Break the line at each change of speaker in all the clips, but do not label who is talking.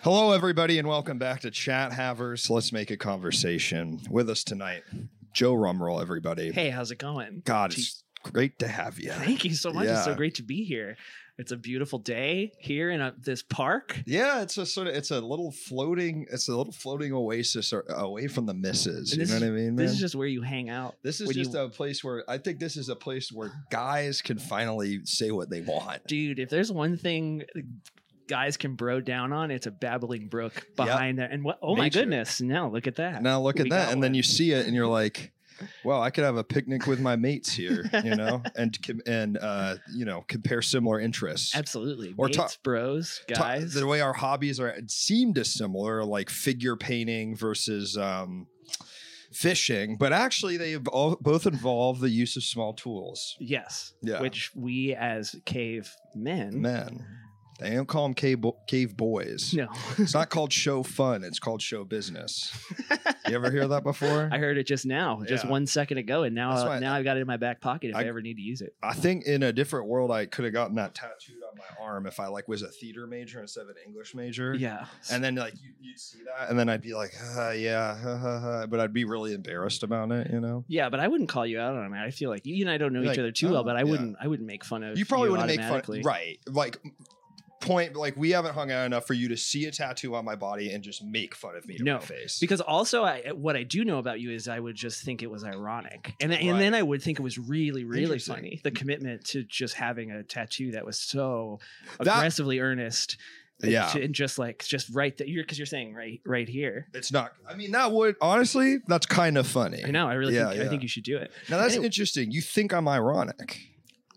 Hello, everybody, and welcome back to Chat Havers. Let's make a conversation with us tonight. Joe Rumroll, everybody.
Hey, how's it going?
God,
Gee,
it's great to have you.
thank you so much. It's so
Yeah.
great to be here. It's a beautiful day here in a, this park.
Yeah, it's a sort of it's a little floating it's a little floating oasis or, away from the misses.
And
You
this
know what I mean, man?
This is just where you hang out.
This is
when
just
you-
a place where I think this is a place where guys can finally say what they want.
Dude, if there's one thing guys can bro down on, it's a babbling brook behind there. And what oh my
Nature.
goodness, now look at that.
Now look at
We
that,
got
and then
one.
you see it, and you're like, "Well, I could have a picnic with my mates here," you know, and com- and uh, you know, compare similar interests.
Absolutely.
Or
Or
ta-
Mates, bros,
Ta-
guys.
the way our hobbies are seem dissimilar, like figure painting versus um, fishing, but actually they have all, both involve the use of small tools.
yes.
Yeah.
Which we as cave men.
Men, they don't call them cave, bo- cave boys.
No.
It's not called show fun. It's called show business. You ever hear that before?
I heard it just now, just
Yeah.
one second ago, and now uh,
That's why-
now I've got it in my back pocket if I,
I-
ever need to use it.
I think in a different world, I could have gotten that tattooed on my arm if I like was a theater major instead of an English major.
Yeah.
And then like you, you'd see that, and then I'd be like, uh, yeah, ha, ha, ha," but I'd be really embarrassed about it, you know.
Yeah, but I wouldn't call you out on it. I feel like you and I don't know
You're like,
each other too well, but
"Oh,
I
yeah."
wouldn't. I wouldn't make fun of
You probably wouldn't make
automatically.
fun, right? Like point, like we haven't hung out enough for you to see a tattoo on my body and just make fun of me to my
No,
face.
Because also, I what I do know about you is I would just think it was ironic, and
Right.
and then I would think it was really, really
Interesting.
funny. The commitment to just having a tattoo that was so
That-
aggressively earnest, and
Yeah.
to- and just like just right that you're because you're saying right, right here.
it's not. I mean, that would honestly, that's kind of funny.
I know. I really
Yeah,
think
yeah.
I think you should do it.
Now that's
Anyway.
interesting. You think I'm ironic?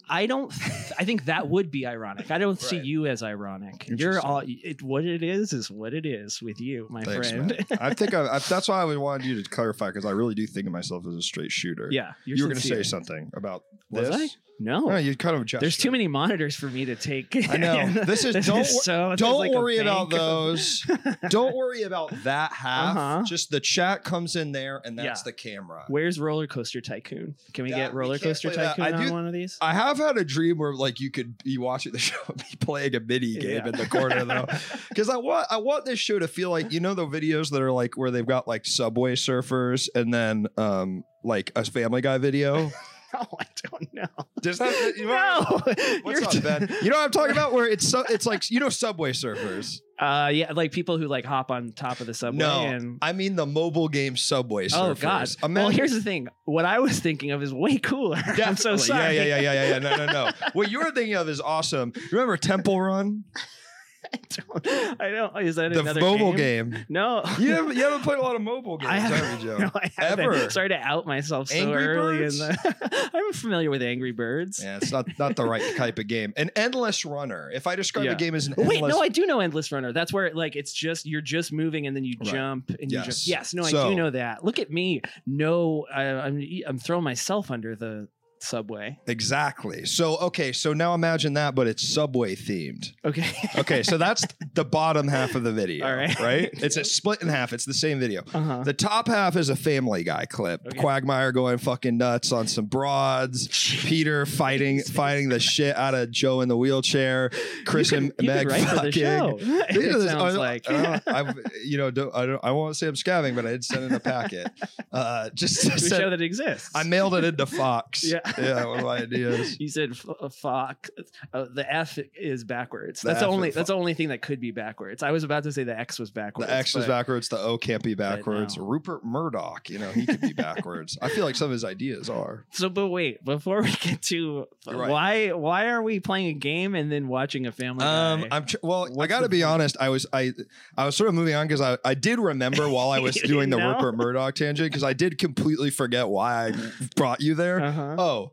I don't. I think that would be ironic. I don't see
Right.
you as ironic. You're all. It, what it is is what it is with you, my
Thanks,
friend.
man. I think I, I, that's why I wanted you to clarify because I really do think of myself as a straight shooter.
Yeah,
you
you're
were going to say
sincere.
something about
Was
this.
I? No,
No, you kind of gestured.
there's too many monitors for me to take.
I know. This is- don't wor-
so, there's
Don't
like a
worry about
bank of-
those. Don't worry about that half.
Uh-huh.
Just the chat comes in there, and that's
Yeah.
the camera.
Where's Roller Coaster Tycoon? Can we
Yeah,
get
we
Roller
can't
Coaster
play that.
Tycoon
I do-
on one of these?
I have had a dream where like you could be watching the show and be playing a mini game
Yeah.
in the corner though. Because I want I want this show to feel like you know the videos that are like where they've got like subway surfers and then um like a family guy video.
oh, I don't know.
Does that you know-
no,
What's
You're
up,
t-
Ben? You know what I'm talking about? Where it's so it's like you know subway surfers.
Uh, yeah, like people who like hop on top of the subway
No,
and
I mean the mobile game subway surfers.
Oh God! Well,
Imagine-
here's the thing. What I was thinking of is way cooler. I'm so
Definitely.
sorry.
Yeah, yeah, yeah, yeah, yeah. No, no, no. what you were thinking of is awesome. Remember Temple Run,
I don't. I don't. Is that
the
another
mobile
game?
game.
No.
You haven't, you haven't played a lot of mobile games,
I
have you, Joe?
haven't. No, I haven't.
Ever.
Sorry to out myself so
Angry
early
Birds?
in the. I'm familiar with Angry Birds.
Yeah, it's not not the right type of game. An endless runner. If I describe
Yeah.
a game as an
Oh,
endless,
Wait, no, I do know Endless Runner. That's where like it's just you're just moving and then you
Right.
jump and you
Yes.
just yes. No, I
So-
do know that. Look at me. No, I, I'm I'm throwing myself under the subway.
exactly. So okay, so now imagine that, but it's subway themed.
Okay.
Okay, so that's the bottom half of the video.
All right.
right? It's a split in half. It's the same video.
Uh huh.
The top half is a Family Guy clip.
Okay.
Quagmire going fucking nuts on some broads. Peter fighting fighting the shit out of Joe in the wheelchair. Chris
you
and
could, you
Meg
could write
fucking.
for the show.
These are
it
the-
sounds
I-
like.
I don't- I've- you know, don't, I don't. I won't say I'm scabbing, but I did send in a packet. Uh, just
to
sent-
show that it exists.
I mailed it into Fox.
Yeah.
yeah. One of my ideas.
You said f- uh, fuck. Uh, the F is backwards.
The
that's the
F is
only.
fu-
That's the only thing that could be backwards. I was about to say the X was backwards.
The X is
but-
backwards. The O can't be backwards.
no.
Rupert Murdoch, you know, he could be backwards. I feel like some of his ideas are.
So, but wait, before we get to
You're right.
why why are we playing a game and then watching a Family
Um,
Guy?
I'm tr- well. I
What's
got to
the
be
point?
honest. I was I, I was sort of moving on because I, I did remember while I was
You
doing the
didn't know?
Rupert Murdoch tangent because I did completely forget why I brought you there.
uh-huh.
Oh,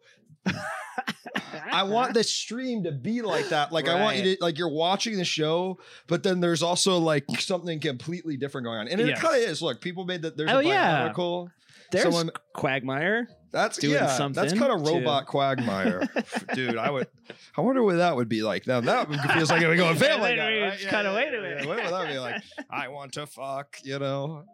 I want the stream to be like that. Like I want you
Right.
to like you're watching the show, but then there's also like something completely different going on, and it
Yes.
kind of is. Look, people made that. There's
Oh,
a Vine
yeah.
article.
There's
someone-
Quagmire.
That's
Doing
yeah, That's
something
kind of
to-
robot quagmire, dude. I would. I wonder what that would be like. Now that would- feels like it would go a
And
family
then
guy.
we
Right?
just kinda wait a minute.
What would that be like? I want to fuck. You know,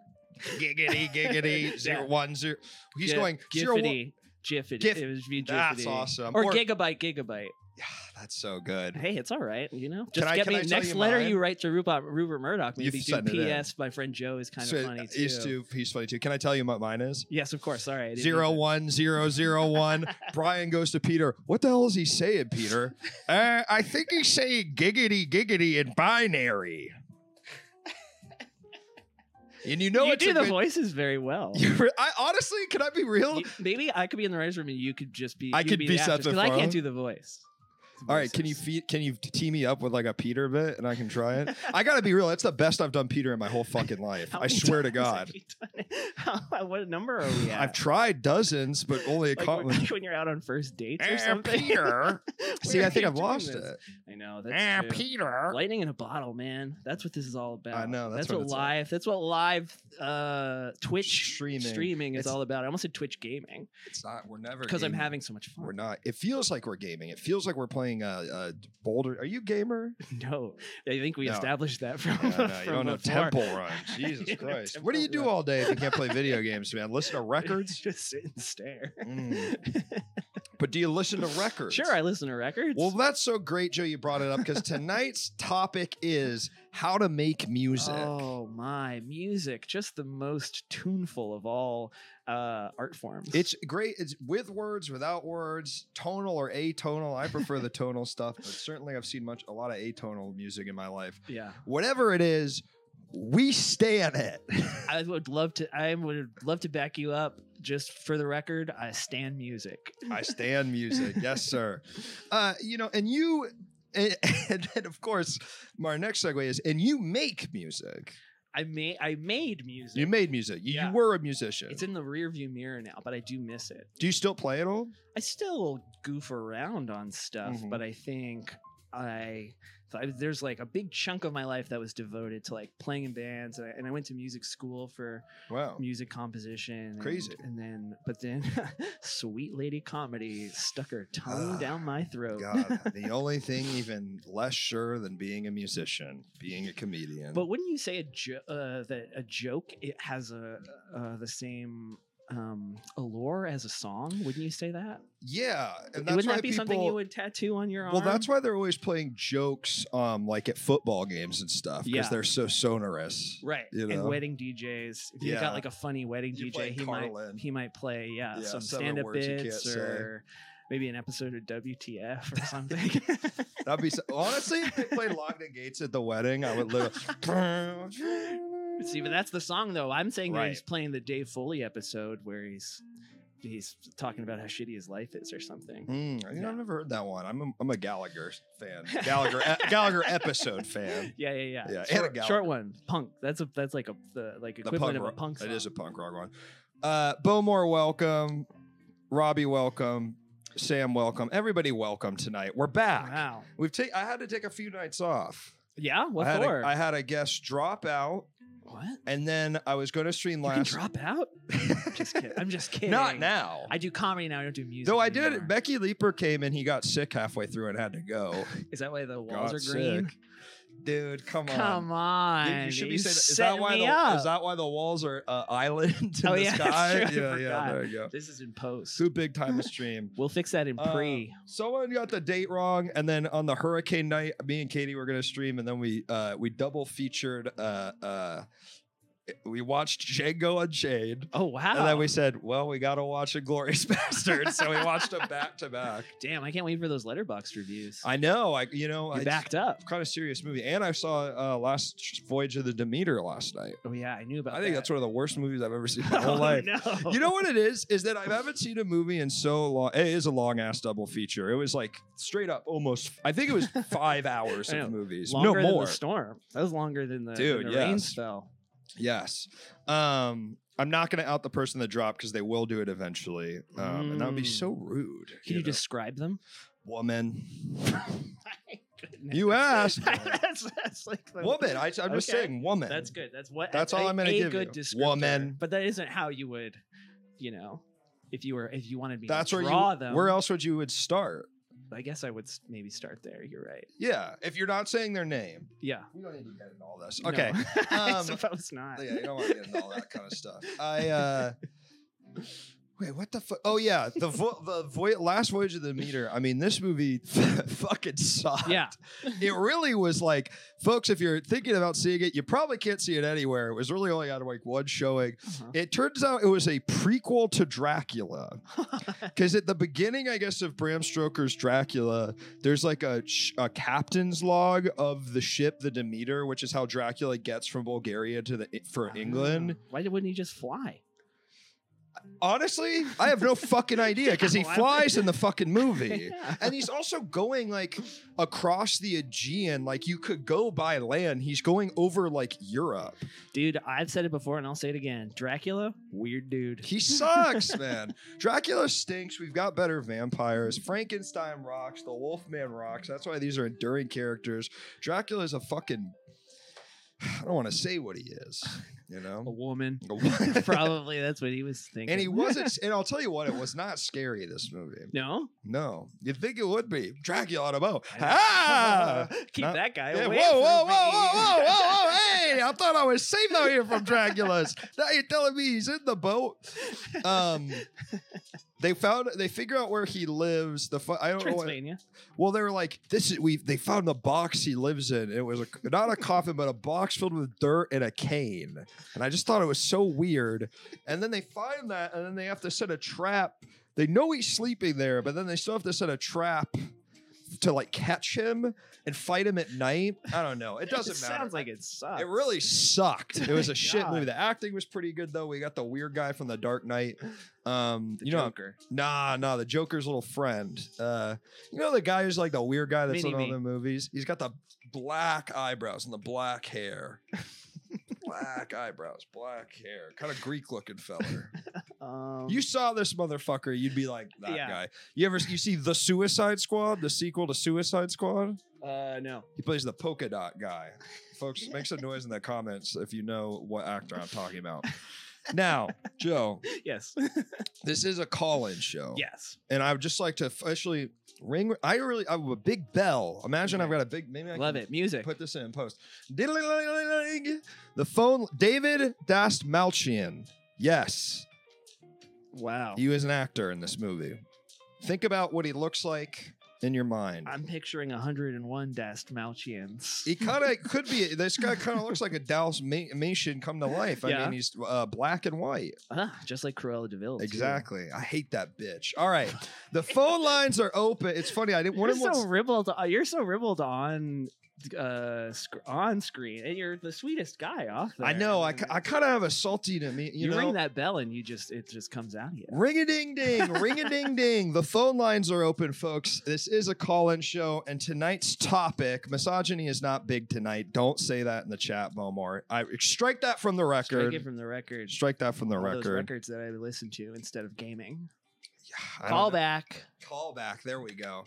giggity giggity zero one zero. He's
Gi-
going zero one.
Giffity. Giffity.
Gif-
it was be
That's
Giffity.
awesome.
Or, gigabyte gigabyte.
Yeah, that's so good.
Hey, it's all right. You know, just
I-
get
can
me
I tell
next
you
letter
mine?
you write to Rupert, Rupert Murdoch.
You've
Maybe do
sent it in.
P.S. My friend Joe is kind
So,
of funny too.
Is to piece funny too. Can I tell you what mine is?
Yes, of course. Sorry. I didn't
Zero
mean that.
one zero zero one. Brian goes to Peter. What the hell is he saying, Peter? Uh, I think he's saying giggity giggity in binary. And you know
you
it's
do
a
the
good-
voices very well.
You re- I honestly, can I be real?
You- maybe I could be in the writers' room and you could just be.
I
you'd
could be
the
Seth
actress, 'cause I
Macfarlane.
can't do the voice.
All right, can you
Voices.
feed, can you tee me up with like a Peter bit and I can try it? I gotta be real. That's the best I've done Peter in my whole fucking life.
How
I
many
swear to
times have
God.
you done it? How- what number are we at?
I've tried dozens, but only a
like
couple.
when, when you're out on first dates or
Eh,
something.
Peter.
Where
See, I
are
think
you
I've
doing
lost
this?
it.
I know.
Eh,
That's true.
Peter.
Lightning in a bottle, man. That's what this is all about.
I know, that's
That's,
what
what
it's all-
live. That's what live uh, Twitch
Streaming.
streaming, is
It's-
all about. I almost said Twitch gaming
It's not. We're never
because I'm
gaming.
having so much
We're
fun.
not. It feels like we're gaming. It feels like we're playing uh, uh Boulder. Are you a gamer?
No, I think we
No.
established that from.
Yeah, I know. you don't
from
know
before.
Temple Run.
You
Jesus
know
Christ. What do
Temple
you do
Run.
all day if you can't play video games, man? Listen to records.
Just sit and stare.
Mm. But do you listen to records?
Sure, I listen to records.
Well, that's so great, Joe. You brought it up because tonight's topic is how to make music.
Oh my, music! Just the most tuneful of all uh, art forms.
It's great. It's with words, without words, tonal or atonal. I prefer the tonal stuff, but certainly I've seen much a lot of atonal music in my life.
yeah.
Whatever it is, we stay on it.
I would love to. I would love to back you up. Just for the record, I stand music.
I stand music. Yes, sir. Uh, you know, and you and, and then of course, my next segue is and you make music.
I made. I made music.
You made music. You,
Yeah.
you were a musician.
it's in the rearview mirror now, but I do miss it.
Do you still play at all?
I still goof around on stuff,
Mhm.
but I think I, so I- there's like a big chunk of my life that was devoted to like playing in bands, and I, and I went to music school for
Wow.
music composition. and-
Crazy.
And, then, but then, sweet lady comedy stuck her tongue
Ah,
down my throat.
God, the only thing even less sure than being a musician, being a comedian.
But wouldn't you say a jo- uh, that a joke it has a uh, the same um, allure as a song? Wouldn't you say that?
yeah, and that's
Wouldn't
why
that be
people,
something you would tattoo on your arm?
Well, that's why they're always playing jokes, um, like at football games and stuff, because
Yeah.
they're so sonorous.
right.
you know.
And wedding DJs. If you
Yeah.
got like a funny wedding
You play
DJ, he might
Carlin.
he might play yeah,
Yeah,
some
seven
stand up
words you can't
bits
say.
or maybe an episode of WTF or something.
That'd be so, honestly, if they played Locked Gates at the wedding, I would live.
See, but that's the song though. I'm saying that he's
Right.
playing the Dave Foley episode where he's he's talking about how shitty his life is or something.
Mm, you know,
Yeah.
I've never heard that one. I'm a, I'm a Gallagher fan, Gallagher e- Gallagher episode fan.
Yeah, yeah,
Yeah,
yeah.
Anna
short,
Gallagher.
short one, punk. That's a that's like a the, like equivalent of a
rock-
punk. Song.
It is a punk rock one. Uh, Bowmore, welcome. Robbie, welcome. Sam, welcome. Everybody, welcome tonight. We're back.
wow.
We've ta- I had to take a few nights off.
Yeah, what
I had
for?
A, I had a guest drop out,
what?
and then I was going to stream
You can
last.
drop out? just kidding. I'm just kidding.
Not now.
I do comedy now. I don't do music.
Though I did.
anymore.
Becky Leeper came and he got sick halfway through and had to go.
Is that why the walls
Got
are green?
sick. Dude, come,
Come
on.
on.
You- You should be
you
saying that. Is
set
that why
me
the
up.
is that why the walls are uh, island in
Oh,
the
yeah, that's
sky?
true. I
Yeah, yeah,
forgot.
there you go.
this is in post.
Two big time stream.
We'll fix that in
Uh,
pre.
someone got the date wrong, and then on the hurricane night, me and Katie were gonna stream, and then we uh, we double featured. Uh, uh, we watched Django Unchained,
oh wow.
and then we said, "Well, we gotta watch a Glorious Bastard," so we watched them back to back.
Damn, I can't wait for those letterbox reviews.
I know, I you know,
You're
I
backed up.
kind of serious movie, and I saw uh, Last Voyage of the Demeter last night.
Oh yeah, I knew about.
I think
that.
that's one of the worst movies I've ever seen in my whole
oh,
life.
No.
You know what it is? Is that I haven't seen a movie in so long. It is a long ass double feature. It was like straight up almost. I think it was five hours
I
of
know.
movies.
longer
no
than
more.
the storm. That was longer than the,
Dude,
than the rain
yes.
spell.
yes. Um, I'm not going to out the person that dropped because they will do it eventually, um, and that would be
Mm.
so rude.
Can you,
know?
describe them?
woman?
My goodness.
You asked.
that's, that's like the-
woman. I, I'm just
Okay.
saying, woman.
That's good. That's what.
That's all
a-
I'm gonna
a
give
good
you.
descriptor.
Woman.
but that isn't how you would, you know, if you were if you wanted me
That's
to
where
draw
you.
them.
Where else would you would start?
I guess I would s- maybe start there. You're right.
Yeah, if you're not saying their name,
Yeah.
we don't need to get into all this.
No.
Okay.
I
um,
suppose not.
yeah, you don't want to get into all that kind of stuff. I uh Wait, what the fuck? Oh yeah, the vo- the vo- last voyage of the meter. I mean, this movie fucking sucked.
Yeah.
it really was like, folks, if you're thinking about seeing it, you probably can't see it anywhere. It was really only on like one showing.
Uh-huh.
It turns out it was a prequel to Dracula. Because at the beginning, I guess, of Bram Stoker's Dracula, there's like a, sh- a captain's log of the ship, the Demeter, which is how Dracula gets from Bulgaria to the for England.
Ah, Why wouldn't he just fly?
Honestly, I have no fucking idea because he
Why would-
flies in the fucking movie.
Yeah.
And he's also going like across the Aegean, like you could go by land. He's going over like Europe.
Dude, I've said it before and I'll say it again. Dracula, weird dude.
He sucks, man. Dracula stinks. We've got better vampires. Frankenstein rocks. The Wolfman rocks. That's why these are enduring characters. Dracula's a fucking. I don't want to say what he is, you
A
know?
woman. Probably that's what he was thinking.
and he wasn't, and I'll tell you what, it was not scary, this movie.
no?
No, you'd think it would be. Dracula on a boat.
I know.
Ah!
Keep
Not-
that guy
Yeah, whoa,
away.
whoa,
from
whoa, whoa,
me.
whoa, whoa, whoa, Hey, I thought I was safe out here from Dracula's. Now you're telling me he's in the boat. Um, they found, they figure out where he lives. The fu- I don't know. What,
Transylvania.
well, they were like, this is we. They found the box he lives in. It was a, not a coffin, but a box filled with dirt and a cane. And I just thought it was so weird. And then they find that, and then they have to set a trap. They know he's sleeping there, but then they still have to set a trap to like catch him and fight him at night. I don't know. It doesn't
it
matter.
Sounds like it sucks.
It really sucked. It was a shit
God.
movie. The acting was pretty good though. We got the weird guy from The Dark Knight. Um,
The
you know,
Joker.
Nah, nah, the Joker's little friend. Uh, you know the guy who's like the weird guy that's in all
Mini-me.
the movies. He's got the black eyebrows and the black hair. black eyebrows, black hair, kind of Greek looking feller.
Um,
you saw this motherfucker, you'd be like that
Yeah.
guy. You ever you see the Suicide Squad, the sequel to Suicide Squad?
uh, no.
He plays the polka dot guy. Folks, make some noise in the comments if you know what actor I'm talking about. Now, Joe,
Yes.
this is a call-in show
yes.
and I would just like to officially ring. I really, I'm a big bell. Imagine I've
Okay.
got a big. Maybe I
Love
can
it. Music.
Put this in post. Diddle-a-ling-a-ling-a-ling. The phone. David Dast Malchian. Yes,
wow.
he was an actor in this movie. Think about what he looks like in your mind.
I'm picturing 101 Dast Malchians.
he kind of could be. This guy kind of looks like a Dalmatian come to life. I
Yeah.
mean, he's uh, black and white.
Ah, just like Cruella Deville. too.
Exactly. I hate that bitch. All right, the phone lines are open. It's funny. I didn't.
You're
One of
so
what's-
ribald. uh, You're so ribald on uh sc- on screen, and you're the sweetest guy off. There.
I know. I, kind of have a salty to me. You,
You,
know,
ring that bell, and you just it just comes out of you.
Ring a ding ding, ring a ding ding. The phone lines are open, folks. This is a call in show, and tonight's topic misogyny is not big tonight. Don't say that in the chat, Momar. I strike that from the
Strike
record.
it from the record.
Strike that from the
All
record.
Those records that I listen to instead of gaming.
I don't
Call
know.
back.
Call back. There we go.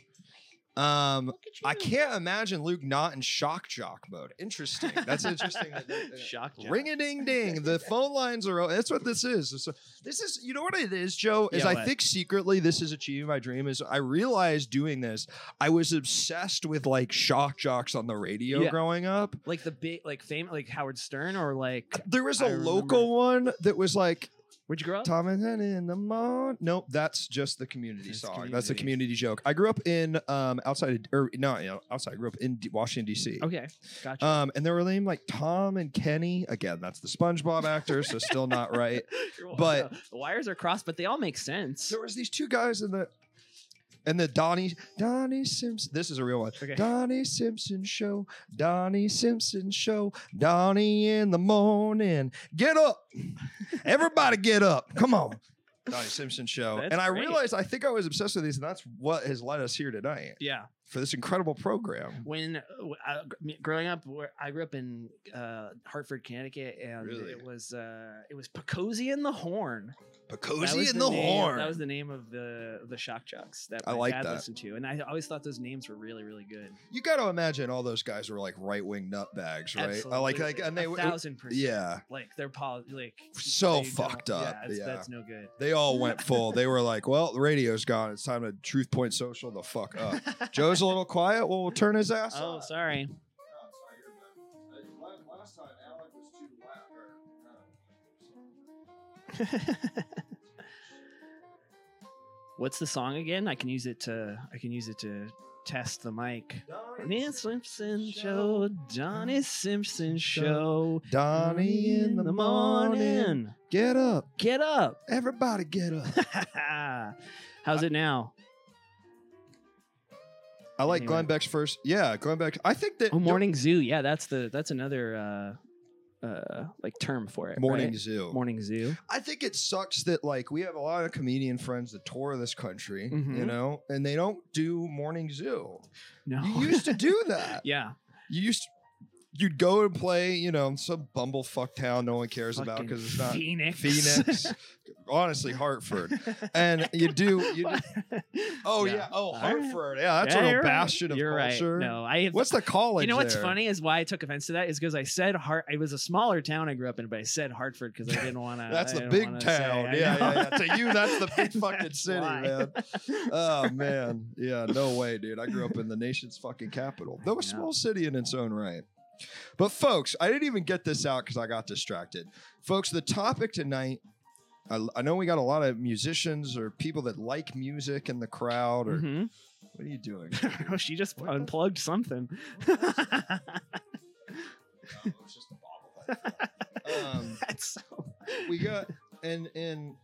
Um, I can't imagine Luke not in shock jock mode. Interesting. That's interesting. that- that-
Shock. jock.
Ring a ding ding. The phone lines are. o- That's what this is. So this is. You know what it is, Joe? Is
Yeah,
I
what?
think secretly this is achieving my dream. Is I realized doing this, I was obsessed with like shock jocks on the radio
Yeah.
growing up.
Like the big, like fame, like Howard Stern, or like
There was a
I remember.
local one that was like
where'd you grow up?
Tom and Hen in the morning. Nope, that's just the community
That's
song. That's a
Community.
community joke. I grew up in um outside of, or no, you know, outside. I grew up in D- Washington D.C.
Okay, gotcha.
Um, and they were named like Tom and Kenny. Again, that's the SpongeBob actor, so still not right.
You're-
but-
the wires are crossed, but they all make sense.
There was these two guys in the and the Donnie Donnie Simpson. This is a real one.
Okay.
Donnie Simpson show. Donnie Simpson show. Donnie in the morning. Get up. Everybody get up. Come on. Donnie Simpson show.
That's
and I
great.
realized I think I was obsessed with these, and that's what has led us here tonight
Yeah.
for this incredible program.
when uh, w- I- gr- me- growing up where i grew up in uh hartford connecticut and
Really?
it was uh it was pecosy and the horn That
Cozy
was
in the,
name-
horn.
that was the name of the the shock jocks that
I
my
like
dad
that.
listened to and i always thought those names were really really good
you got to imagine all those guys were like right wing nutbags, right? I like like
Absolutely.
and they
a
w-
thousand percent
yeah.
like they're poli- like
So
they don't-
fucked up.
yeah, it's-
yeah.
that's no good
They all went full. They were like, "Well, the radio's gone. It's time to Truth Point Social the fuck up." Oh. Joe's a little quiet. Well, we'll turn his ass.
oh
on.
sorry what's the song again? I can use it to I can use it to test the mic. Donnie Simpson show, Donnie Simpson show.
Donnie in the morning. Get up.
Get up.
Everybody get up.
How's it now?
I like
Anyway.
Glenn Beck's first. Yeah, Glenn Beck. I think that
Oh, morning zoo. Yeah, that's the that's another uh uh like term for it.
Morning
right?
Zoo.
Morning zoo.
I think it sucks that like we have a lot of comedian friends that tour this country, you
Mhm.
know, and they don't do morning zoo.
No.
You used to do that.
yeah.
You used you'd go and play, you know, some bumblefuck town no one cares about
Fucking
because it's not
Phoenix.
Phoenix, honestly Hartford, and you do you. Do, oh yeah, oh
All right.
Hartford, yeah, that's a
Yeah,
real
you're right.
bastion of
You're
culture.
Right. No, I have
What's the college?
You know what's
there?
funny is why I took offense to that is because I said Hart. It was a smaller town I grew up in, but I said Hartford because I didn't want to.
That's the big town. yeah, yeah, yeah. To you, that's the big fucking city, man. Oh man, yeah, no way, dude. I grew up in the nation's fucking capital, though a
know.
small city in its own right. But folks, I didn't even get this out because I got distracted. Folks, the topic tonight. I, I know we got a lot of musicians or people that like music in the crowd. Or
hmm
what are you doing?
Mm-hmm. she just
What the-
unplugged something.
No, it's just a bobblehead. Um,
That's so-
we got and and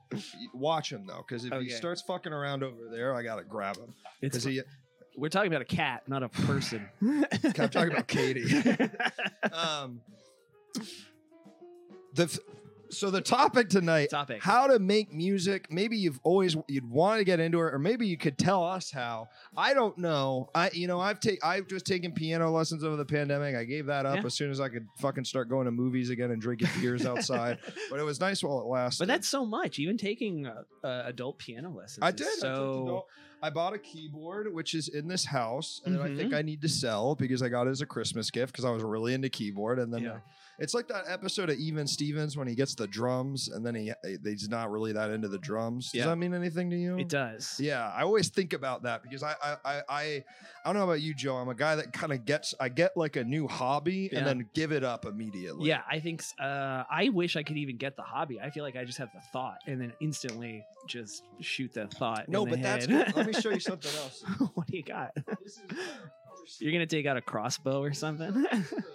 watch him though, because if he
Okay.
starts fucking around over there, I gotta grab him
it's,
because he
we're talking about a cat, not a person. I'm
I'm talking about Katie. um, the f- so the topic tonight:
Topic.
how to make music. Maybe you've always you'd want to get into it, or maybe you could tell us how. I don't know. I you know I've taken I've just taken piano lessons over the pandemic. I gave that up
Yeah.
as soon as I could fucking start going to movies again and drinking beers outside. But it was nice while it lasted.
But that's so much. Even taking uh, uh, adult piano lessons.
I
is
did. I took the
So
doll- I, bought a keyboard, which is in this house, and then I think
Mhm.
I need to sell because I got it as a Christmas gift because I was really into keyboard. And then
Yeah.
uh, it's like that episode of Even Stevens when he gets the drums, and then he eh, he's not really that into the drums. Does
Yeah.
that mean anything to you?
it does.
Yeah, I always think about that because I I I I, I don't know about you, Joe. I'm a guy that kind of gets I get like a new hobby
Yeah.
and then give it up immediately.
Yeah, I think s- uh, I wish I could even get the hobby. I feel like I just have the thought and then instantly just shoot the thought.
No,
in the
but that's.
head.
Let me show you something else.
what do you got?
This is, uh,
You're gonna take out a crossbow or something? oh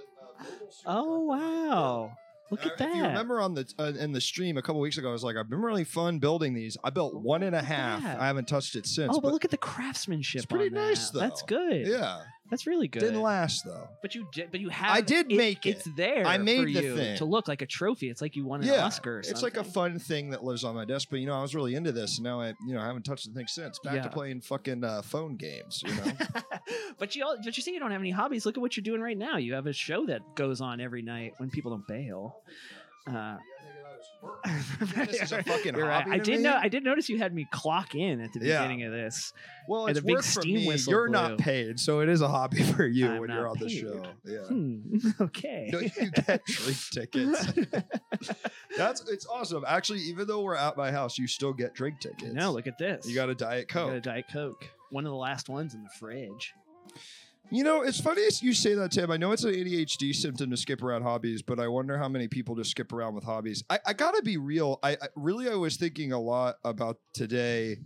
Oh
wow! Look at that.
If you remember on the uh, in the stream a couple weeks ago, I was like, I've been really fun building these. I built one and a
Look at
half.
that.
I haven't touched it since.
oh, but, look at the craftsmanship.
It's pretty
on that.
nice, though.
That's good.
yeah,
that's really good.
didn't last though.
But you did. But you have.
did make
It's there.
I made
for
the
you
thing.
to look like a trophy. It's like you won an
Yeah,
Oscar. Or
It's like a
something.
fun thing that lives on my desk. But you know, I was really into this, and now I you know I haven't touched the thing since. Back to
Yeah.
playing fucking uh, phone games. You know,
but you all, but you say you don't have any hobbies. Look at what you're doing right now. You have a show that goes on every night when people don't bail. Uh,
This is a fucking
you're right.
hobby
I
to
did
me?
know. I did notice you had me clock in at the
Yeah.
beginning of this.
well,
And
it's
the big
work for
steam
me.
whistle
You're
blew.
not paid, so it is a hobby for you
I'm
when
not
you're on the
paid.
show. Yeah.
Hmm, okay.
No, you get drink tickets. That's it's awesome. Actually, even though we're at my house, you still get drink tickets.
no, look at this.
you got a diet
I got a
coke.
Diet Coke. One of the last ones in the fridge.
You know, it's funny as you say that, Tim. I know it's an ADHD symptom to skip around hobbies, but I wonder how many people just skip around with hobbies. I, I gotta be real. I, I really I was thinking a lot about today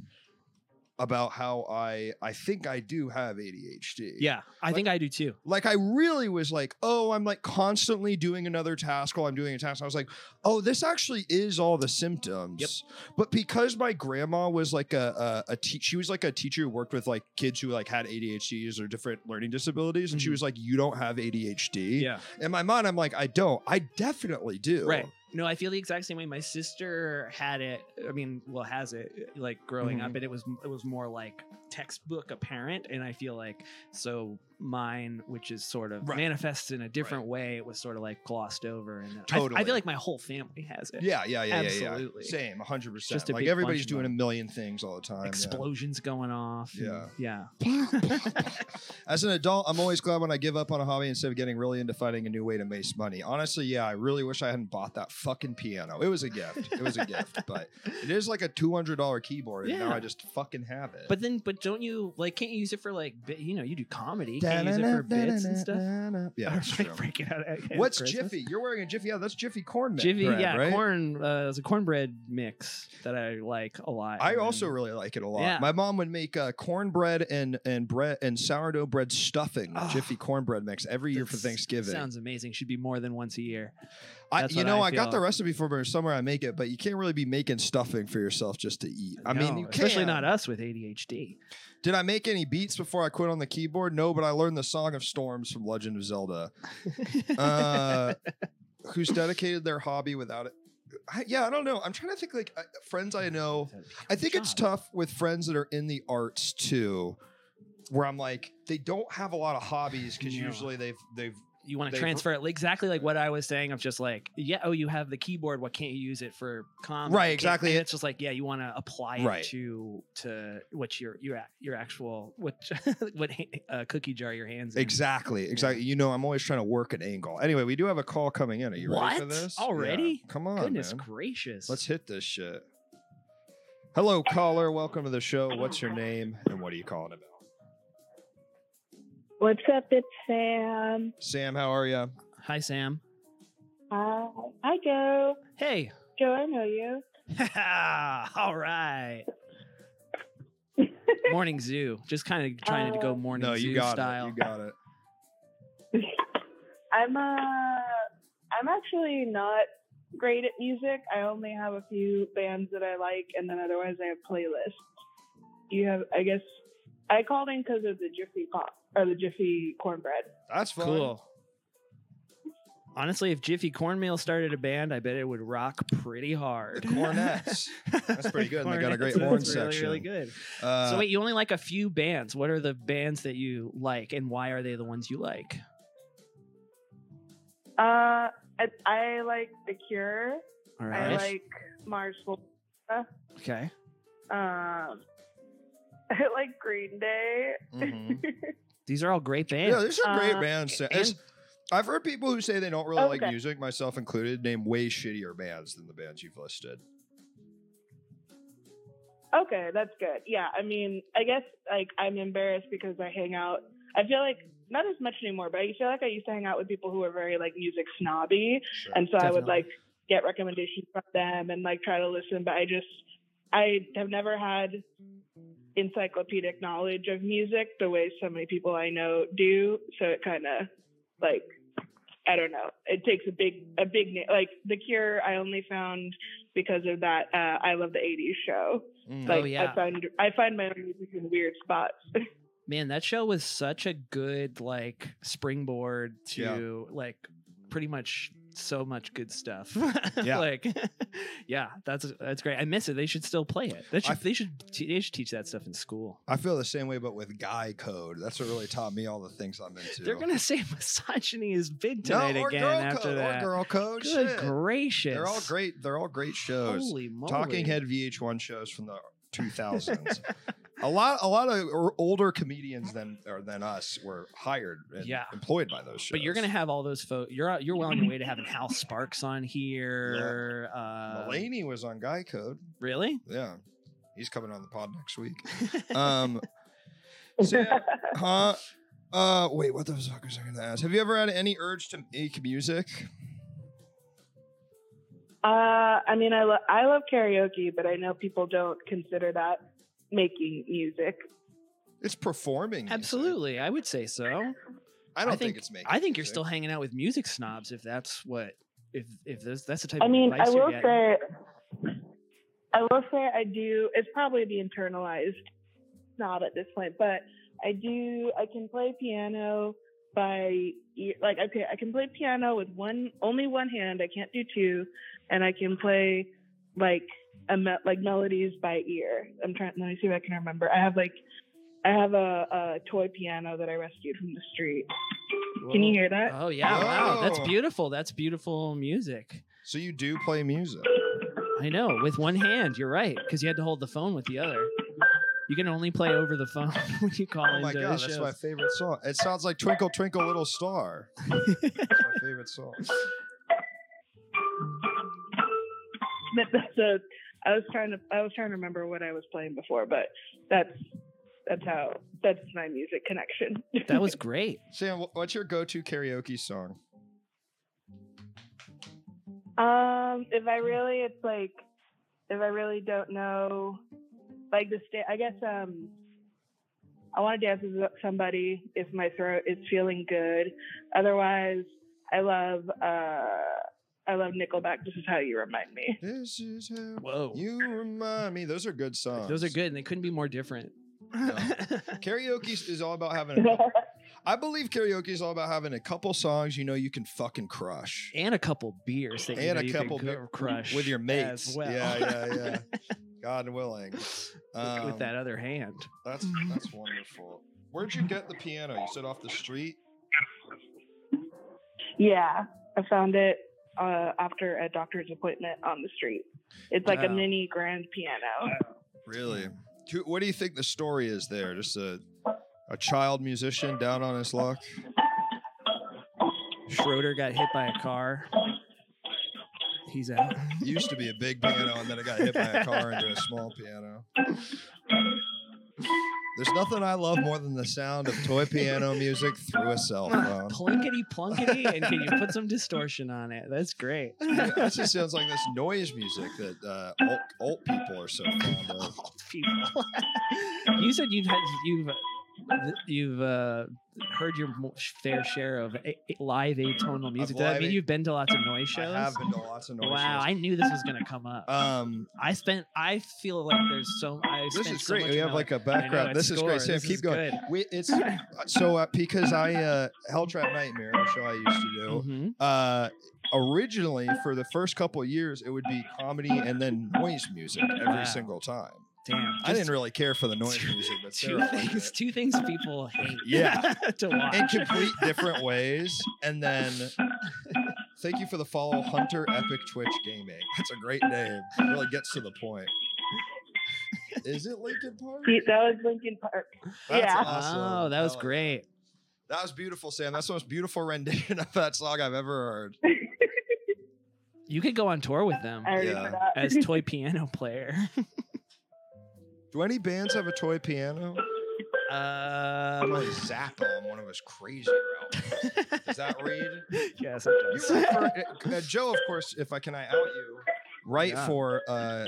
about how I I think I do have ADHD.
Yeah, I
Like-
think I do too.
Like I really was like, oh, I'm like constantly doing another task while I'm doing a task. I was like, oh, this actually is all the symptoms.
Yep.
But because my grandma was like a a, a te- she was like a teacher who worked with like kids who like had ADHDs or different learning disabilities, and she
Mhm.
was like, you don't have ADHD.
Yeah.
In my mind, I'm like, I don't. I definitely do.
Right. No, I feel the exact same way. My sister had it. I mean, well, has it like growing
Mm-hmm.
up, and it was it was more like textbook apparent. And I feel like so mine, which is sort of
Right.
manifests in a different way, it was sort of like glossed over. And then I- I,
Totally.
feel like my whole family has it.
Yeah, yeah, yeah, yeah, yeah.
Absolutely.
Same, 100%.
Just a
like
big
everybody's
bunch of
doing a
them.
million things all the time. yeah.
Explosions going off. and-
Yeah.
Yeah.
As an adult, I'm always glad when I give up on a hobby instead of getting really into finding a new way to make money. Honestly, yeah, I really wish I hadn't bought that fucking piano. It was a gift. It was a gift, but it is like a $200 keyboard, and now
Yeah.
I just fucking have it.
But then, but don't you like? Can't you use it for like? bi- You know, you do comedy. can't use it for bits and stuff.
Yeah,
Or,
that's
like,
true.
break it out at- at
What's
Christmas.
Jiffy? You're wearing a Jiffy. Yeah, that's Jiffy corn mix.
Jiffy,
bread,
yeah,
right?
corn. Uh, it's a cornbread mix that I like a lot.
I
and
also
then-
really like it a lot.
Yeah.
My mom would make uh, cornbread and and bread and sourdough bread stuffing with
Oh,
Jiffy cornbread mix every year for
That's-
Thanksgiving.
sounds amazing. Should be more than once a year.
I,
that's
you
what
know, I,
I
got the
feel.
recipe from somewhere. I make it, but you can't really be making stuffing for yourself just to eat. I mean,
No,
you
especially
can.
not us with ADHD.
Did I make any beats before I quit on the keyboard? No, but I learned the Song of Storms from Legend of Zelda. Uh, who's dedicated their hobby without it? I, yeah, I don't know. I'm trying to think like uh, friends I know. I think it's
Job.
tough with friends that are in the arts too, where I'm like they don't have a lot of hobbies because
No.
usually they've they've
You want
They-
to transfer it exactly like what I was saying. of just like, yeah, oh, you have the keyboard. Why can't you use it for comedy?
Right,
Can't-
exactly.
And it's just like, yeah, you want to apply
Right.
it to to what your your ac- your actual what what ha- uh, cookie jar your hands in.
exactly exactly. You know, I'm always trying to work an angle. Anyway, we do have a call coming in. Are you ready for
What?
this
Already?
Yeah. Come on,
Goodness
man.
gracious!
Let's hit this shit. Hello, caller. Welcome to the show. What's your name and what are you calling about?
What's up? It's Sam.
Sam, how are you?
Hi, Sam.
Hi, hi, Joe.
Hey.
Joe, I know you.
All right. morning zoo. Just kind of trying to go
Uh,
morning
No,
zoo
you got
style.
it. You got it.
I'm uh, I'm actually not great at music. I only have a few bands that I like, and then otherwise I have playlists. You have, I guess, I called in because of the Jiffy pop or the Jiffy cornbread.
That's fine.
Cool. Honestly, if Jiffy Cornmeal started a band, I bet it would rock pretty
The
hard.
Cornettes. That's pretty good, and they got a great
Cornettes,
horn
that's really, Really
section.
good.
Uh,
so wait, you only like a few bands. What are the bands that you like, and why are they the ones you like?
Uh, I, I like The Cure.
All
I
right.
like Mars. Volta.
okay.
Um, I like Green Day.
mhm.
These are all great bands.
Yeah, there's some great
Uh,
bands. Sam. It's-
and-
I've heard people who say they don't really like
Okay.
music, myself included, name way shittier bands than the bands you've listed.
Okay, that's good. Yeah, I mean, I guess like I'm embarrassed because I hang out. I feel like not as much anymore, but I feel like I used to hang out with people who were very like music snobby,
Sure.
and so I would
Definitely.
like get recommendations from them and like try to listen. But I just I have never had encyclopedic knowledge of music the way so many people I know do. So it kind of like I don't know. It takes a big a big na- like The Cure. I only found because of that uh, I love the '80s show.
Mm.
Like
Oh, yeah.
I find I find my own music in weird spots.
Man, that show was such a good like springboard to
Yeah.
like pretty much so much good stuff.
Yeah.
like yeah, that's that's great. I miss it. They should still play it. They should
I-
they should te- they should teach that stuff in school.
I feel the same way, but with guy code. That's what really taught me all the things I'm into.
They're gonna say misogyny is big
No,
tonight
or
again
girl
after
code,
that.
Or girl code.
good
shit.
gracious.
They're all great. They're all great shows.
Holy moly.
Talking Head VH1 shows from the 2000s. a lot, a lot of o- older comedians than or than us were hired and
Yeah.
employed by those shows.
But you're gonna have all those folks. You're you're well on your way to having Hal Sparks on here. Uh,
Mulaney was on Guy Code.
really?
Yeah, he's coming on the pod next week. Um, Sam, huh? Uh, wait, what the fuck was I gonna ask? Have you ever had any urge to make music?
uh, I mean, I lo- I love karaoke, but I know people don't consider that making music.
It's performing. music.
Absolutely, I would say so.
I don't
I
think,
think-
it's making.
I think you're
music.
still hanging out with music snobs if that's what if if that's, that's the type
I mean,
of advice
I will
you're getting.
say, I will say, I do. It's probably the internalized snob at this point, but I do. I can play piano by ear- like okay, I can play piano with one only one hand. I can't do two, and I can play like a me- like melodies by ear. I'm trying. Let me see if I can remember. I have like. I have a, a toy piano that I rescued from the street. Can you hear that?
Oh yeah, wow, that's
Whoa.
beautiful. That's beautiful music.
So you do play music.
I know, with one hand, you're right, because you had to hold the phone with the other. You can only play over the phone when you call
Oh my
into
god,
the
that's
show.
my favorite song. It sounds like Twinkle Twinkle Little Star. that's my favorite song.
That- that's a I was trying to I was trying to remember what I was playing before, but that's
that's how that's my music connection.
That was great.
Sam, wh- what's your go-to karaoke song?
Um, if I really, it's like, if I really don't know, like the state, I guess, um, I want to dance with somebody if my throat is feeling good. Otherwise, I love, uh, I love Nickelback. This is how you remind me.
This is how
Whoa.
you remind me. Those are good songs.
Those are good and they couldn't be more different.
Karaoke s- is all about having. A, I believe karaoke is all about having a couple songs you know you can fucking crush.
and a couple beers that you
And
know
a
you can
couple
go
beer-
crush
with your mates.
as well.
Yeah, yeah, yeah. God willing.
With-
Um,
with that other hand.
That's that's wonderful. Where'd you get the piano? You said off the street.
yeah, I found it uh, after a doctor's appointment on the street. It's like a
Wow.
mini grand piano.
Really? Do- What do you think the story is there? Just a a child musician down on his luck.
Schroeder got hit by a car. He's out.
used to be a big piano and then it got hit by a car into a small piano. There's nothing I love more than the sound of toy piano music through a cell phone.
Plunkety plunkety, and can you put some distortion on it? That's great.
That just sounds like this noise music that uh, alt, alt people are so fond of.
Old people. you said you've had you've you've uh, heard your mo- fair share of a- a- live atonal music. Does that
live
mean
a-
you've been to lots of noise shows? Oh,
I have been to lots of noise
wow,
shows.
I knew this was gonna come up.
um,
I spent. I feel like there's so. I
this
spent
is
so
great.
much
we
of
have
my
like a
life- I know,
background.
it's
This is great,
score.
Sam.
This
keep
is
going.
good.
We, it's so uh, because I uh, Hell Trap Nightmare, the show I used to do.
Mhm.
uh originally for the first couple of years it would be comedy and then noise music every
Wow.
single time
Damn,
i
just
didn't really care for the noise music but
two
Sarah liked
things.
it.
Two things people hate.
Yeah.
to watch.
in complete different ways and then thank you for the follow hunter epic twitch gaming that's a great name It really gets to the point is it lincoln park
See, that was Lincoln Park.
That's
yeah.
awesome.
Oh, that
I
was
like
great.
that was beautiful sam that's the most beautiful rendition of that song i've ever heard
You could go on tour with them
I already
Yeah.
forgot.
as toy piano player.
do any bands have a toy piano i'm
Um,
like zappa on one of his crazier albums does that read
yes, it
You
does.
write for- uh, Joe, of course, if I can, I out you. Write
Yeah.
for uh,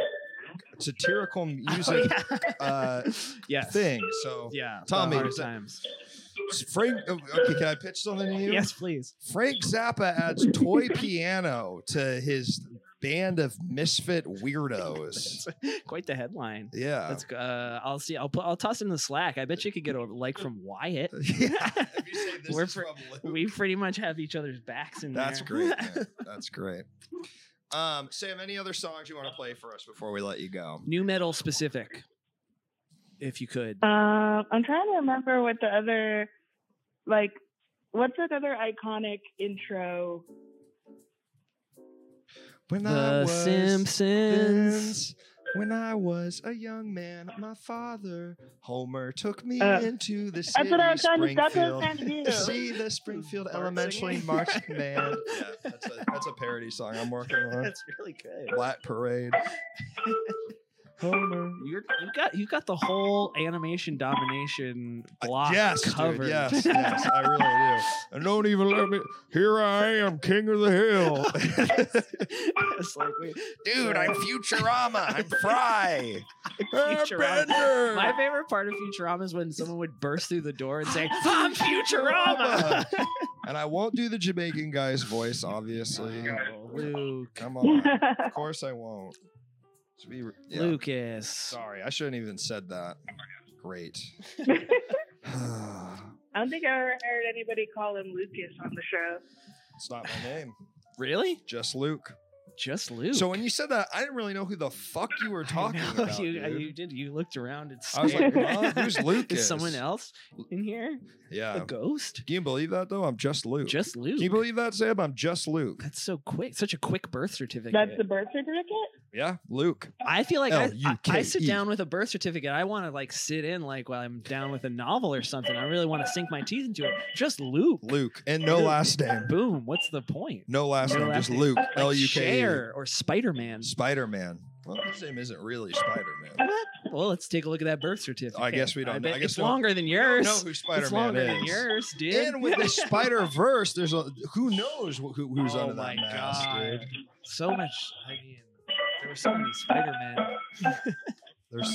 satirical music
Oh, yeah.
uh,
yes.
thing. So,
Yeah.
Tommy,
hard
is that-
times.
Frank, uh, okay, can I pitch something to you?
Yes, please.
Frank Zappa adds toy piano to his band of misfit weirdos.
That's quite the headline.
Yeah.
That's. Uh, I'll see. I'll. Put, I'll toss in the slack. I bet you could get a like from Wyatt.
yeah. If you say this
We're
is
fr-
from Luke,
we pretty much have each other's backs in
that's
there.
great. man. That's great. Um, Sam, any other songs you want to play for us before we let you go?
New metal specific, if you could.
Um, I'm trying to remember what the other, like, what's another iconic intro?
When
the Simpsons.
Since When I was a young man, my father Homer took me
Uh,
into the city
That's what I was trying to. That's what I was
Springfield
trying to do.
to see the Springfield
Bart
Elementary
singing.
marching band. Yeah, that's a, that's a parody song I'm working on.
That's really good.
Black Parade. Homer.
You're, you got you got the whole animation domination block
Uh, yes, dude,
covered.
yes, yes, I really do. And don't even let me. Here I am, king of the hill.
it's like wait,
dude, I'm Futurama. I'm Fry.
Futurama.
Bender.
my favorite part of Futurama is when someone would burst through the door and say, "I'm Futurama."
And I won't do the Jamaican guy's voice, obviously.
Oh, Luke,
Come on. of course I won't. Should we re- yeah.
Lucas.
Sorry, I shouldn't even said that. Great. it's
I don't think I ever heard anybody call him Lucas on the show.
not my name.
Really?
Just Luke.
Just Luke.
So when you said that, I didn't really know who the fuck you were
I
talking
know,
about.
you,
dude.
you did. You looked around and
I was like,
stared.
huh? Who's Lucas?
Is someone else in here? A
Yeah.
ghost?
Can you believe that though? I'm just Luke.
Just Luke.
Can you believe that, Sam? I'm just Luke.
That's so quick. Such a quick birth certificate.
That's the birth certificate.
Yeah, Luke.
I feel like I- I, I sit
L-U-K-E.
down with a birth certificate. I want to like sit in like while I'm down with a novel or something. I really want to sink my teeth into it. Just Luke.
Luke. And no
Luke.
last name.
Boom. What's the point?
No last
No
name,
last
just
name.
Luke.
Like
L U K. E.
Cher or Spider Man.
Spider Man. Well, his name isn't really Spider Man.
What? Well, let's take a look at that birth certificate.
I guess we don't know.
bet
I guess
it's
no-
longer than
I don't
yours.
know who
it's
Spider-Man
longer
is.
than yours, dude.
And with the Spider Verse, there's a who knows wh- who, who's
Oh
under that
my
mask,
God.
dude.
so much. I mean, there were so many Spider Men.
There's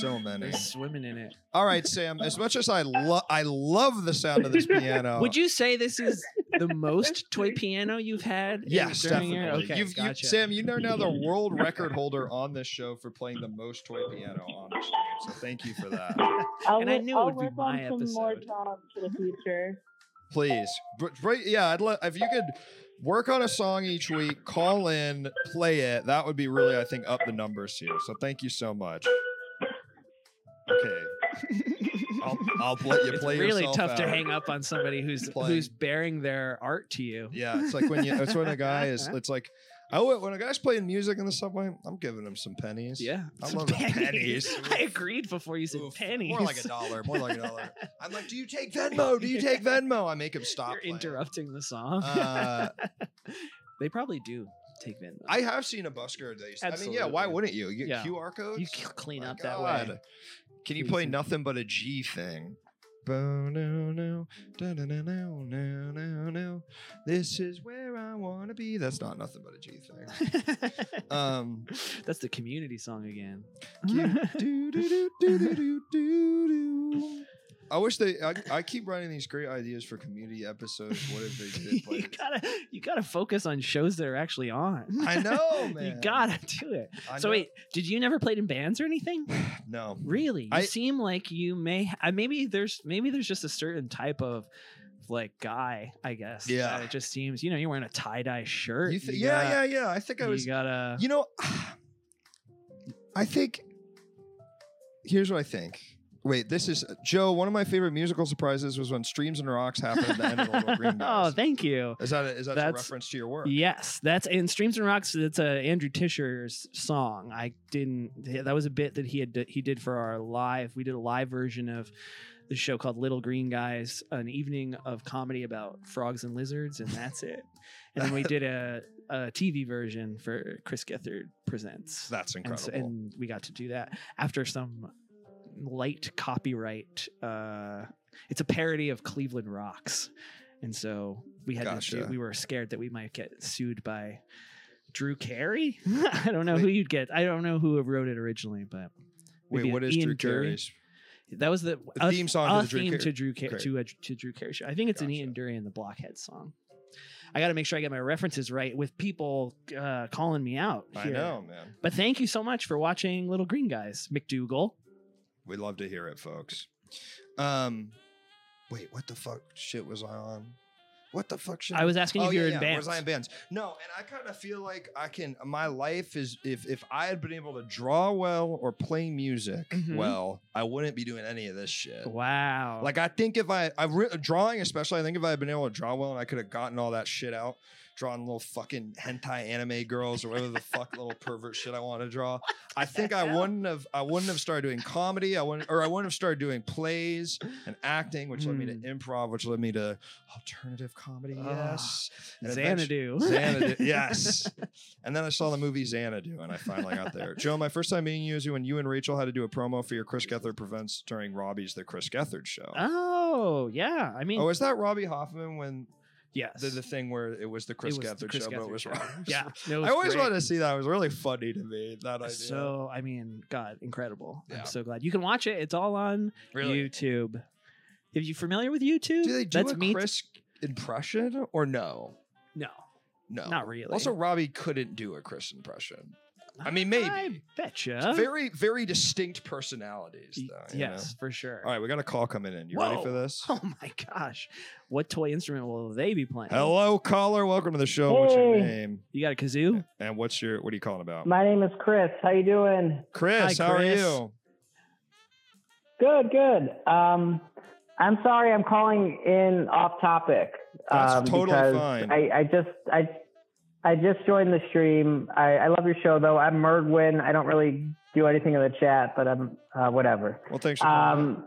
so many.
They're swimming in it.
All right, Sam. As much as I love, I love the sound of this piano.
Would you say this is the most toy piano you've had? in-
Yes,
during
definitely.
your- Okay,
You've- you-
gotcha.
Sam, you are now the world record holder on this show for playing the most toy piano on this show. So thank you for that.
I'll
And I
wo-
knew it
I'll
would be
work
my
on some more
episode.
songs for the future.
please. Br- br- yeah, I'd love if you could work on a song each week, call in, play it. That would be really, I think, up the numbers here. So thank you so much. Okay, I'll, I'll let you
it's
play.
really
yourself
tough to
out.
hang up on somebody who's
Playing.
who's bearing their art to you.
Yeah, it's like when you. It's when a guy is. It's like, oh, when a guy's playing music in the subway, I'm giving him some pennies.
Yeah,
I
some
love the pennies.
I agreed before you said
Oof,
pennies.
More like a dollar. More like a dollar. I'm like, do you take Venmo? Do you take Venmo? I make him stop.
You're
playing.
interrupting the song.
Uh,
they probably do take Venmo.
I have seen a busker that used. to- I mean, yeah.
Absolutely.
Wouldn't? wouldn't you? You get
Yeah.
QR codes.
you c- clean
My
up that
God.
way.
Can you play
Please.
nothing but a G thing? Bo- no, no, da- da- da- no, no, no, no. This is where I want to be. That's not nothing but a G thing. Um,
That's the community song again.
do, do, do, do, do, do, do, do. I wish they. I, I keep writing these great ideas for community episodes. What if they did play?
you gotta you gotta focus on shows that are actually on.
I know,
you
man.
gotta do it.
I
so
know-
wait, did you never played in bands or anything?
no.
Really? You
I-
seem like you may ha- maybe there's maybe there's just a certain type of like guy, I guess. that
Yeah.
It just seems, you know, you're wearing a tie-dye shirt.
You th-
you
yeah,
got-
yeah, yeah. I think I
You
was.
gotta
You know, I think here's what I think. Wait, this is Joe. One of my favorite musical surprises was when Streams and Rocks happened at the end of the Little Green
Oh,
Guys.
thank you.
is that a, is that a
that's-
reference to your work?
Yes, that's in Streams and Rocks. That's a Andrew Tisher's song. I didn't. That was a bit that he had he did for our live. We did a live version of the show called Little Green Guys, an evening of comedy about frogs and lizards, and that's it. And then we did a, a TV version for Chris Gethard presents,
That's
and, so,
incredible.
and we got to do that after some light copyright. Uh, it's a parody of Cleveland Rocks, and so we had to
Gotcha.
do, we were scared that we might get sued by Drew Carey. I don't know who you'd get. I don't know who wrote it originally, but
Wait,
maybe
what is
Ian
Drew
Dury?
Carey's?
That was the,
The
a-
theme song to
a
the Drew
theme
Carey-
to Drew Car-
Carey.
to a, to Drew Carey show. I think it's an
Gotcha.
Ian Dury and the Blockhead song. I got to make sure I get my references right with people uh, calling me out.
I
here.
know, man.
But thank you so much for watching Little Green Guys, McDougal.
We love to hear it, folks. Um, wait, what the fuck shit was I on? What the fuck shit?
I was asking
Oh,
if
yeah,
you're
yeah.
in bands.
Was I in bands? No, and I kind of feel like I can. My life is if if I had been able to draw well or play music
Mhm.
well, I wouldn't be doing any of this shit.
Wow.
Like I think if I I re- drawing especially, I think if I had been able to draw well and I could have gotten all that shit out, drawing little fucking hentai anime girls or whatever the fuck little pervert shit I want to draw. I think I
hell?
wouldn't have I wouldn't have started doing comedy. I wouldn't or I wouldn't have started doing plays and acting, which led me to
Hmm.
improv, which led me to alternative comedy.
Ah,
yes. And eventually-
Xanadu.
uh, Xanadu. Yes. And then I saw the movie Xanadu and I finally got there. Joe, my first time meeting you is when you and Rachel had to do a promo for your Chris Gethard prevents during Robbie's The Chris Gethard Show.
oh, yeah. I mean,
Oh, is that Robbie Hoffman when
yes.
the, the thing where it was the Chris
It was the
Gethard show, but it
Gethard
was
show.
Robbie?
Yeah. No, it was
I always
great.
wanted to see that. It was really funny to me, that idea.
So, I mean, God, incredible.
Yeah.
I'm so glad. You can watch it. It's all on YouTube. Are you familiar with YouTube?
do they do
That's
a
me. t-
Chris impression or no?
no,
No.
not really.
Also, Robbie couldn't do a Chris impression. I mean, maybe.
I betcha.
It's very, very distinct personalities,
Y-
though. you know?
Oh. yes, for sure.
All right, we got a call coming in. You ready for
Whoa.
this?
Oh my gosh. What toy instrument will they be playing?
Hello, caller. Welcome to the show. What's your
Hey.
name?
You got a kazoo?
And what's your what are you calling about?
My name is Chris. How you doing?
Chris,
Hi,
how
Chris.
are you?
Good, good. Um, I'm sorry, I'm calling in off topic.
That's
um,
totally
because
fine.
I, I just I I just joined the stream. I, I love your show though. I'm Merdwin. I don't really do anything in the chat, but I'm uh, whatever.
Well, thanks for calling. in.
Um,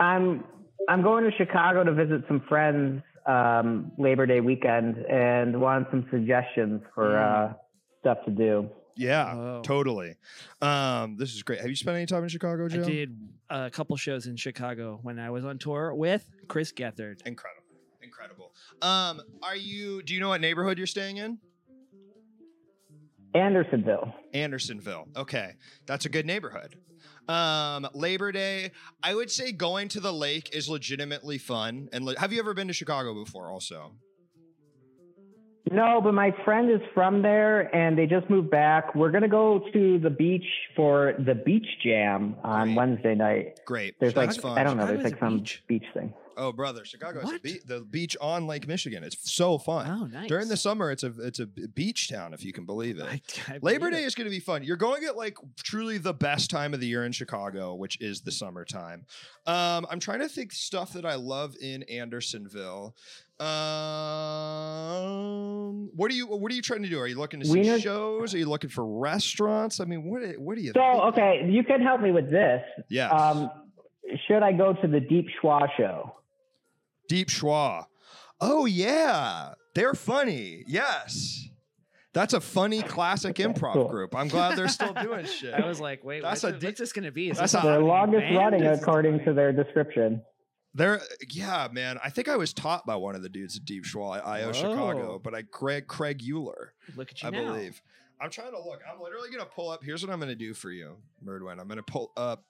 I'm I'm going to Chicago to visit some friends
Mm.
um, Labor Day weekend and wanted some suggestions for uh, stuff to do.
Yeah,
Oh.
totally. Um, this is great. Have you spent any time in Chicago,
I
Joe?
did a couple shows in Chicago when I was on tour with Chris Gethard.
Incredible. Incredible. Um, are you do you know what neighborhood you're staying in?
Andersonville.
Andersonville. Okay. That's a good neighborhood. Um, Labor Day, I would say going to the lake is legitimately fun. And le- have you ever been to Chicago before also?
No, but my friend is from there and they just moved back. We're going to go to the beach for the beach jam on
Great.
Wednesday night.
Great.
There's
That's
like,
fun.
I don't know,
Chicago has
there's like
a
some
beach.
beach, thing.
Oh, brother, Chicago is
What?
be- the beach on Lake Michigan. It's so fun.
Oh, nice.
During the summer, it's a it's a b- beach town if you can believe it.
I- I
Labor
believe
Day
it.
is going to be fun. You're going at like truly the best time of the year in Chicago, which is the summertime. Um, I'm trying to think stuff that I love in Andersonville. Um, what are you What are you trying to do? Are you looking to see
Wiener-
shows? Are you looking for restaurants? I mean, what are- What are you?
So,
thinking?
okay, you can help me with this.
Yeah,
Um, should I go to the Deep Schwa show?
Deep Schwa. Oh yeah, they're funny. Yes, that's a funny classic improv
cool.
group. I'm glad they're still doing shit.
I was like, wait,
That's
that's
a
what's, it-
deep-
what's this going to be? Is
That's
this
a-
Their
about a
longest
band?
running,
Is-
according to their description.
There, yeah, man. I think I was taught by one of the dudes at Deep Schwa at IO Chicago,
Whoa.
but I Craig Craig Euler,
Look at you
I
now.
believe. I'm trying to look. I'm literally gonna pull up. Here's what I'm gonna do for you, Merdwin. I'm gonna pull up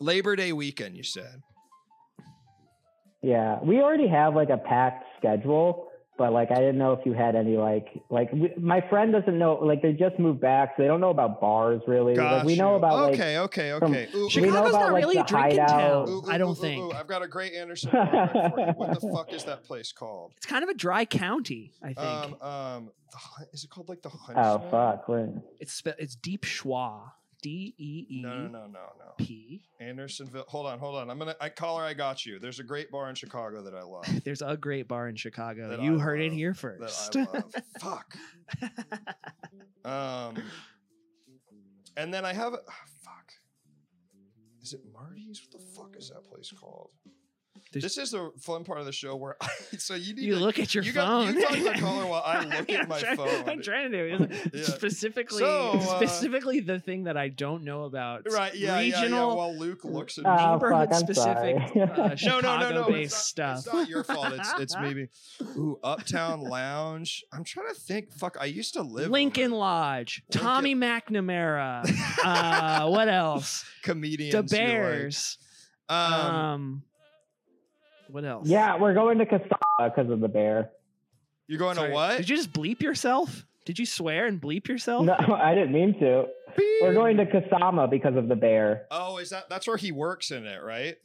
Labor Day weekend. You said
Yeah, we already have like a packed schedule, but like I didn't know if you had any like like we, my friend doesn't know like they just moved back, so they don't know about bars really. like
Got
we know
you.
about like
okay, okay,
from-
okay. Ooh, ooh,
We know
Chicago's
about,
not
like,
really a
the
drinking
hideout.
town.
ooh, ooh,
Oh, I
ooh,
don't
ooh,
think
ooh. I've got a great Anderson. Park for you. What the fuck is that place called?
it's kind of a dry county. I think
Um, um, the hun- is it called like the Hunch?
oh
Zone?
fuck, we're-
it's spe- it's Deep Schwa. D E E
No, no, no, no, no.
P.
Andersonville. Hold on, hold on. I'm gonna. I caller. I got you. There's a great bar in Chicago that I love.
There's a great bar in Chicago.
That
you
I
heard
love.
it here
that
first.
I love. Fuck. Um, and then I have. ah, fuck. Is it Marty's? What the fuck is that place called?
There's-
this is the fun part of the show where. I, so you need
you
to.
look at your
you got-
phone.
you talk to the caller while I look
Yeah,
at
I'm
my
trying-
phone.
I'm trying to do it.
Yeah.
specifically
So, uh,
specifically the thing that I don't know about.
right. Yeah. yeah. Yeah.
Regional
While Luke looks at.
Uh, Oh, fuck,
neighborhood
I'm
specific
sorry.
uh,
no, no, no, no.
Chicago-based
it's not-
stuff.
It's not your fault. It's it's maybe. Ooh, Uptown Lounge. I'm trying to think. Fuck, I used to live over
Lincoln
there.
Lodge, Tommy McNamara. uh, what else?
comedians.
The
you like.
Bears. Um,
Um,
what else?
yeah, we're going to Casaba because of the bear.
you're going
Sorry,
to what?
Did you just bleep yourself? Did you swear and bleep
Oh.
yourself?
No, I didn't mean to. We're going to Kasama because of the bear.
Oh, is that that's where he works in it, right?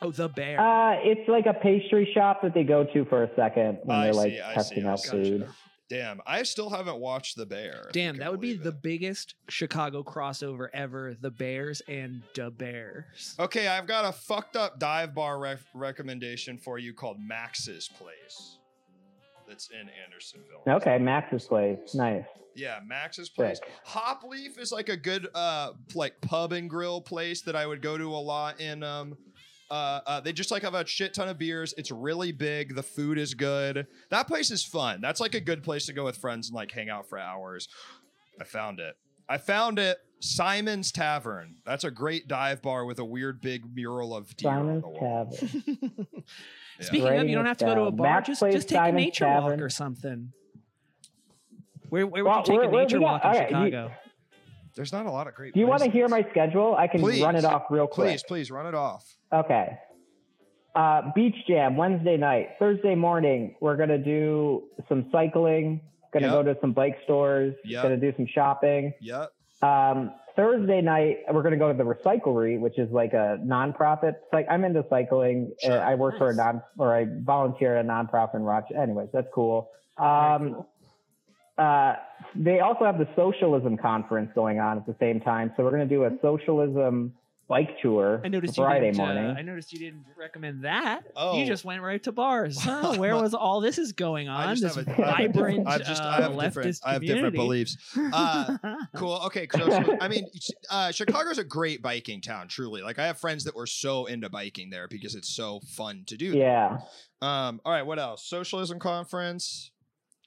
Oh, the bear.
Uh, it's like a pastry shop that they go to for a second when
I
they're
see,
like
I see,
testing
I
out
see.
food.
Damn, I still haven't watched The Bear. if you
Damn,
can
that would be
believe
the
it.
biggest Chicago crossover ever. The Bears and the Bears.
Okay, I've got a fucked up dive bar ref recommendation for you called Max's Place. That's in Andersonville.
Okay, Max's place, nice.
Yeah, Max's place.
Sick.
Hop Leaf is like a good uh like pub and grill place that I would go to a lot in um uh, uh they just like have a shit ton of beers. It's really big. The food is good. That place is fun. That's like a good place to go with friends and like hang out for hours. I found it. I found it. Simon's Tavern. That's a great dive bar with a weird big mural of deer on
Simon's
the wall.
Tavern.
Speaking of,
Writing
you don't
it
have to go to a
down.
bar.
Max
just
um, plays
just take a
Simon's
nature walk
Tavern.
or something. Where, where would
Well,
you take
where-
a
where- we
nature
got-
walk in
all right, you-
Chicago?
There's not a lot of great.
Do you want to
places.
hear my schedule? I can
Please.
run it off real quick.
Please, please run it off.
Okay. Uh, beach jam Wednesday night, Thursday morning. We're gonna do some cycling. Gonna
Yep.
go to some bike stores.
Yep.
Gonna do some shopping.
Yep.
Um, Thursday night, we're gonna go to the Recyclery, which is like a nonprofit. Like I'm into cycling. Uh,
Sure.
I work for a
Nice.
non or I volunteer at a nonprofit in Rochester. Anyways, that's cool. Um,
Very cool.
uh, they also have the socialism conference going on at the same time. So we're going to do a socialism bike tour
Mm-hmm. I noticed
Friday
you didn't,
morning.
Uh, I noticed you didn't recommend that.
Oh.
You just went right to bars. Huh? Where was all this is going on?
I just
this
have a I-
vibrant
I've just
uh,
I have
leftist
different I have different
community.
beliefs. Uh, Cool. Okay. So, so, I mean, ch- uh, Chicago's a great biking town, truly. Like, I have friends that were so into biking there because it's so fun to do.
yeah.
Um. All right. What else? Socialism conference.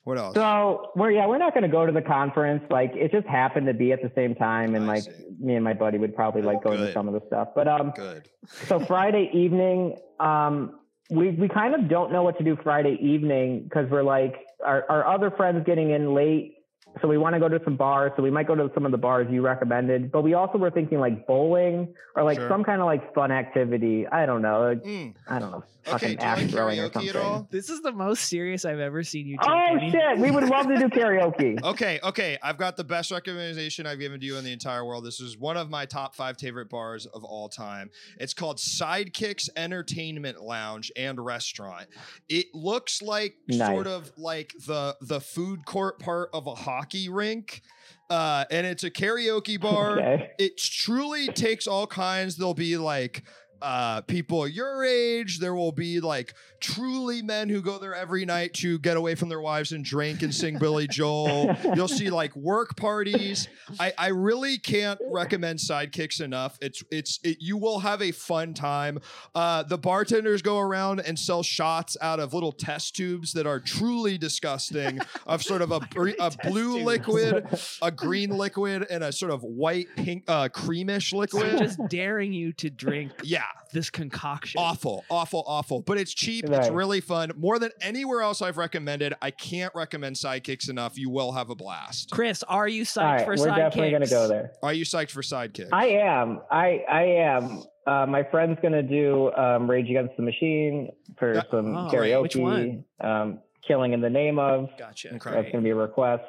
What else?
So we're yeah, we're not going to go to the conference. Like it just happened to be at the same time, and
I
like
see.
me and my buddy would probably like go into
Good.
some of the stuff. But um,
Good.
so Friday evening, um, we we kind of don't know what to do Friday evening because we're like our our other friends getting in late, so we want to go to some bars. So we might go to some of the bars you recommended, but we also were thinking like bowling or like
Sure.
some kind of like fun activity. I don't know, like,
Mm.
I don't know,
Okay.
fucking
Do you like
axe throwing or
karaoke
something.
at all?
This is the most serious I've ever seen you take.
Oh
any-
shit, we would love to do karaoke.
Okay. Okay. I've got the best recommendation I've given to you in the entire world. This is one of my top five favorite bars of all time. It's called Sidekicks Entertainment Lounge and Restaurant. It looks like sort
Nice.
of like the the food court part of a hockey rink. Uh, and it's a karaoke bar.
Okay.
it truly takes all kinds. There'll be like uh people your age there will be like truly men who go there every night to get away from their wives and drink and sing billy joel you'll see like work parties i i really can't recommend sidekicks enough it's it's it, you will have a fun time uh the bartenders go around and sell shots out of little test tubes that are truly disgusting of sort of a, br- a
Test
blue
tubes.
liquid a green liquid and a sort of white pink uh creamish liquid
I'm just daring you to drink
yeah
this concoction.
awful awful awful but it's cheap it's
Right.
really fun more than anywhere else i've recommended i can't recommend sidekicks enough you will have a blast
Chris, are you psyched
All right,
for
we're definitely gonna
sidekicks?
go there.
are you psyched for sidekicks
I am. I I am. Uh, my friend's gonna do um, Rage Against the Machine for
Uh,
some
oh,
karaoke.
which one?
Um, Killing in the Name of.
Gotcha.
Okay.
That's gonna be a request.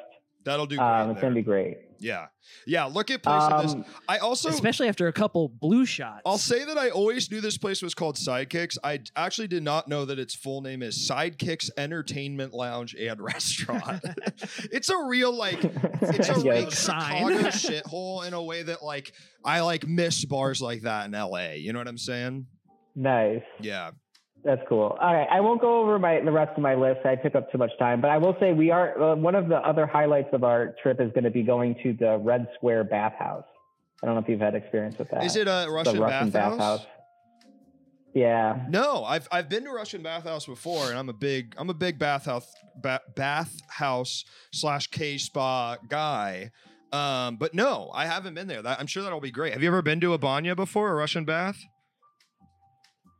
that'll do great
Um, it's
there.
gonna be great.
yeah yeah look at places this
Um,
i also
Especially after a couple blue shots.
I'll say that I always knew this place was called Sidekicks. I d- actually did not know that its full name is Sidekicks Entertainment Lounge and Restaurant. it's a real like it's a
yeah,
real
Sign.
Chicago shithole in a way that like I like miss bars like that in LA. You know what I'm saying?
nice.
Yeah.
That's cool. All right, I won't go over my the rest of my list. I took up too much time, but I will say we are uh, one of the other highlights of our trip is going to be going to the Red Square Bathhouse. I don't know if you've had experience with that.
Is it a
the
Russian,
Russian
bathhouse?
bathhouse? Yeah,
No, I've I've been to Russian bathhouse before, and I'm a big I'm a big bathhouse ba- bathhouse slash K spa guy. Um, but no, I haven't been there. That, I'm sure that'll be great. Have you ever been to a banya before, a Russian bath?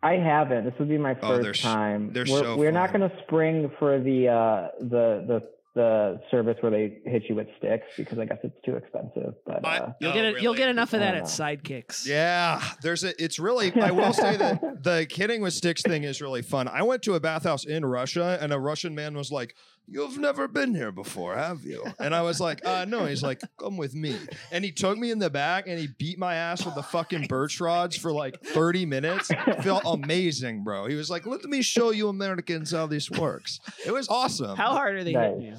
I haven't. This would be my
Oh,
1st
they're s-
time.
they're
we're
so
we're not
fun.
going to spring for the uh, the the the service where they hit you with sticks because I guess it's too expensive. But
I-
uh,
You'll
No,
get it, you'll
oh, really.
get enough of that
I
at
don't
sidekicks.
Yeah, there's a. It's really. I will say that the hitting with sticks thing is really fun. I went to a bathhouse in Russia, and a Russian man was like, "You've never been here before, have you?" And I was like, "Uh, no." He's like, "Come with me," and he took me in the back and he beat my ass with the fucking birch rods for like 30 minutes.
uh,
Felt amazing, bro. He was like, "Let me show you Americans how this works." It was awesome
How hard are they hitting you?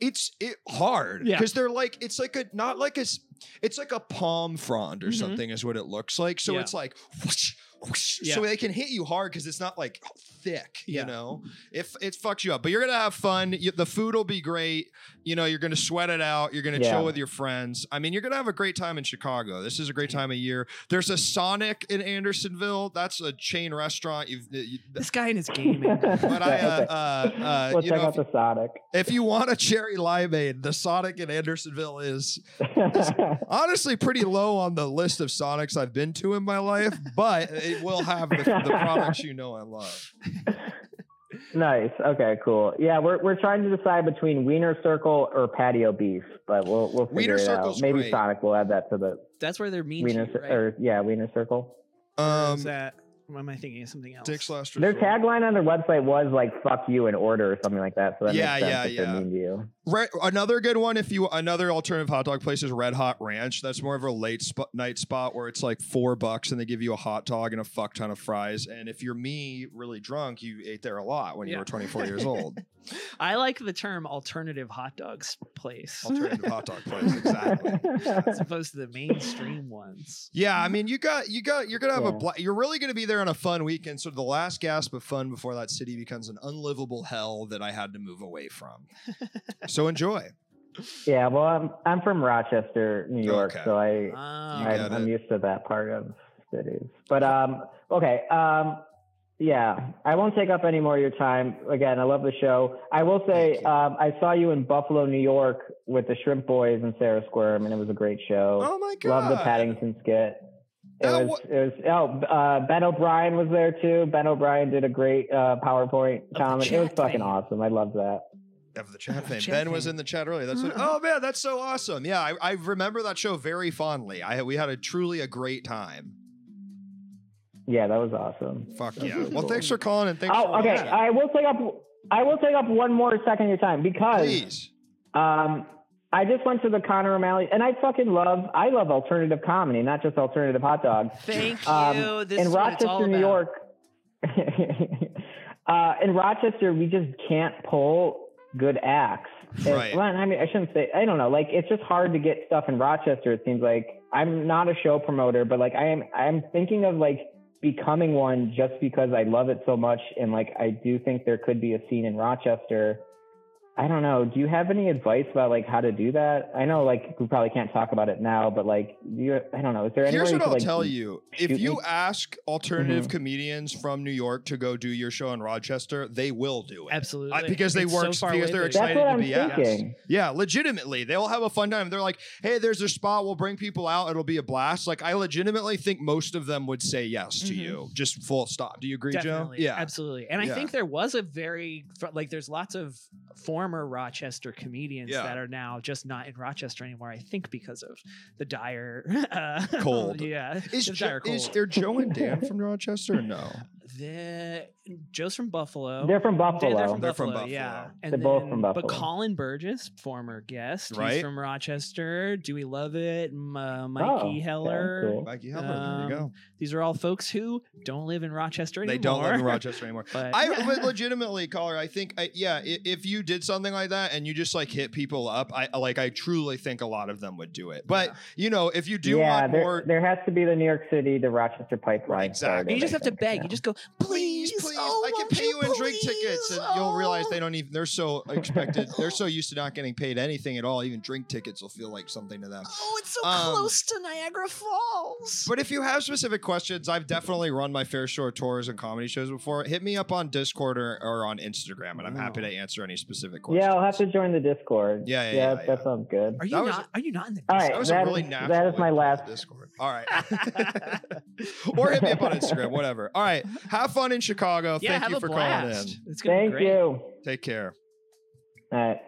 it's it hard
Yeah.
because they're like it's like a not like a s- it's like a palm frond or
Mhm.
something is what it looks like so
Yeah.
it's like whoosh, whoosh.
Yeah.
so they can hit you hard because it's not like thick
Yeah.
you know if it fucks you up but you're gonna have fun you, the food will be great you know you're gonna sweat it out you're gonna
Yeah.
chill with your friends i mean you're gonna have a great time in chicago this is a great time of year there's a sonic in andersonville that's a chain restaurant you've you,
This guy and his gaming.
but I, uh,
Okay.
uh, uh,
we'll
you
check
know,
out the Sonic.
if you want a cherry limeade, the Sonic in Andersonville is honestly pretty low on the list of Sonics I've been to in my life, but it will have the, the products you know and love.
nice. Okay. Cool. Yeah, we're we're trying to decide between Wiener Circle or patio beef, but we'll we'll figure
Wiener
it
Circle's
out. Maybe
great.
Sonic. We'll add that to the
That's where they're mean
Wiener
to you,
Cir-
right?
or yeah Wiener Circle.
Or is
Um,
that, or am I thinking of something else?
Dick's last
Their
resort.
tagline on their website was like "fuck you" in order or something like that. So that
Yeah,
makes sense
yeah,
if they're
yeah.
mean to you.
Right, another good one. If you another alternative hot dog place is Red Hot Ranch. That's more of a late spot, night spot where it's like four bucks and they give you a hot dog and a fuck ton of fries. And if you're me, really drunk, you ate there a lot when you
Yeah.
were 24 years old.
I like the term alternative hot dogs place
Alternative hot dog place, exactly.
as opposed to the mainstream ones.
Yeah, I mean, you got you got you're gonna have a
Mm-hmm. Yeah.
bla- you're really gonna be there on a fun weekend. So the last gasp of fun before that city becomes an unlivable hell that I had to move away from. so enjoy.
Yeah, well, I'm I'm from Rochester, New York,
Okay. Ah,
so I,
Oh,
You
I
got
I'm
it.
used to that part of cities. But um, okay, um, Yeah, I won't take up any more of your time. Again, I love the show. I will say
Thank you.
um, I saw you in Buffalo, New York, with the Shrimp Boys and Sarah Squirm, and it was a great show.
Oh my god!
love the Paddington skit. It
Now
was, it was oh uh, Ben O'Brien was there too. Ben O'Brien did a great uh, PowerPoint
the
comment. It was
chat
fucking
thing.
awesome. I loved that.
Of the chat
Oh,
thing.
chat
Ben was
thing.
in the chat earlier. That's what,
Mhm.
oh man, that's so awesome. Yeah, I, I remember that show very fondly. I we had a truly a great time.
Yeah, that was awesome.
Fuck
That's
yeah.
really
Well,
cool.
thanks for calling and thanks.
Oh,
for
okay.
watching.
I will take up. I will take up one more second of your time because
Please.
Um, I just went to the Connor O'Malley, and I fucking love. I love alternative comedy, not just alternative hot dog.
Thank
Um,
you. This
in
is what it's all
Rochester, New
about.
York. uh, in Rochester, we just can't pull good acts. And-
Right.
well, I mean, I shouldn't say. I don't know. Like, it's just hard to get stuff in Rochester. It seems like I'm not a show promoter, but like I am. I'm thinking of like becoming one just because I love it so much, and like I do think there could be a scene in Rochester. I don't know. Do you have any advice about like how to do that? I know like we probably can't talk about it now, but like do you, I don't know. Is there any
Here's
way
what
to,
I'll
like,
tell you.
shoot
If you
me? Mm-hmm.
ask alternative comedians from New York to go do your show in Rochester, they will do it.
Absolutely.
I- because they
It's
work- because
far away
they're
there.
That's
excited
what
to
I'm
be asked.
thinking.
Yeah, legitimately. They'll have a fun time. They're like, hey, there's a spot. We'll bring people out. It'll be a blast. Like, I legitimately think most of them would say yes to
Mhm.
you, just full stop. Do you agree,
Definitely.
Joe? Yeah.
Absolutely. And I
Yeah.
think there was a very, like, there's lots of former Rochester comedians
Yeah.
that are now just not in Rochester anymore, I think because of the dire uh,
Cold.
yeah.
Is,
the
jo-
dire cold.
is are Joe and Dan from Rochester or no?
the, Joe's from Buffalo.
They're from
They're-
Buffalo.
They're from,
They're from
Buffalo, Yeah,
Buffalo.
and
They're both from
But
Buffalo.
Colin Burgess, former guest, he's
Right.
from Rochester. Do we love it? M- uh, Mikey
Oh,
Heller.
sounds cool.
Mikey Heller, there you go.
Um, These are all folks who don't live in Rochester anymore.
They don't live in Rochester anymore.
But
I would legitimately, caller. I think, I, yeah, i- if you did something like that and you just like hit people up, I like, I truly think a lot of them would do it. But you know, if you do
yeah,
want
there,
more,
there has to be the New York City to Rochester pipeline.
Exactly.
started,
you just
I
have to
think,
beg.
now.
You just go, please,
please, please,
oh,
I can
won't
pay you in drink tickets,
please?
and you'll realize
Oh."
they don't even. They're so expected. they're so used to not getting paid anything at all. Even drink tickets will feel like something to them.
Oh, it's so
Um,
close to Niagara Falls.
But if you have specific questions, I've definitely run my fair share of tours and comedy shows before. Hit me up on Discord or, or on Instagram, and I'm happy to answer any specific questions.
yeah, I'll have to join the Discord.
Yeah, yeah,
yeah,
yeah,
that
yeah.
sounds good.
are you
that was-
not? Are you not in the?
All
That
right,
was
Discord?
a
that
really
is-
natural.
that is my
way to put
last-
Discord. All right. or hit me up on Instagram, whatever. All right. Have fun in Chicago.
yeah,
Oh, Thank
have
you
a
for
blast.
calling
It's gonna be
Thank
great.
you.
in. Take care.
All right.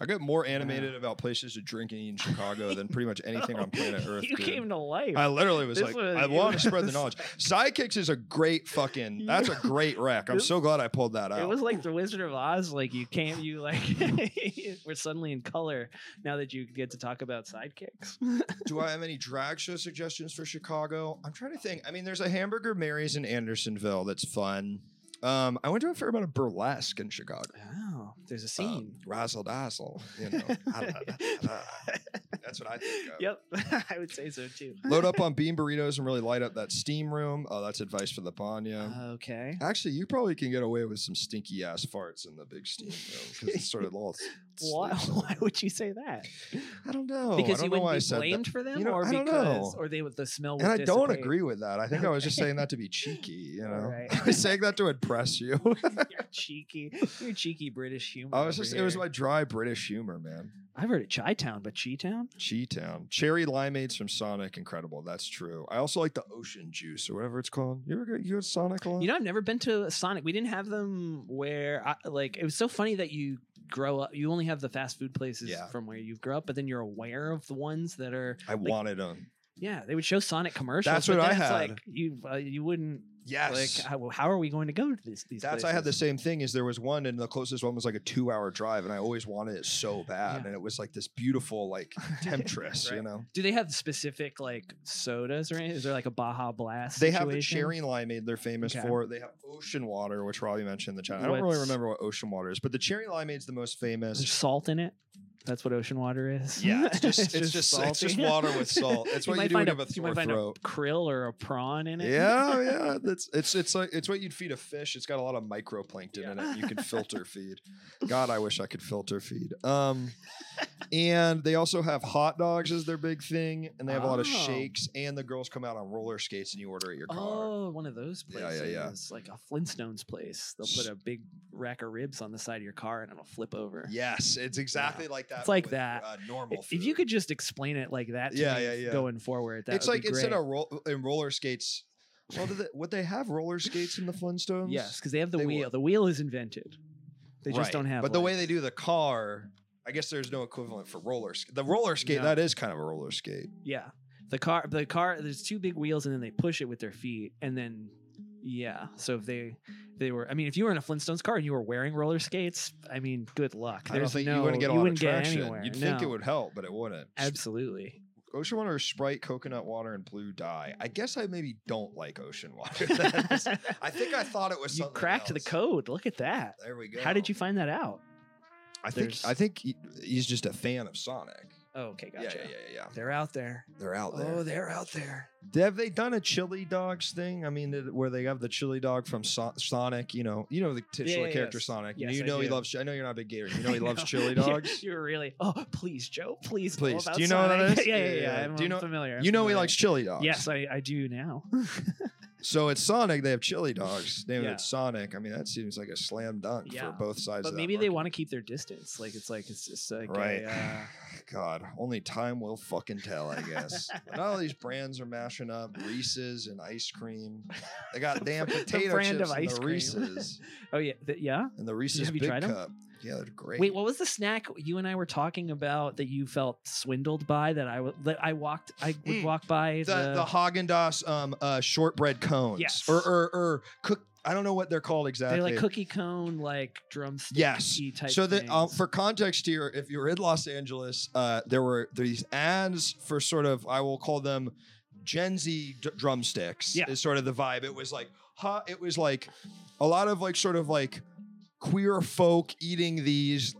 I get more animated about places to drink and eat in Chicago than pretty much anything on planet Earth.
you
dude.
came to life.
I literally was
This
like,
was-
I
it
want to spread the
was-
knowledge. Sidekicks is a great fucking. That's a great wreck. I'm
This-
so glad I pulled that out.
It was like the Wizard of Oz. Like you came, you like we're suddenly in color now that you get to talk about sidekicks.
Do I have any drag show suggestions for Chicago? I'm trying to think. I mean, there's a Hamburger Mary's in Andersonville that's fun. Um, I went to a fair amount of burlesque in Chicago.
Oh, there's a
Um,
scene.
razzle dazzle, you know. Ah, da, da, da, da. That's what I think of.
yep, I would say so too.
Load up on bean burritos and really light up that steam room. Oh, that's advice for the banya.
Okay.
Actually, you probably can get away with some stinky ass farts in the big steam room because it's sort of all. s-
Why,
sleeps in
why
there.
would you say that?
I don't know.
because
Oh, I
you
don't know why I
wouldn't be
said
blamed
that.
for them,
You know,
or
I don't
because,
know.
or they would the smell. Would
And I don't
dissipate?
agree with that. I think I was just
Okay.
saying that to be cheeky. You know,
Alright.
I was saying that to impress you.
You're cheeky. You're cheeky British humor.
I was
over
just. It was
here.
my dry British humor, man.
I've heard of Chi Town, but Chi Town.
Chi Town. Cherry limeades from Sonic, incredible. That's true. I also like the ocean juice or whatever it's called. You ever go, you go to Sonic a lot?
You know, I've never been to a Sonic. We didn't have them where, I, like, it was so funny that you grow up. You only have the fast food places
Yeah.
from where you grew up, but then you're aware of the ones that are.
I wanted them.
Yeah, they would show Sonic commercials.
That's
but
what
then
I
it's
had.
Like you, uh, you wouldn't.
Yes.
Like, how, how are we going to go to these? these
that's I had the
places?
same thing. Is there was one, and the closest one was like a two-hour drive, and I always wanted it so bad,
Yeah.
and it was like this beautiful like temptress, you
Right.
know.
Do they have specific like sodas or anything? Is there like a Baja Blast?
They have the
situation?
cherry limeade they're famous
Okay.
for. They have ocean water, which Robbie mentioned in the chat. I don't really
What's-
remember what ocean water is, but the cherry limeade's the most
Is there
famous.
salt in it? That's what ocean water is.
Yeah, it's just- it's just- it's just
salty.
water with salt. That's what you
might
do when
find
you have a
You might
sore
find a
throat.
krill or a prawn in it.
Yeah, yeah. That's it's it's like it's what you'd feed a fish. It's got a lot of microplankton in it. You can filter feed. God, I wish I could filter feed. Um And they also have hot dogs as their big thing, and they have a lot
Oh.
of shakes. And the girls come out on roller skates, and you order at your car.
Oh, one of those
Yeah, yeah,
places.
yeah.
Like a Flintstones place. They'll put a big rack of ribs on the side of your car and it'll flip over.
Yes, it's exactly like that.
It's like
with,
that.
Uh, normal.
If, if you
food.
could just explain it like that to
Yeah,
me
yeah, yeah.
going forward, that
it's
would
like
be
instead
great.
of ro- in roller skates. Well, did they, would they have roller skates in the Flintstones?
Yes, because they have the
They
wheel.
would.
The wheel is invented. They just
Right.
don't have.
But the way they do the car, I guess there's no equivalent for roller. sk- The roller skate
No.
that is kind of a roller skate.
yeah, the car, the car. There's two big wheels, and then they push it with their feet, and then yeah. So if they they were, I mean, if you were in a Flintstones car and you were wearing roller skates, I mean, good luck.
I don't
There's
think
no,
you wouldn't get a lot
wouldn't
of traction.
anywhere.
You'd think it
no.
would help, but it wouldn't.
Absolutely.
ocean water is Sprite, coconut water, and blue dye. I guess I maybe don't like ocean water. then. I
I
think I thought it was
you
something
cracked the
else.
code. Look at that.
There we go.
How did you find that out?
I think
there's-
I think he- he's just a fan of Sonic.
Oh, okay,
Yeah,
gotcha.
Yeah, yeah, yeah, yeah.
They're out there.
They're out there.
Oh, they're out there.
Have they done a chili dogs thing? I mean, did- where they have the chili dog from so- Sonic, you know, you know the titular
yeah,
character
yes.
Sonic.
Yes,
you
I
know he
do.
loves. I know you're not a big gator. You know he loves
I
chili
know.
dogs.
You were really. Oh, please, Joe. Please. know
Please,
about
do you know what that
Sonic."
is?
yeah,
Yeah,
yeah,
yeah,
yeah.
yeah.
I'm,
Do you
I'm
know-
familiar. I'm
You know he
familiar.
likes chili dogs.
Yes, I, I do now.
So at Sonic they have chili dogs. Named
Yeah.
it Sonic. I mean, that seems like a slam dunk
Yeah.
for both sides.
but
of
maybe they want to keep their distance. Like it's like it's just like
Right.
A, uh,
God, only time will fucking tell, I guess. but all these brands are mashing up Reese's and ice cream. They got
The
damn
br- the
potato
brand
chips
of
and
ice
the
cream.
Reese's
oh yeah, th- yeah.
and the Reese's
you
Big
tried 'em?
Cup. Yeah, they're great.
Wait, what was the snack you and I were talking about that you felt swindled by? That I w- that I walked I would
Mm.
walk by
the the Haagen Dazs um uh shortbread cones.
Yes.
Or or or cook I don't know what they're called
they're
exactly.
like cookie cone like drumstick
Yes.
type.
so that um,
things.
for context here, if you're in Los Angeles, uh, there were these ads for sort of I will call them Gen Z d- drumsticks.
Yeah.
is sort of the vibe. It was like, huh? It was like a lot of like sort of like queer folk eating these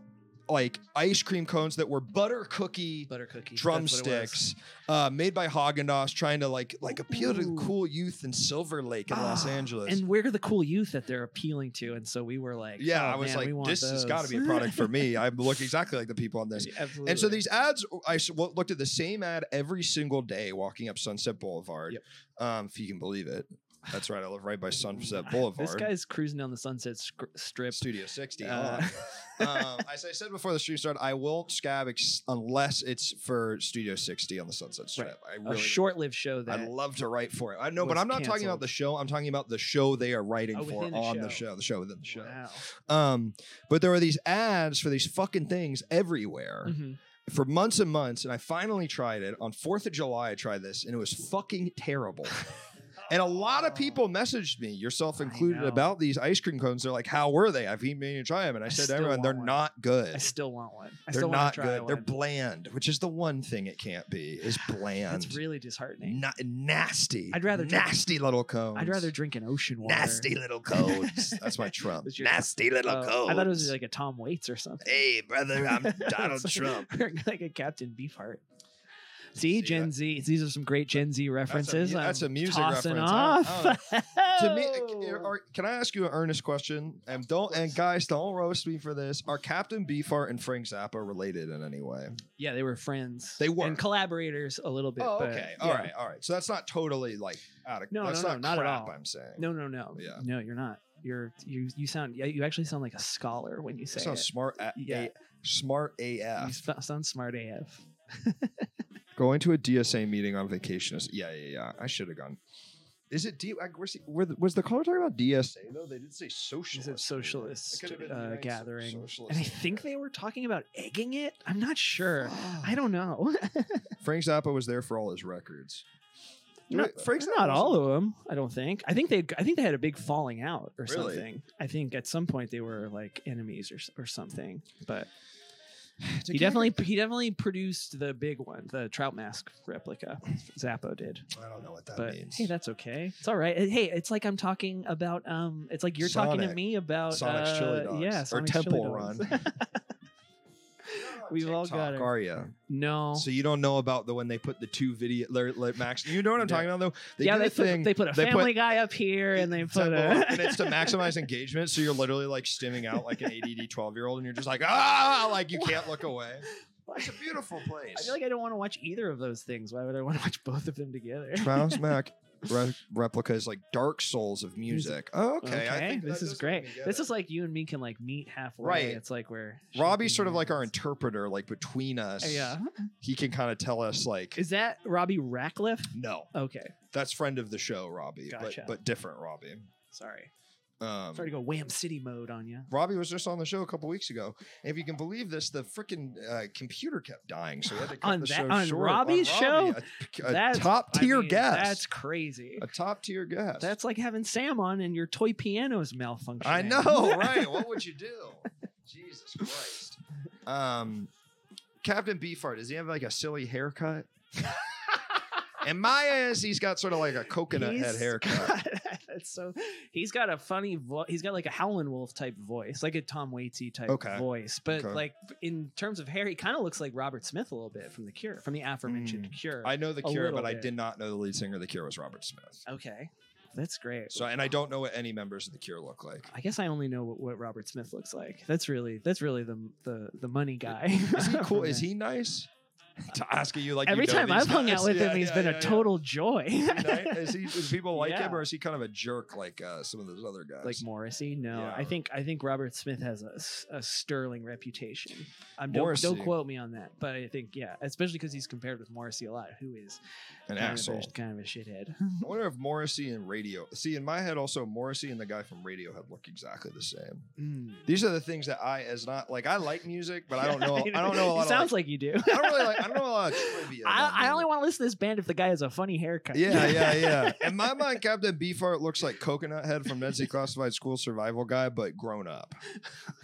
like ice cream cones that were butter cookie
butter cookie that's what it was.
drumsticks uh, made by Haagen Dazs, trying to like like appeal to the
Ooh.
cool youth in Silver Lake in Los
Ah,
Angeles.
And we're the cool youth that they're appealing to, and so we were like,
yeah,
"Oh,
I was
man, we
like,
want
this has got to
those."
be a product for me. I look exactly like the people on this.
Absolutely.
And so these ads, I s- well, looked at the same ad every single day walking up Sunset Boulevard,
Yep.
um, if you can believe it. That's right. I live right by Sunset
Nah,
Boulevard.
This guy's cruising down the Sunset Scr- Strip.
Studio 60.
Uh,
huh? um, as I said before the stream started, I won't scab ex- unless it's for Studio 60 on the Sunset Strip. I
a
really,
short-lived show that
I love to write for it. I know, but
was
I'm not talking about
canceled.
the show. I'm talking about the show they are writing
Oh,
for
within the
on the
show.
show, the show within the show.
Wow.
Um, but there were these ads for these fucking things everywhere
Mhm.
for months and months, and I finally tried it on Fourth of July. I tried this, and it was fucking terrible. and a lot of people messaged me, yourself
Oh. I
included,
know.
about these ice cream cones. They're like, "How were they? I've eaten many to try them," and I,
I
said to
still
everyone,
want
"They're
one.
not good."
I still want one. I
They're
still
not
want to try
good. They're
one.
bland, which is the one thing it can't be. Is bland.
That's really disheartening.
Na- nasty.
I'd rather drink-
nasty little cones.
I'd rather drink an ocean water.
nasty little cones. That's my Trump.
That's your-
Nasty little
Oh,
cones.
I thought it was like a Tom Waits or something.
Hey, brother, I'm Donald
It's
Trump.
like- like a Captain Beefheart. See,
See,
Gen
that-
Z. These are some great Gen Z references.
mu- that's
I'm
a music
tossing
reference. I-
Off.
to me,
Oh.
uh, are- can I ask you an earnest question? And don't and guys, don't roast me for this. Are Captain Beefheart and Frank Zappa related in any way?
yeah, they were friends.
They were.
and collaborators a little bit.
oh,
but
okay,
yeah.
all right, all right. So that's not totally like out of
No,
That's
no, no,
not,
not at
crap,
all.
I'm saying
No, no, no.
Yeah.
No, you're not. You're you. You sound. Yeah, you actually sound like a scholar when you
that
say
sounds
it.
smart. A-
Yeah.
a- smart
You
AF.
sp- sound smart AF.
Going to a DSA meeting on vacation is yeah, yeah, yeah. I should have gone. Is it D? I- Was, the- were the- was the caller talking about DSA though? They did say
Is
socialist.
it socialist uh, gathering? and I think they were talking about egging it. I'm not sure. I don't know.
Frank Zappa was there for all his records.
Not,
Wait,
Frank's
Zappa
not
wasn't-
all of them. I don't think. I think they. I think they had a big falling out or
Really?
something. I think at some point they were like enemies or s- or something. But
It's a
he
gag-
definitely he definitely produced the big one, the trout mask replica. Zappo did.
I don't know what that
but
means.
hey, that's okay. It's all right. Uh, Hey, it's like I'm talking about. Um, it's like you're talking to
Sonic.
me about
Sonic's chili
uh,
dogs
Yeah,
or
Sonic's chili
Temple
dogs.
Run.
We've all got
TikTok,
it.
Are you?
no.
So you don't know about the when they put the two video like, like Max. You know what I'm
No.
talking about though. They
yeah,
do
they
the
put
thing.
they put a
they put-
Family Guy up here, and they put
Temple
a.
Run, and it's to maximize engagement. So you're literally like stimming out like an ADD 12 year old, and you're just like ah, like you can't look away.
Why
It's a beautiful place.
I feel like I don't want to watch either of those things. Why would I want to watch both of them together?
Travis Mack re- replica is like Dark Souls of music. Oh, okay,
Okay,
I think
this
that
is
does
great.
make me get
This
it.
is like you and me can like meet halfway.
Right.
It's like we're
Robbie's
shaking
sort of like our
hands.
interpreter, like between us.
Yeah.
he can kind of tell us like,
Is that Robbie Ratcliffe?
no,
Okay.
that's friend of the show, Robbie,
Gotcha.
but but different Robbie.
Sorry.
Um,
Sorry to go Wham City mode on you.
Robbie was just on the show a couple weeks ago. And if you can believe this, the freaking uh, computer kept dying, so we had to cut
On
the
that-
show
on
short.
Robbie's
Robbie, a,
That's-
top
I
tier
mean,
guest.
That's crazy.
a top tier guest.
That's like having Sam on and your toy piano's malfunctioning.
I know, right? What would you do? Jesus Christ. Um, Captain Beefheart, does he have like a silly haircut? In my eyes, he's got sort of like a coconut head
He's
haircut.
got- that's so. He's got a funny voice. He's got like a Howlin' Wolf type voice, like a Tom Waitsy type
Okay.
voice. But
Okay.
like in terms of hair, he kind of looks like Robert Smith a little bit from The Cure, from the aforementioned
Mm.
Cure.
I know the
A
Cure,
little
but I
bit.
did not know the lead singer of the Cure was Robert Smith.
okay, that's great.
So, and I don't know what any members of the Cure look like.
I guess I only know what, what Robert Smith looks like. That's really that's really the the, the money guy.
Is he cool? Is he nice? To asking you like you
Every
know
time
these
I've hung
guys.
out with
Yeah,
him, he's
yeah,
been
yeah,
a
yeah.
total joy.
Is he nice? Is he? Do people like him,
Yeah.
or is he kind of a jerk like uh, some of those other guys?
like Morrissey. No,
Yeah.
I think I think Robert Smith has a, s- a sterling reputation. I'm don't,
Morrissey.
don't quote me on that, but I think yeah, especially because he's compared with Morrissey a lot, who is
an
kind
asshole.
of a, kind of a shithead.
I wonder if Morrissey and Radio. See, in my head, also Morrissey and the guy from Radiohead look exactly the same.
Mm.
These are the things that I, as not like, I like music, but Hmm. I don't know. I don't know a
It
lot. of,
sounds like, you do.
I don't really like. I don't know a lot of trivia. about
I, I only
music.
want to listen to this band if the guy has a funny haircut.
Yeah, yeah, yeah. In my mind, Captain Beefheart looks like Coconut Head from Nancy Classified School Survival Guy, but grown up.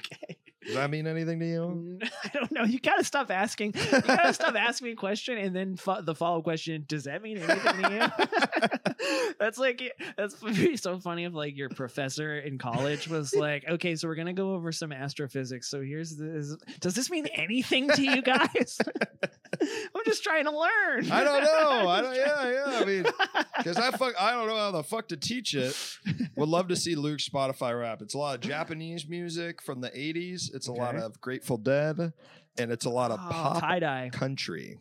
okay.
Does that mean anything to you?
Mm, I don't know. You gotta stop asking. You gotta stop asking me a question, and then fo- the follow up question: Does that mean anything to you? that's like that's pretty so funny. If like your professor in college was like, "Okay, so we're gonna go over some astrophysics. So here's this. Does this mean anything to you guys? I'm just trying to learn.
I don't know. I
I'm
don't.
just
Yeah, yeah. I mean,
trying-
because I fuck, I don't know how the fuck to teach it. Would love to see Luke's Spotify rap. It's a lot of Japanese music from the '80s. It's a lot
Okay.
of Grateful Dead, and it's a lot of
Oh,
pop
tie dye.
country.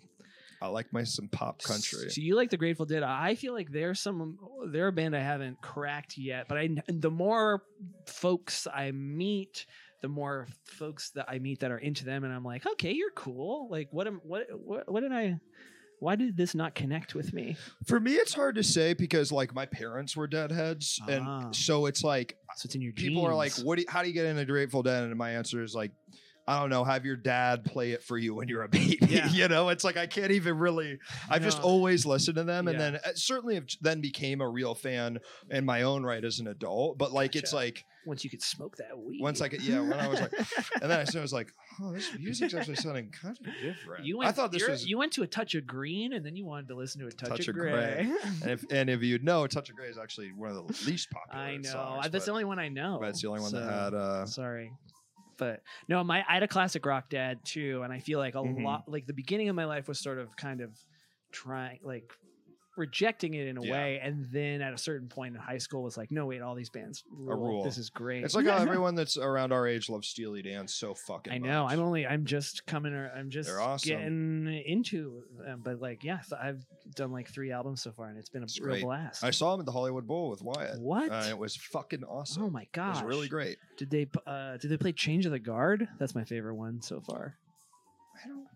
I like my some pop country.
So you like the Grateful Dead? I feel like they're some they're a band I haven't cracked yet. But I the more folks I meet, the more folks that I meet that are into them, and I'm like, okay, you're cool. Like, what am what what, what did I? Why did this not connect with me?
For me, it's hard to say because like my parents were Deadheads,
Ah.
and so it's like
So it's in your
people are like,
genes.
"What? Do you, how do you get into Grateful Dead?" And my answer is like, "I don't know. Have your dad play it for you when you're a baby."
Yeah.
you know, it's like I can't even really. I've just
No.
always listened to them, and
Yeah.
then uh, certainly have then became a real fan in my own right as an adult. But like, it's
Gotcha.
like
once you could smoke that weed.
once I get yeah, when I was like, and then I started- I was like, "Oh, this music's actually sounding kind of different."
you
I
went,
thought this
you're-
was.
you went to a touch of green, and then you wanted to listen to a touch, of, gray.
and if and if you know, Touch of Grey is actually one of the least popular.
I know.
Songs,
I- that's the only one I know.
That's the only one
So-
that had. Uh,
sorry but no my i had a classic rock dad too and i feel like a
Mhm.
lot like the beginning of my life was sort of kind of trying like rejecting it in a
Yeah.
way and then at a certain point in high school was like no wait all these bands rule.
rule.
this is great
It's like how everyone that's around our age loves Steely Dan so fucking.
I know.
much.
I'm only. I'm just coming. ar- I'm just
They're awesome.
getting into. Um, but like, yeah, so I've done like three albums so far, and it's been a
It's
real
great.
blast.
I saw him at the Hollywood Bowl with Wyatt.
what?
Uh, it was fucking awesome.
oh my
It
gosh!
was really great.
Did they? p- Uh, did they play Change of the Guard? That's my favorite one so far.
I don't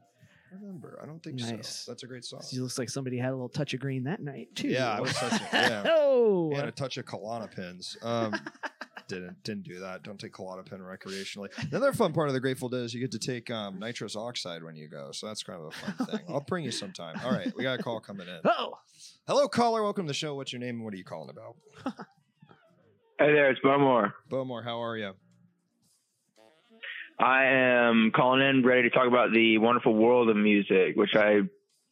remember. I don't think
Nice.
so. That's a great song.
She looks like somebody had a little touch of green that night too.
Yeah, I was touching- yeah.
oh,
and a touch of Kalana pins. Um, didn't didn't do that. Don't take Kalana pin recreationally. Another fun part of the Grateful Dead is you get to take um, nitrous oxide when you go. So that's kind of a fun thing. I'll bring you sometime. All right, we got a call coming in.
oh,
Hello, caller. Welcome to the show. What's your name and what are you calling about?
Hey there, it's Bowmore.
Bowmore, how are you?
I am calling in ready to talk about the wonderful world of music, which I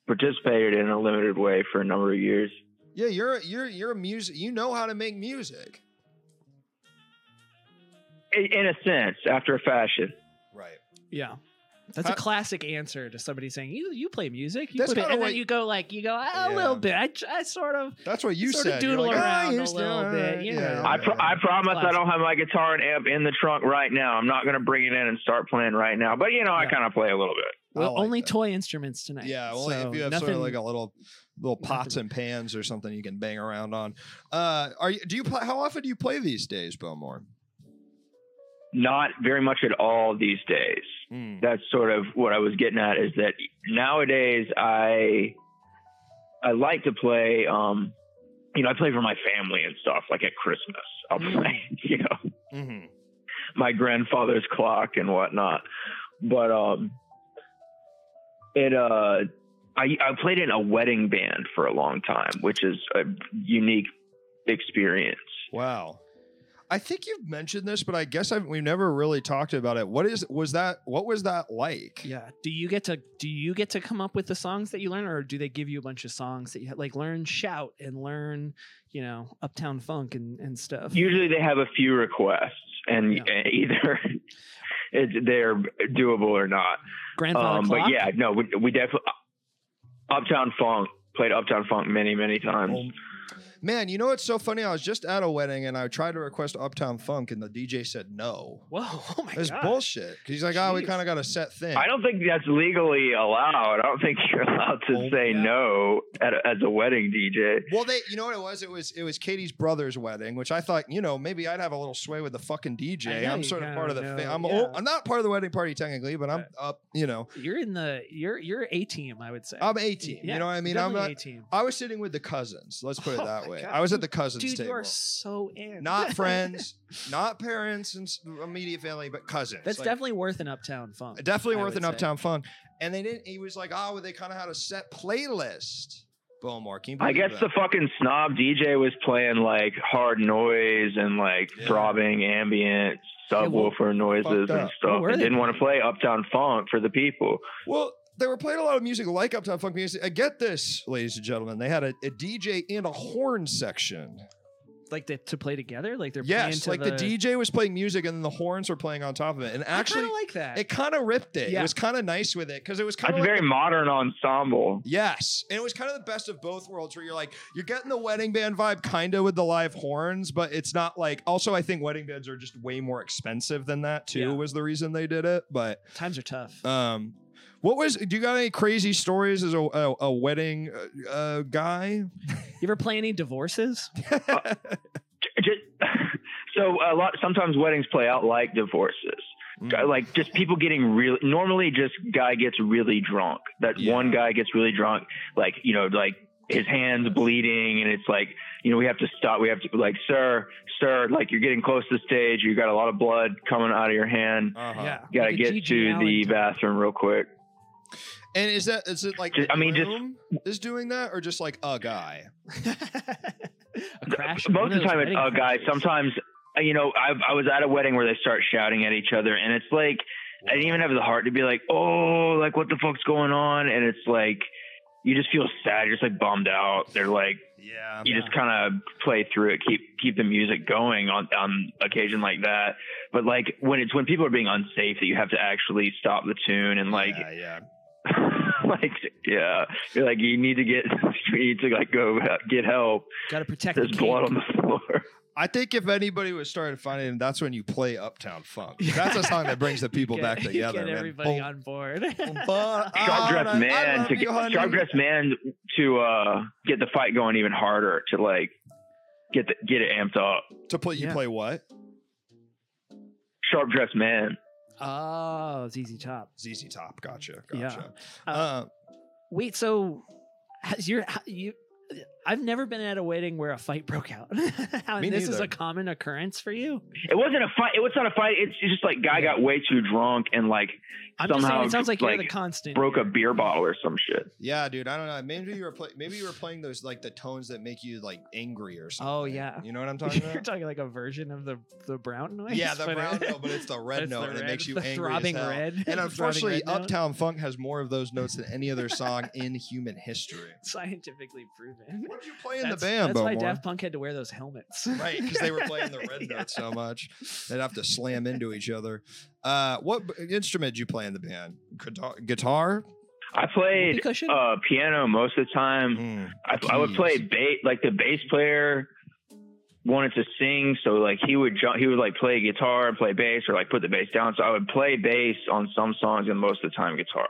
participated in a limited way for a number of years.
Yeah, you're you're you're a music. You know how to make music,
In in a sense, after a fashion.
right?
yeah. That's
Huh?
a classic answer to somebody saying you you play music. You
That's
put it,
kinda
and
what-
then you go like you go "Ah, a
Yeah.
little bit. I, j- I sort of
That's what you
Sort of
said. You're
doodle
like, "Ah,
around
you're
a
still-
little
all
bit,
right,
you
yeah,
know."
yeah,
I, pro-
yeah.
I promise I
Classic.
don't have my guitar and amp in the trunk right now. I'm not going to bring it in and start playing right now, but you know, I
Yeah.
kind of play a little bit.
I
Well,
like
only
that.
toy instruments tonight.
Yeah, well,
so
if you have
nothing,
sort of like a little little
nothing-
pots and pans or something you can bang around on. Uh, are you? Do you play? How often do you play these days, Belmore?
Not very much at all these days. That's sort of what I was getting at is that nowadays I I like to play um you know, I play for my family and stuff, like at Christmas. I'll
Mm.
play, you know,
Mm-hmm.
my grandfather's clock and whatnot. But um it uh I I played in a wedding band for a long time, which is a unique experience.
Wow. I think you've mentioned this, but I guess I've, we've never really talked about it. What is was that? What was that like?
yeah. Do you get to do you get to come up with the songs that you learn, or do they give you a bunch of songs that you ha- like learn shout and learn, you know, Uptown Funk and and stuff?
Usually they have a few requests and
Yeah.
and either it, they're doable or not.
Grandfather
Um,
clock.
but yeah, no, we, we definitely Uptown Funk played Uptown Funk many many times.
Um,
Oh, man, you know what's so funny? I was just at a wedding and I tried to request Uptown Funk, and the DJ said no.
Whoa! Oh my
It's
god!
bullshit. 'Cause He's like, oh, we
Jeez.
kind of got a set thing.
I don't think that's legally allowed. I don't think you're allowed to
Oh,
say
yeah.
no at a, as a wedding DJ.
Well, they, you know what it was? It was it was Katie's brother's wedding, which I thought, you know, maybe I'd have a little sway with the fucking
I
DJ.
know,
I'm
you
sort of
kinda
part of the.
know,
Fa- I'm
yeah.
oh, I'm not part of the wedding party technically, but I'm
Right.
up. You know,
You're in the you're you're a team. I would say.
I'm 18. you know what I mean? I'm not.
a team.
I was sitting with the cousins. Let's put it
Oh
that
my
way.
God.
I was at the cousins
Dude, you
table.
are so in.
Not friends, not parents and s- immediate family, but cousins.
That's
Like,
definitely worth an Uptown Funk.
definitely
I
worth an
would say.
uptown fun. And they didn't. He was like, oh, well, they kind of had a set playlist. Bowmore, can you
I
believe
guess
that?
the fucking snob DJ was playing like hard noise and like
Yeah.
throbbing ambient
Yeah, well,
subwoofer noises
fucked
and
up.
stuff.
were
And
they
didn't want to play Uptown Funk for the people.
Well, they were playing a lot of music like Uptown Funk music. I get this, ladies and gentlemen. They had a, a DJ and a horn section.
Like they, to play together. Like they're playing
yes,
to
like the... DJ was playing music and then the horns were playing on top of it. And
I
actually,
kinda like that.
it kind of ripped it. It
Yeah.
was kind of nice with it because it was kind
That's
of
a
like
very modern ensemble.
Yes. And it was kind of the best of both worlds where you're like, you're getting the wedding band vibe kind of with the live horns, but it's not like. Also, I think wedding bands are just way more expensive than that, too,
Yeah.
was the reason they did it. But
Times are tough.
um, what was? Do you got any crazy stories as a a, a wedding uh, uh, guy?
you ever play any divorces?
Uh, Just, so a lot sometimes weddings play out like divorces.
Mm.
like just people getting really normally just guy gets really drunk that
Yeah.
one guy gets really drunk like you know like his hands bleeding and it's like you know we have to stop we have to like sir sir like you're getting close to the stage you got a lot of blood coming out of your hand
Uh-huh.
Yeah.
you gotta
Like a
get
G.G.
to the
Allen type.
bathroom real quick
And is that is it like
Ju-
the
I mean, just-
groom is doing that or just like a guy?
a crash.
most of the time it's a guy sometimes uh, you know I, I was at a wedding where they start shouting at each other and it's like I didn't even have the heart to be like, oh, like what the fuck's going on? And it's like, you just feel sad. You're just like bummed out. They're like,
Yeah.
you just kind of play through it, keep keep the music going on on occasion like that. But like when it's when people are being unsafe, that you have to actually stop the tune and like,
yeah, yeah.
like yeah, you're like you need to get you need to like go get help.
Got to protect
There's
the
blood on
king.
the floor.
I think if anybody was starting to find it, that's when you play Uptown Funk. That's a song that brings the people
Get-
back together.
Get
man.
everybody
Boom,
on board.
boom,
Sharp
on, I
dressed man
love
to
you, Oh, honey.
sharp dressed man to uh, get the fight going even harder to like get the, get it amped up.
to play you
Yeah.
play what?
Sharp dressed man.
oh, it's easy top.
ZZ Top. Gotcha.
Yeah.
Gotcha.
Uh,
Uh,
Wait, so has your ha- you? I've never been at a wedding where a fight broke out. and
Me
this is
neither.
a common occurrence for you.
It wasn't a fight. It was not a fight. It's just like guy got way too drunk and like
I'm just
somehow
saying, it sounds like, you're the
like,
constant.
broke a beer bottle or some shit.
yeah, dude. I don't know. Maybe you were play- maybe you were playing those like the tones that make you like angry or something.
Oh, yeah.
You know what I'm talking
You're
about?
talking like a version of the the brown noise.
Yeah, the
but
brown
it-
note, but it's the red
it's
note,
the
and it
red-
makes you
the
angry. as
Throbbing
hell.
red. the
And
throbbing
unfortunately,
red note.
Uptown Funk has more of those notes than any other song in human history.
scientifically proven.
What did you play in
that's,
the band,
That's why
Bowmore?
Daft Punk had to wear those helmets.
Right, because they were playing the red
Yeah.
note so much, they'd have to slam into each other. Uh, what b- instrument did you play in the band? Guitar? guitar?
I played
Pincushion?
uh, piano most of the time.
Mm,
I, I would
keys.
play bass. Like the bass player wanted to sing, so like he would jump. He would like play guitar and play bass, or like put the bass down. So I would play bass on some songs and most of the time guitar.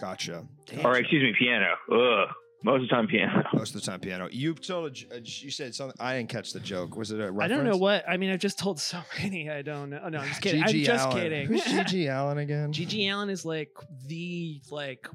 Gotcha.
Damn.
Or excuse me, piano. Ugh. Most of the time, piano.
Most of the time, piano. You told a j- a j- you said something. I didn't catch the joke. Was it a
I
reference?
don't know what. I mean, I've just told so many. I don't know. No, I'm just kidding. I'm
G.G.
just
Allen. Who's
kidding.
G.G. Allen again?
Gigi Allen is like the like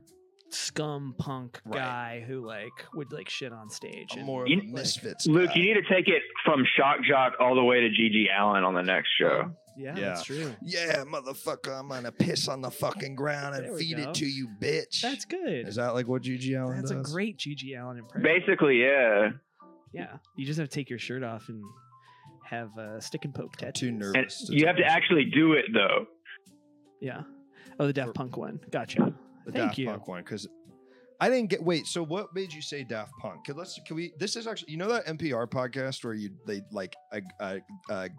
scum punk
Right.
guy who like would like shit on stage.
I'm
and-
more of
You-
a misfits.
Luke,
guy.
you need to take it from Shock Jock all the way to Gigi Allen on the next show.
yeah,
Yeah.
that's true.
yeah, motherfucker, I'm gonna piss on the fucking ground
There
and
we
feed
go.
it to you, bitch.
That's good.
Is that like what G.G. Allen
that's a
does?
great Gigi Allen impression.
Basically, yeah.
Yeah, you just have to take your shirt off and have a stick and poke
I'm
tattoo.
too
And
nervous.
you have to actually do it though.
Yeah. Oh, the Daft Punk one. Gotcha.
the
Thank
Daft
you.
Punk one because I didn't get. Wait, so what made you say Daft Punk? Cause let's can we? This is actually you know that NPR podcast where you they like a, a, a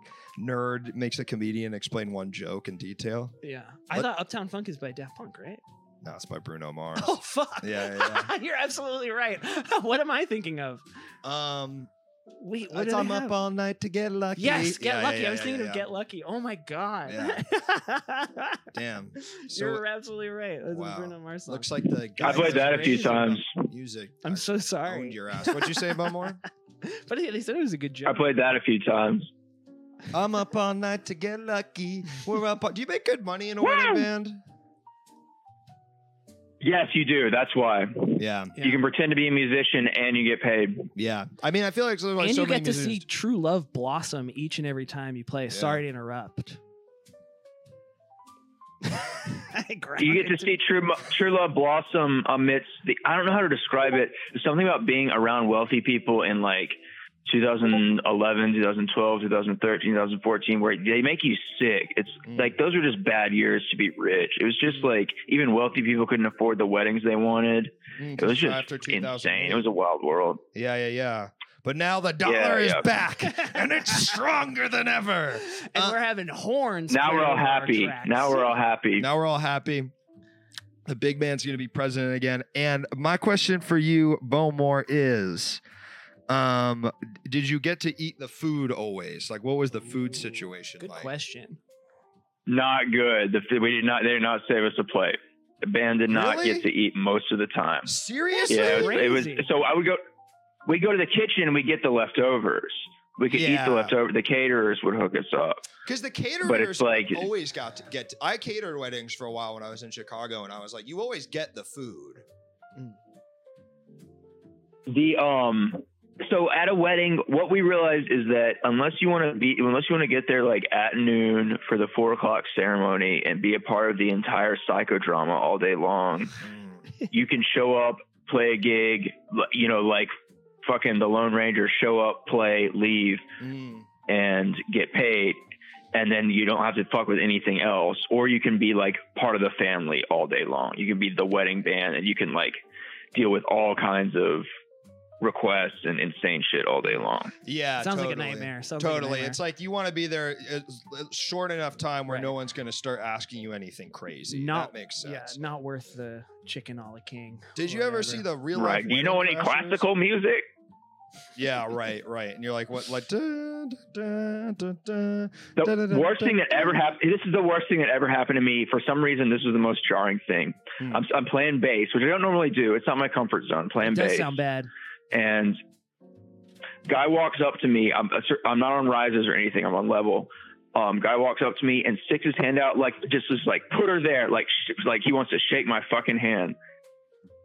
nerd makes a comedian explain one joke in detail.
Yeah. I
What-
thought Uptown Funk is by Daft Punk, right?
No, it's by Bruno Mars.
Oh fuck.
Yeah, yeah,
You're absolutely right. what am I thinking of?
um,
Wait, what
let's
did I
I'm up
have?
all night to get lucky.
Yes, get
Yeah, yeah,
lucky.
yeah,
I was
yeah,
thinking
yeah.
of get lucky. Oh my god.
Yeah. Damn, So-
You're absolutely right. That's
Wow.
a Bruno Mars song.
looks like the guy
I
that's
played that a few
crazy about
times.
Music.
I'm so
actually
sorry.
Owned your ass. What'd you say about more?
but they said it was a good
I
joke.
played that a few times.
I'm up all night to get lucky. We're up. All- Do you make good money in a wedding band?
Yes, you do. That's why.
Yeah,
Yeah.
You can pretend to be a musician and you get paid.
yeah. I mean, I feel like there's like
and
so
you
many
get to see
musicians-
true love blossom each and every time you play.
Yeah.
Sorry to interrupt. I
You get to
grounded.
see true mo- true love blossom amidst the. I don't know how to describe it. There's something about being around wealthy people in like 2011, 2012, 2013, 2014, where they make you sick. It's
Mm.
like those were just bad years to be rich. It was just like even wealthy people couldn't afford the weddings they wanted.
Mm,
It was
just
just
after 2008.
insane. It was a wild world.
yeah, yeah, yeah. But now the dollar
Yeah,
is
yeah.
back, and it's stronger than ever.
and
Uh,
we're having horns.
Now
played
we're all
over our
happy.
tracks.
Now we're all happy.
Now we're all happy. The big man's going to be president again. And my question for you, Bowmore, is um, did you get to eat the food always? Like, what was the food situation
Good
like?
question.
Not good. The, f- we did not. They did not save us a plate. The band did not
Really?
get to eat most of the time.
Seriously?
Yeah, it was, it was.
Crazy.
So I would go. We go to the kitchen and we get the leftovers. We could eat
Yeah.
the leftover. The caterers would hook us up.
Because the caterers
But it's like-
always got to get. I catered weddings for a while when I was in Chicago, and I was like, you always get the food.
The um. So at a wedding, what we realized is that unless you want to be, unless you want to get there like at noon for the four o'clock ceremony and be a part of the entire psychodrama all day long,
Mm,
you can show up, play a gig, li- you know, like fucking the Lone Ranger, show up, play, leave,
Mm.
and get paid. And then you don't have to fuck with anything else. Or you can be like part of the family all day long. You can be the wedding band and you can like deal with all kinds of requests and insane shit all day long.
Yeah,
Sounds like a
totally.
nightmare. Sounds like a
Totally.
nightmare.
It's like you want to be there uh, uh, short enough time where
Right.
no one's going to start asking you anything crazy.
Not-
that makes
yeah,
sense.
not worth the chicken a la king.
Did
or
you ever
whatever.
see the real
Right.
life?
Do you know any
wedding crashers?
classical music?
Yeah, right, right. And you're like, what? Like, da, da, da, da.
The
Da, da, da,
worst
da.
thing that ever happened. This is the worst thing that ever happened to me. For some reason, this is the most jarring thing.
Hmm.
I'm, I'm playing bass, which I don't normally do. It's not my comfort zone. Playing
It does
bass.
sound bad.
and guy walks up to me. I'm uh, I'm not on rises or anything. I'm on level. Um, guy walks up to me and sticks his hand out like just was like put her there like sh- like he wants to shake my fucking hand.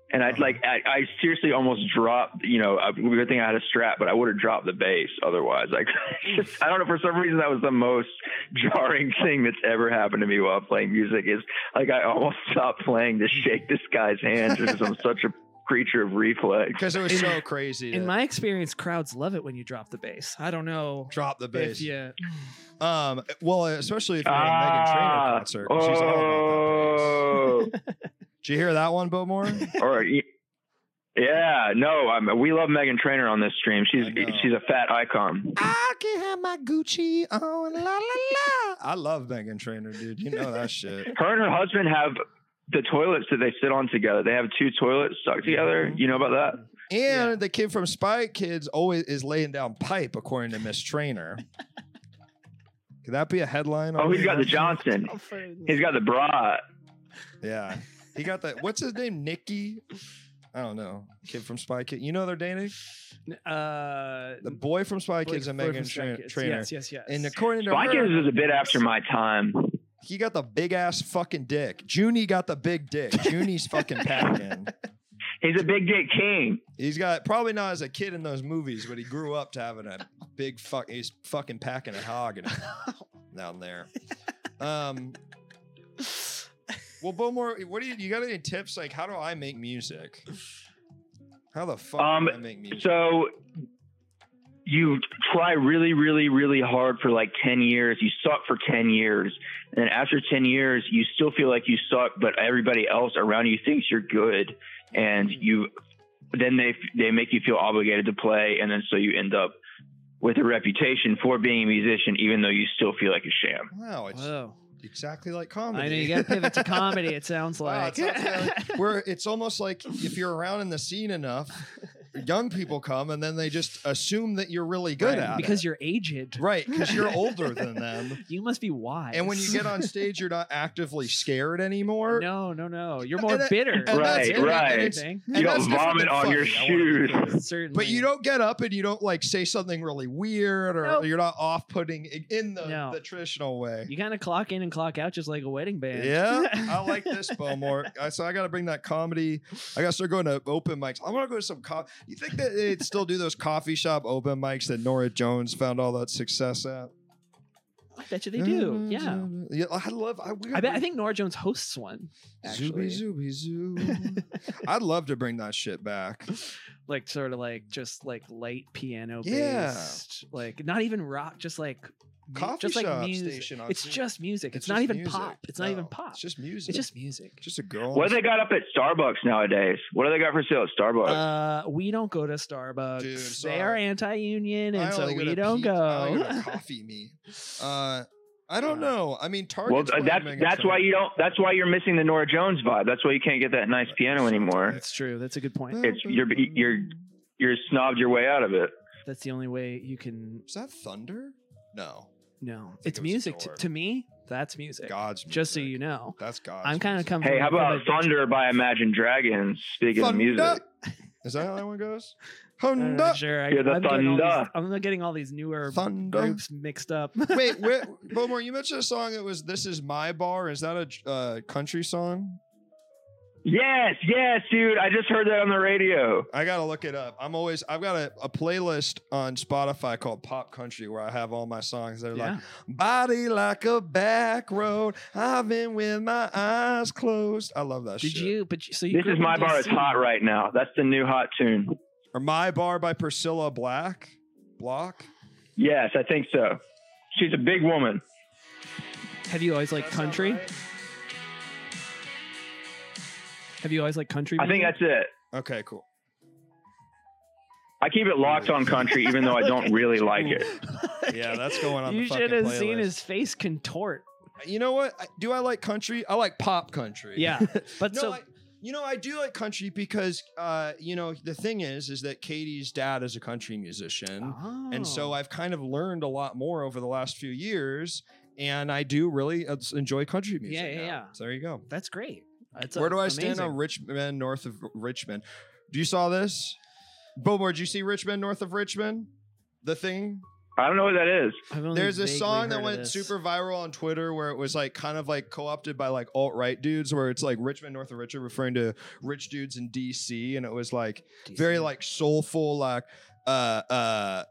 And I'd like I, I seriously almost dropped. You know, I, good thing I had a strap, but I would have dropped the base otherwise. Like just, I don't know for some reason that was the most jarring thing that's ever happened to me while playing music. Is like I almost stopped playing to shake this guy's hand because I'm such a creature of reflex.
Because it was
In-
so crazy.
In
to
my experience, crowds love it when you drop the bass. I don't know
drop the
if
bass.
you.
Um, well, especially if you're at a Megan
Ah,
Trainor concert. 'cause She's all about that bass. Did you hear that one, Bowmore?
Oh, or y- yeah, no, I'm, we love Megan Trainor on this stream. She's
I know.
she's a fat icon.
I can have my Gucci on, la la la. I love Megan Trainor, dude. You know that shit.
Her and her husband have the toilets that they sit on together. They have two toilets stuck together.
Mm-hmm.
You know about that?
And
Yeah.
the kid from Spy Kids always is laying down pipe, according to Miss Trainer. Could that be a headline?
Oh,
on
he's got the
Trainor?
Johnson. He's got the bra.
Yeah. He got that. What's his name? Nicky. I don't know. Kid from Spy Kid. You know they're dating
Uh,
the boy from Spy
Blake
Kids and
Blake
Megan
from Stray
Tra-
Kids.
Trainer.
Yes, yes, yes.
And according to
Spy
her,
Kids was a bit after my time.
he got the big ass fucking dick. Junie got the big dick. Junie's fucking packing.
He's a big dick king.
He's got probably not as a kid in those movies, but he grew up to having a big fuck. He's fucking packing a hog and down there. Um, well, Bowmore, what do you you got any tips? Like, how do I make music? How the fuck
Um,
do I make music?
So you try really, really, really hard for like 10 years. You suck for 10 years. And then after 10 years, you still feel like you suck, but everybody else around you thinks you're good. And you, then they, they make you feel obligated to play. And then so you end up with a reputation for being a musician, even though you still feel like a sham.
wow, it's
Whoa.
exactly like comedy.
I know you got to pivot to comedy. It sounds
Wow,
like.
it sounds Where it's almost like if you're around in the scene enough, young people come and then they just assume that you're really good at
because
it.
you're aged.
right because you're older than them.
You must be wise.
And when you get on stage, you're not actively scared anymore.
no, no, no, you're more
And that-
bitter.
and
that's Right,
That's
right.
everything.
And
You
that's
don't
different
vomit
than
on your
funny, I wanna be
shoes.
clear.
Certainly.
But you don't get up and you don't like say something really weird or
Nope.
you're not off putting in the,
No.
the traditional way.
You kind of clock in and clock out just like a wedding band.
Yeah, I like this, Bowmore. I- So I got to bring that comedy. I got to start going to open mics. I want to go to some. Co- you think that they still do those coffee shop open mics that Nora Jones found all that success at?
I bet you they do. Yeah.
yeah. I love. I, we
I bet. I
gotta
think Nora Jones hosts one.
bring-
Actually,
Zooby zooby zoo. I'd love to bring that shit back.
like sort of like just like light piano
Yeah.
based, like not even rock, just like mu-
Coffee
just like
shop
music.
station. On
It's
Zoom.
just music. It's,
It's
not
just
even
music.
pop. It's not even
No,
pop.
It's just music.
It's just music.
just a girl.
What do they got up at Starbucks nowadays? What do they got for sale at Starbucks?
Uh, we don't go to Starbucks.
Dude,
they are
sorry.
anti-union,
I
and so
only go
we
to
don't
Pete's. I only
go.
go to coffee me. Uh, I don't
Uh,
know. I mean,
well,
Target's
uh, that's
claiming it's
that's why
a-
you don't. That's why you're missing the Nora Jones vibe. That's why you can't get that nice piano anymore.
That's true. That's a good point.
It's you're you're you're snobbed your way out of it.
That's the only way you can.
Is that thunder? No,
No,
think
it's
it was a
music. To,
door.
to me, that's music.
God's. Music.
Just so you know,
that's God's.
I'm kind of
music.
coming.
Hey, how
from a-
about Thunder by Imagine Dragons? Speaking of music,
Is that how that one goes?
I don't know,
Thunder.
Sure, I,
You're the
I'm, getting all these,
thunder.
I'm not getting all these newer
Thunder.
groups mixed up.
Wait, wait, Bowmore, you mentioned a song that was "This Is My Bar." Is that a uh, country song?
yes, yes, dude. I just heard that on the radio.
I gotta look it up. I'm always I've got a, a playlist on Spotify called Pop Country where I have all my songs that are like
yeah.
Body like a back road. I've been with my eyes closed. I love that
Did
shit.
you? But you- so you.
This
grew
is
up in
my bar. It's
DC.
hot right now. That's the new hot tune.
Or My Bar by Priscilla Black? Block?
Yes, I think so. She's a big woman.
Have you always liked country? Have you always liked country?
I think
music?
that's it.
Okay, cool.
I keep it locked on country, even though I don't really like it.
Yeah, that's going on
you
the fucking
should have
playlist.
seen his face contort.
You know what? I- Do I like country? I like pop country.
Yeah, but
no,
so
I, you know, I do like country because, uh, you know, the thing is, is that Katie's dad is a country musician. And so
Oh.
I've kind of learned a lot more over the last few years. And I do really uh, s- enjoy country music.
yeah,
now.
yeah.
So there you go.
that's great. That's
Where
a-
do I stand on
amazing.
Richmond north of Richmond? Do you saw this? Billboard, did you see Richmond north of Richmond? The thing?
I don't know what that is.
I've only
There's a
vaguely
song
heard
that
of
went
this.
super viral on Twitter where it was like kind of like co-opted by like alt-right dudes where it's like Richmond north of Richmond referring to rich dudes in DC and it was like very
DC.
like soulful like uh uh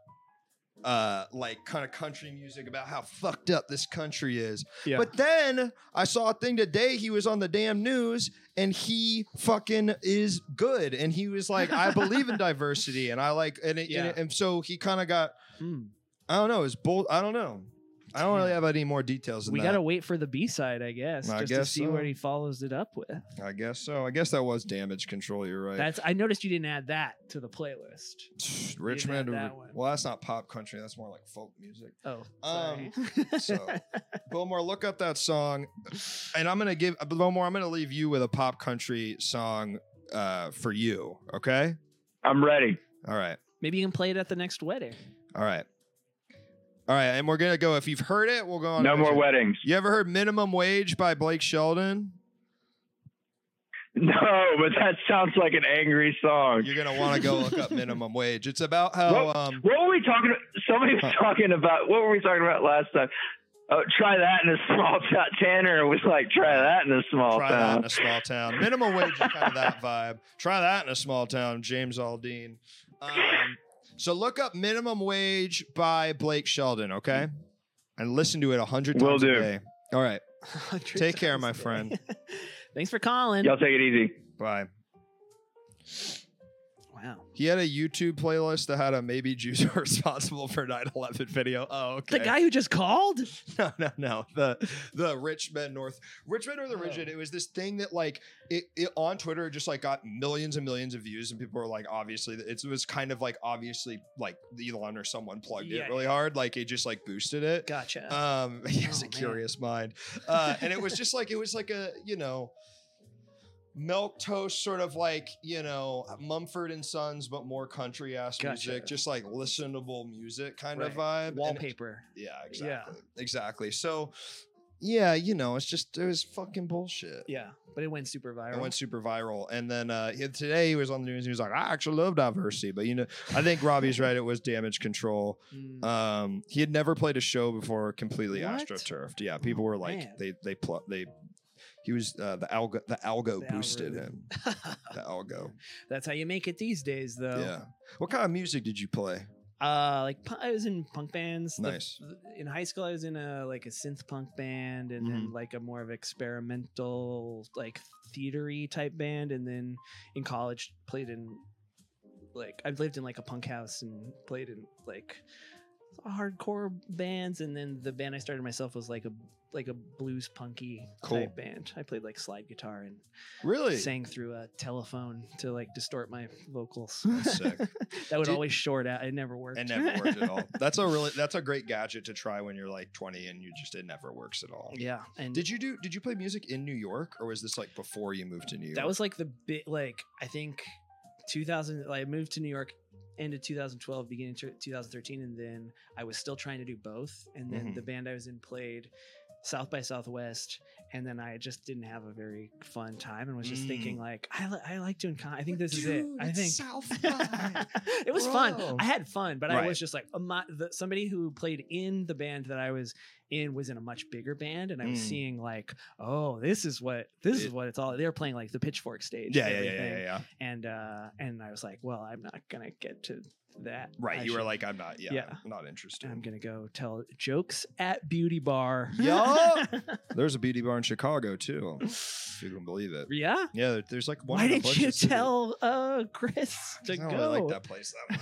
uh like kind of country music about how fucked up this country is.
Yeah.
But then I saw a thing today. He was on the damn news and he fucking is good. And he was like, I believe in diversity. And I like, and, it, and,
Yeah.
it- and so he kind of got,
Hmm.
I don't know, it's bull. I don't know. I don't really
Damn.
have any more details than
We
that.
gotta wait for the B side, I guess,
I
just to
guess
see what
so.
he follows it up with.
I guess so. I guess that was damage control. You're right.
That's I noticed you didn't add that to the playlist.
Richmond.
that one.
Well, that's not pop country. That's more like folk music.
Oh, sorry.
Um, so, Bowmore, look up that song, and I'm gonna give Bowmore. I'm gonna leave you with a pop country song uh, for you. Okay.
I'm ready.
All right.
maybe you can play it at the next wedding.
All right. All right. And we're going to go. If you've heard it, we'll go on.
No
to-
more weddings.
You ever heard Minimum Wage by Blake Sheldon?
No, but that sounds like an angry song.
You're gonna want to go look up minimum wage. It's about how um,
What were we talking? Somebody was talking about. What were we talking about last time? Oh, try that in a small town. Tanner was like, try that in a small
try that
town.
in a small town. Minimum wage is kind of that vibe. Try that in a small town, James Aldean. Um, so look up minimum wage by Blake Sheldon, okay? And listen to it a hundred
Will
times
do.
a day. All right.
Hundred
Take care,
times
my
a day.
friend.
Thanks for calling.
Y'all take it easy.
Bye.
Wow.
He had a YouTube playlist that had a maybe Jews are responsible for 9-11 video. Oh, okay.
The guy who just called?
no, no, no. The the Richmond North Richmond or the
Oh.
Rigid. It was this thing that like it, it on Twitter it just like got millions and millions of views, and people were like, obviously, it was kind of like obviously like Elon or someone plugged
Yeah,
it really hard. Like it just like boosted it.
Gotcha.
Um, he has
Oh,
a
man.
curious mind, uh, and it was just like it was like a you know milk toast sort of like you know Mumford and Sons, but more country ass
Gotcha.
music, just like listenable music kind of vibe. and it-
Wallpaper.
yeah,
Yeah.
exactly, exactly. So yeah, you know, it's just it was fucking bullshit.
Yeah, but it went super viral.
It went super viral, and then uh, yeah, today he was on the news. and He was like, "I actually love diversity," but you know, I think Robbie's right. It was damage control.
Mm.
Um, he had never played a show before completely
What? Oh,
astroturfed. Yeah, people were like
man.
they they pl- they he was uh, the algo the algo
The
boosted
algorithm.
him. The algo.
That's how you make it these days, though.
uh, Yeah. What kind of music did you play?
Uh, like pu- I was in punk bands. The-
Nice.
in high school, I was in a like a synth punk band, and
Mm-hmm.
then like a more of experimental, like theatery type band, and then in college played in like I've lived in like a punk house and played in like hardcore bands, and then the band I started myself was like a like a blues punky
Cool.
type band. I played like slide guitar and
Really?
sang through a telephone to like distort my vocals.
That's sick.
that would
Did-
always short out. It never worked.
It never worked at all. That's a really that's a great gadget to try when you're like 20 and you just it never works at all.
yeah. And
Did you do did you play music in New York or was this like before you moved to New York?
that was like the bit like I think 2000 like, I moved to New York end of 2012 beginning to 2013 and then I was still trying to do both and then
Mhm.
the band I was in played South by Southwest and then I just didn't have a very fun time and was just
Mm.
thinking like I, li- I like doing con- I think this is it I think
South
it was
Bro.
fun. I had fun, but I
Right.
was just like a mo- the, somebody who played in the band that I was in was in a much bigger band, and I was
Mm.
seeing like, oh, this is what this is
It-
what it's all. They're playing like the Pitchfork stage,
yeah,
and
yeah, yeah, yeah, yeah,
everything.
yeah.
And uh, and I was like, well, I'm not gonna get to that.
Right.
I
you were
should-
like, I'm not, yeah,
Yeah.
not interested.
I'm gonna go tell jokes at Beauty Bar.
Yeah. There's a beauty bar in Chicago too, if you can believe it.
yeah.
Yeah, there- there's like one.
Why
in a
didn't
bunch
you
of cities.
tell uh, Chris to
I don't
go?
really like that place that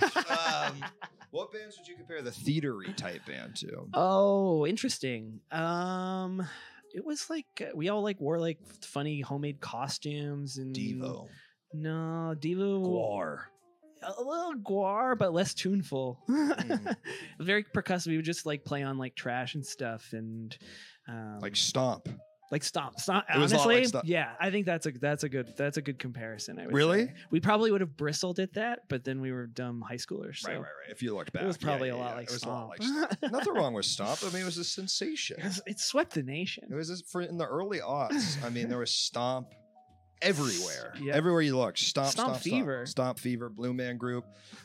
much. um, what bands would you compare the theatery type band to?
Oh, interesting. Um, it was like uh, we all like wore like f- funny homemade costumes and
Devo,
No, Devo.
Guar.
A little guar, but less tuneful.
Hmm.
Very percussive. We would just like play on like trash and stuff and. Um,
like Stomp.
like stomp stomp
It was a lot like
honestly
Stomp.
yeah i think that's a that's a good that's a good comparison I would
Really?
say. we probably would have bristled at that but then we were dumb high schoolers so
Right, right, right. If you look back,
it was
yeah,
probably
yeah,
a lot
yeah,
like
it was a lot like Stomp.
stomp.
Nothing wrong with Stomp. I mean, it was a sensation.
Because it swept the nation
It was just for in the early aughts. I mean, there was Stomp everywhere.
Yeah.
Everywhere you look, Stomp, Stomp,
Stomp
Stomp,
Fever.
Stomp Fever, Blue Man Group.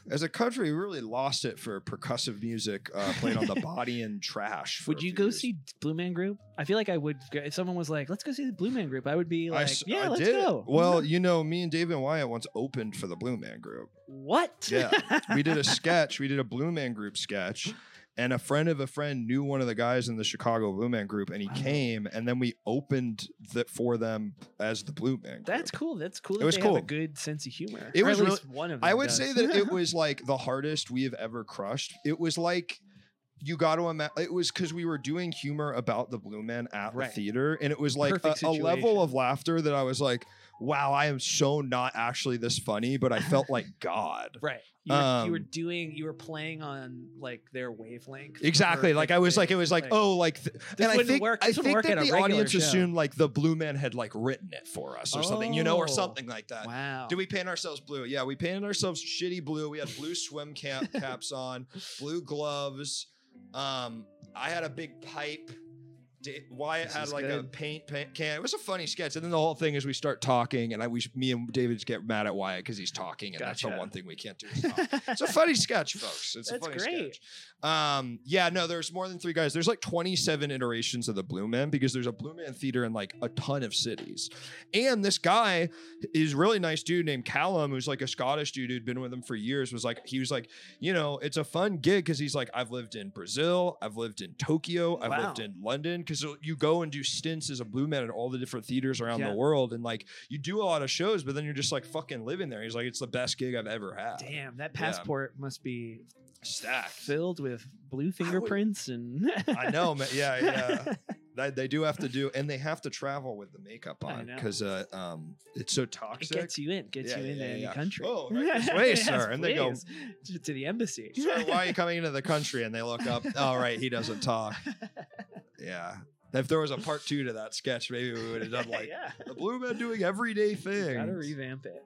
As a country, we really lost it for percussive music uh, played on the body and trash. for
Would
a
you
few
go
years.
see Blue Man Group? I feel like I would. go- If someone was like, "Let's go see the Blue Man Group," I would be
I
like,
s-
"Yeah,
I
let's
did.
go." Mm-hmm.
Well, you know, me and David Wyatt once opened for the Blue Man Group.
what?
Yeah. We did a sketch. We did a Blue Man Group sketch. And a friend of a friend knew one of the guys in the Chicago Blue Man Group, and he
Wow.
came, and then we opened that for them as the Blue Man Group.
That's cool. That's cool. That
was
they
cool.
Have a good sense of humor.
It
Or
was
at
really-
least one of. Them
I would
does.
say that it was like the hardest we have ever crushed. It was like you got to imagine it was because we were doing humor about the Blue Man at
Right.
the theater, and it was like a,
Perfect
a level of
situation.
laughter that I was like, "Wow, I am so not actually this funny," but I felt like God.
right. You were, you were
Um,
doing. You were playing on like their wavelength.
Exactly. Like I was like, it was like, oh, like, th-
This
and I
wouldn't
think
work-
I
this wouldn't
think
work
that
at a
the
regular
audience
show.
assumed like the Blue Man had like written it for us or something, you know, or
Oh.
something like that.
wow.
Did we paint ourselves blue? Yeah, we painted ourselves shitty blue. We had blue swim cap caps on, blue gloves. Um, I had a big pipe. Da- Wyatt
This
had
is
like a
good.
paint, paint can. It was a funny sketch, and then the whole thing is we start talking, and I we me and David just get mad at Wyatt because he's talking, and that's
Gotcha.
the one thing we can't do. is talk. it's a funny sketch, folks. It's
That's
a funny
great.
sketch. Um, yeah, no, there's more than three guys. There's like 27 iterations of the Blue Man because there's a Blue Man theater in like a ton of cities. And this guy is a really nice dude named Callum, who's like a Scottish dude who'd been with him for years. Was like he was like, you know, it's a fun gig because he's like, I've lived in Brazil, I've lived in Tokyo, I've lived
Wow.
in London because you go and do stints as a Blue Man at all the different theaters around
Yeah.
the world, and like you do a lot of shows, but then you're just like fucking living there. He's like, it's the best gig I've ever had.
Damn, that passport must be
Stacked.
filled with blue fingerprints and.
I uh, know, man. Yeah, yeah. They, they do have to do, and they have to travel with the makeup
I
on
know.
because uh, um, it's so
It
toxic.
gets you in, gets
Yeah,
you in
yeah,
there in
yeah.
the country.
Oh, right this way, sir. And they go-
please, to, to the embassy.
Sir, why are you coming into the country? And they look up. All right, he doesn't talk. Yeah. If there was a part two to that sketch, maybe we would have done like
yeah.
the blue man doing everyday things.
Gotta revamp it.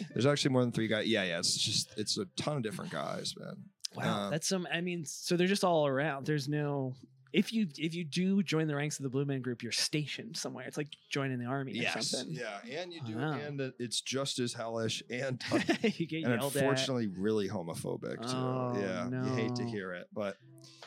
There's actually more than three guys. Yeah, yeah. It's just it's a ton of different guys, man.
Wow,
Um,
that's some. I mean, so they're just all around. There's no if you if you do join the ranks of the Blue Man Group, you're stationed somewhere. It's like joining the army or
Yes.
something.
Yeah, and you do,
Wow.
and it- it's just as hellish and
you get
and
yelled at.
unfortunately really homophobic too.
Oh,
yeah, you hate to
no.
hear it, but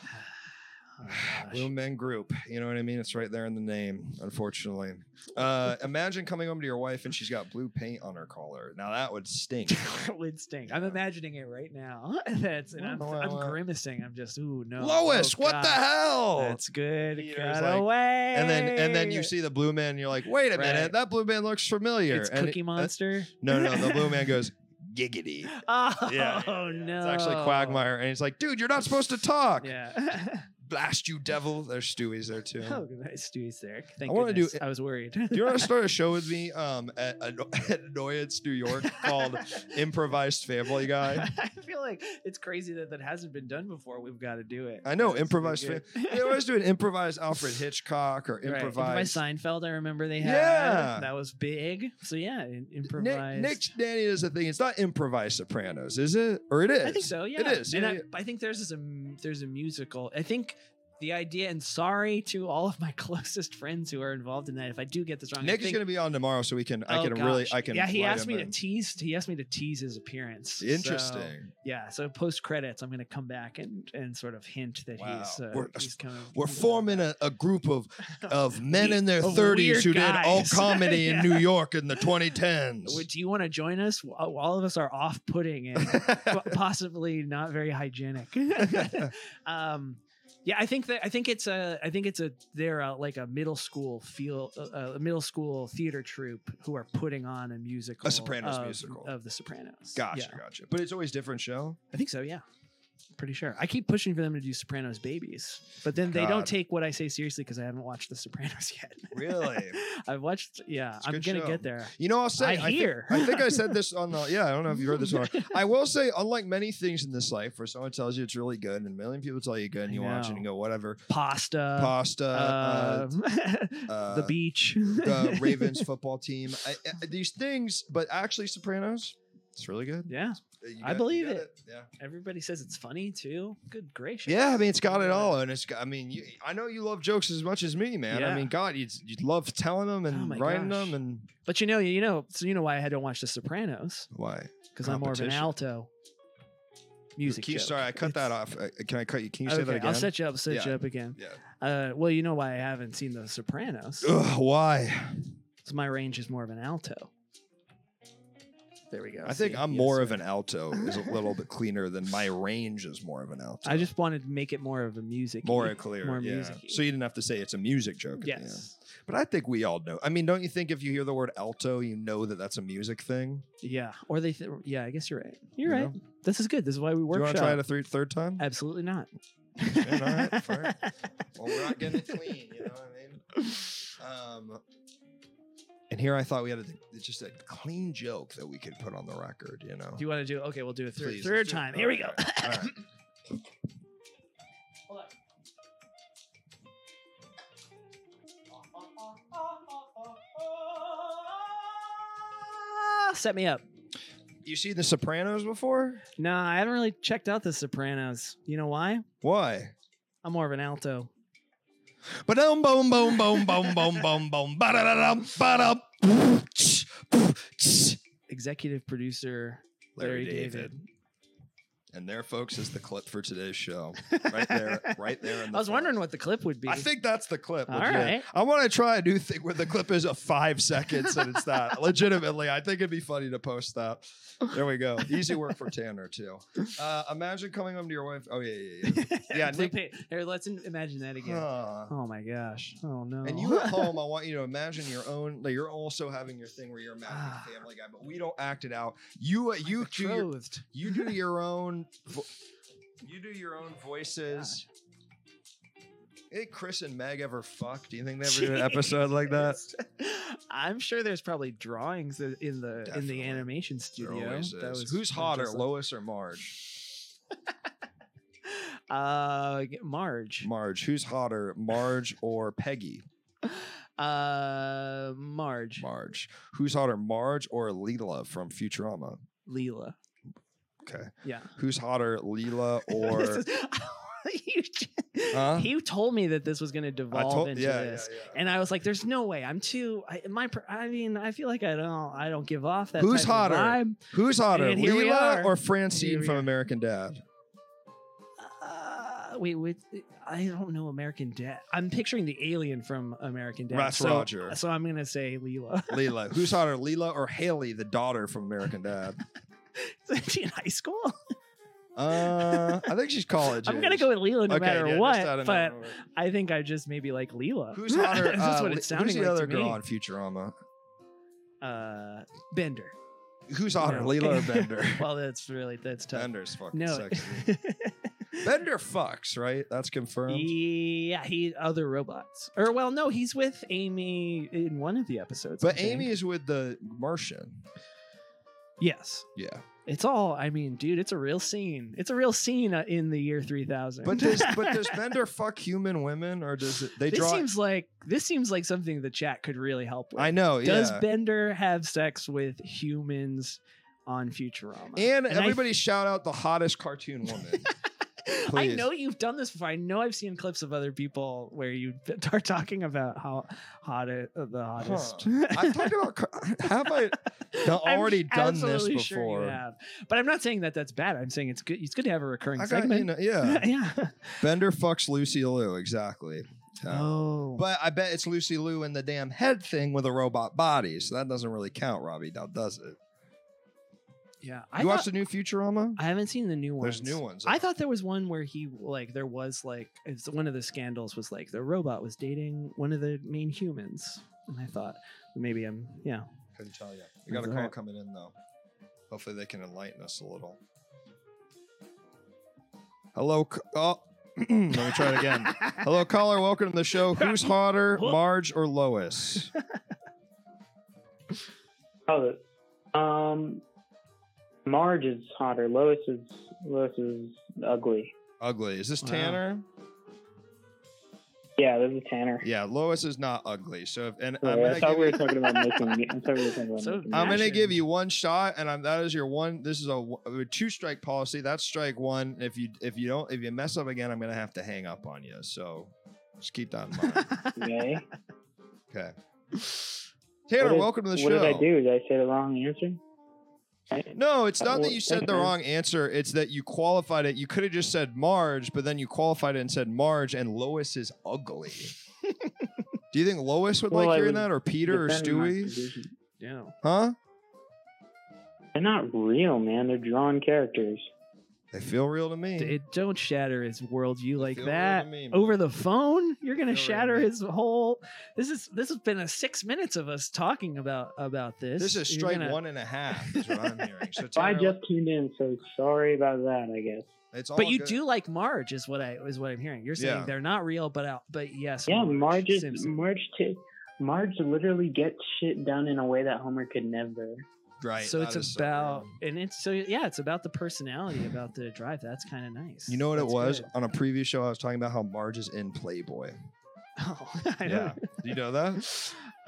Oh, gosh.
Blue Men Group, you know what I mean? It's right there in the name. Unfortunately, uh, imagine coming home to your wife and she's got blue paint on her collar. Now that would stink.
It would stink. I'm
Yeah.
imagining it right now. That's and I'm,
Wow, wow,
I'm
wow.
grimacing. I'm just ooh no.
Lois,
Oh,
what the
God.
hell?
That's good.
Peter's
Got
like-
away.
and then and then you see the blue man, and you're like, wait a
Right.
minute, that blue man looks familiar.
it's
And
Cookie
it- uh,
Monster.
no, no, the blue man goes giggity.
oh
Yeah, yeah,
no!
It's actually Quagmire, and he's like, dude, you're not supposed to talk.
Oh. Yeah.
Blast you, devil. There's Stewie's there too.
Oh, nice Stewie's there. Thank
I
I
wanna do-
I was worried.
Do you want to start a show with me um, at, Anno- at Annoyance, New York, called Improvised Family Guy?
I feel like it's crazy that that hasn't been done before. We've got to do it.
I know,
That's pretty
improvised
good.
They always do an improvised Alfred Hitchcock or
Right, improvised
improvised.
Seinfeld. I remember they had.
Yeah.
that was big. So yeah, in,
Nick,
improvised.
Nick's Danny does a thing. It's not improvised Sopranos, is it? Or it is?
I think so. Yeah,
is,
And
yeah,
I,
yeah.
I think there's this, um, there's a musical. I think. The idea, and sorry to all of my closest friends who are involved in that. If I do get this wrong, I
Nick is
think-
going to be on tomorrow, so we can. I
Oh,
can really.
gosh.
I can.
Yeah, he
write
asked
him
me to
in.
tease. He asked me to tease his appearance. So,
Interesting.
yeah, so post credits, I'm going to come back and and sort of hint that
Wow.
he's uh,
We're-
he's coming.
We're forming a, a group of of men
We-
in their
of
30s
weird
who did all
guys.
comedy
Yeah.
in New York in the 2010s.
Would- Do you want to join us? W- All of us are off-putting and po- possibly not very hygienic. um, yeah, I think that I think it's a I think it's a they're a, like a middle school feel uh, a middle school theater troupe who are putting on a musical
Sopranos
of,
musical.
of the Sopranos.
Gotcha,
Yeah.
gotcha. But it's always different show.
I think so, yeah. Pretty sure. I keep pushing for them to do Sopranos babies, but then they
God.
don't take what I say seriously because I haven't watched The Sopranos yet.
Really?
I've watched, yeah,
It's a
I'm
good
gonna
show.
get there.
You know, I'll say.
I
thi-
hear.
I think I said this on the. Yeah, I don't know if you heard this one. I will say, unlike many things in this life, where someone tells you it's really good, and a million people tell you good, and
I
you watch it and
know.
you go, whatever.
Pasta,
Pasta, uh,
um,
uh,
the beach,
the Ravens football team, I, I- these things, but actually, Sopranos, it's really good.
yeah,
You
I
got- you
believe
got
it.
Yeah.
everybody says it's funny too. Good gracious.
Yeah, I mean it's got it all, and it's got, I mean you, I know you love jokes as much as me, man. I
Yeah. Oh
mean, God, you you love telling them and
my
writing
gosh.
them, and
But you know, you know, so you know why I had to watch The Sopranos
why?
because I'm more of an
Competition.
alto music.
Can you-
joke.
sorry, I cut
It's-
that off. Uh, Can I cut you? Can you say that
okay,
again?
I'll set you up. Set
Yeah.
you up again.
yeah.
Uh, well, you know why I haven't seen The Sopranos.
Ugh, why?
So my range is more of an alto. There we go.
I think
See?
I'm
Yes,
more
sir.
of an alto. Is a little bit cleaner than my range is more of an alto.
I just wanted to make it more of a music.
more clear.
more
yeah.
music-y.
So you didn't have to say it's a music joke. at the end.
Yes.
But I think we all know. I mean, don't you think if you hear the word alto, you know that that's a music thing?
Yeah. Or they. Th- yeah. I guess you're right. You're
You
right. This is good. This is why we
Do you
workshop.
want to try it a three, third time?
Absolutely not.
Man, all right, fair. Well, we're not getting it clean, you know what I mean? Um, and here I thought we had a, it's just a clean joke that we could put on the record, you know?
Do you want to do? Okay, we'll do it third,
Please,
third
let's do it.
time. Here we go.
All right, all right.
Ah, Set me up.
You seen The Sopranos before?
No, I haven't really checked out The Sopranos. You know why?
Why?
I'm more of an alto.
Ba dum boom boom boom boom boom boom boom ba da da dum ba da
Executive producer Larry, David.
And there, folks, is the clip for today's show. Right there, right there. In the
I was
front.
wondering what the clip would be.
I think that's the clip.
All
legit.
right.
I want to try a new thing where the clip is a five seconds and it's that. Legitimately, I think it'd be funny to post that. There we go. Easy work for Tanner too. Uh, imagine coming home to your wife. Oh yeah, yeah, yeah. Yeah,
Blue
Nick-
pa- Here, let's im- imagine that again.
Huh.
Oh my gosh. Oh no.
And you at home, I want you to imagine your own. Like you're also having your thing where you're imagining
Ah.
Family Guy, but we don't act it out. You uh, you do your,
betrothed.
you do your own. Vo- you do your own voices. Hey, Chris and Meg ever fuck? Do you think they ever did an episode like that?
Yes. I'm sure there's probably drawings i- in the in
Definitely.
the animation
There
studio.
always
That
is.
was-
Who's
that
hotter,
was
Lois or Marge?
a- Uh, g- Marge.
Marge. Who's hotter, Marge or Peggy?
Uh, Marge.
Marge. Who's hotter, Marge or Leela from Futurama?
Leela.
Okay.
Yeah.
Who's hotter, Leela
This
or?
is- you, j-
Huh?
you told me that this was going to
I
devolve
told.
into
Yeah, yeah,
this.
yeah.
And I was like, "There's no way. I'm too. I, my. per- I mean, I feel like I don't. I don't give off that.
Who's
type
hotter?
of vibe.
Who's hotter,
And here we
Leela
are.
or Francine
Here we
from
are.
American Dad?
Uh, wait, wait. I don't know American Dad. I'm picturing the alien from American Dad.
That's
so,
Roger.
So I'm gonna say Leela.
Leela. Who's hotter, Leela or Haley, the daughter from American Dad?
Is she in high school?
Uh, I think she's college.
I'm gonna
age.
go with Leela no
Okay,
matter
yeah, just out
what.
of
But
nowhere.
I think I just maybe like Leela.
who's hotter?
That's
uh,
what
Le-
it's sounding
who's the
like
other
to
girl
me.
on Futurama?
Uh, Bender.
Who's hotter,
No.
Leela or Bender?
well, that's really that's tough.
Bender's fucking
No.
sexy. Bender fucks, right? That's confirmed.
yeah, he other robots. Or well, no, he's with Amy in one of the episodes. I
but
think.
Amy is with the Martian.
Yes.
Yeah.
It's all. I mean, dude, it's a real scene. It's a real scene uh, in the year 3000.
But does but does Bender fuck human women or does it, they
this
draw?
seems like this seems like something the chat could really help with.
I know.
Does
yeah.
Bender have sex with humans on Futurama?
and,
I-
everybody shout out the hottest cartoon woman.
I
please.
know you've done this before. I know I've seen clips of other people where you are talking about how hot it, uh, the hottest.
I've talked about. car- Have I? No,
I'm
already done this
absolutely sure you
before.
have. But I'm not saying that that's bad. I'm saying it's good. It's good to have a recurring
I got,
segment.
you know, yeah.
yeah.
Bender fucks Lucy Liu exactly. Yeah.
Oh.
But I bet it's Lucy Liu in the damn head thing with a robot body, so that doesn't really count, Robbie. Now does it?
yeah.
You
I,
watched
thought-
the new Futurama?
I haven't seen the new ones.
There's new ones.
I thought there was one where he like there was like it's one of the scandals was like the robot was dating one of the main humans, and I thought maybe I'm yeah.
Couldn't tell you. We got a
That's all
call
right.
coming in though. Hopefully they can enlighten us a little. Hello. c- Oh, let me try it again. Hello, caller. Welcome to the show. Who's hotter, Marge or Lois?
Oh, um, Marge is hotter. Lois is Lois is ugly.
Ugly. Is this
Wow.
Tanner?
Yeah, this is Tanner.
Yeah, Lois is not ugly. So, if, and
Sorry,
I'm
I
gonna
thought
give
we were
you,
talking about making. I thought we were talking about
So-
making-
I'm gonna
Imagine.
give you one shot, and I'm that is your one. This is a, two strike policy. That's strike one. If you if you don't if you mess up again, I'm gonna have to hang up on you. So just keep that in mind.
Okay.
Okay. Tanner,
did-
welcome to the
what
show.
did I do? Did I say the wrong answer? I-
No, it's
Uh,
not
well,
that you said
thanks,
the
man.
wrong answer. It's that you qualified it. You could have just said Marge, but then you qualified it and said Marge, and Lois is ugly. Do you think Lois would
Well,
like
I
hearing
would
that, or Peter, or
Defend my
Stewie?
position.
yeah.
Huh?
They're not real, man. They're drawn characters.
They feel real to me.
It don't shatter his worldview like
feel real to
that
me, man.
over the phone. You're gonna
Feel real to
shatter
me.
his whole. This is this has been a six minutes of us talking about about this.
this is
You're
strike
gonna-
one and a half, is what I'm hearing. So
I
Tanner,
just tuned in, so sorry about that. I guess.
it's all
But you
good.
do like Marge, is what I is what I'm hearing. You're saying
Yeah.
they're not real, but out, but yes.
Yeah, Marge is
Simpson.
Marge. T- Marge literally gets shit done in a way that Homer could never.
right.
so
that
it's
is so real.
about and it's so yeah it's about the personality about the drive that's kind of nice
you know what it
That's
was
good.
on a previous show. I was talking about how Marge is in Playboy.
oh I
Yeah, do you know that?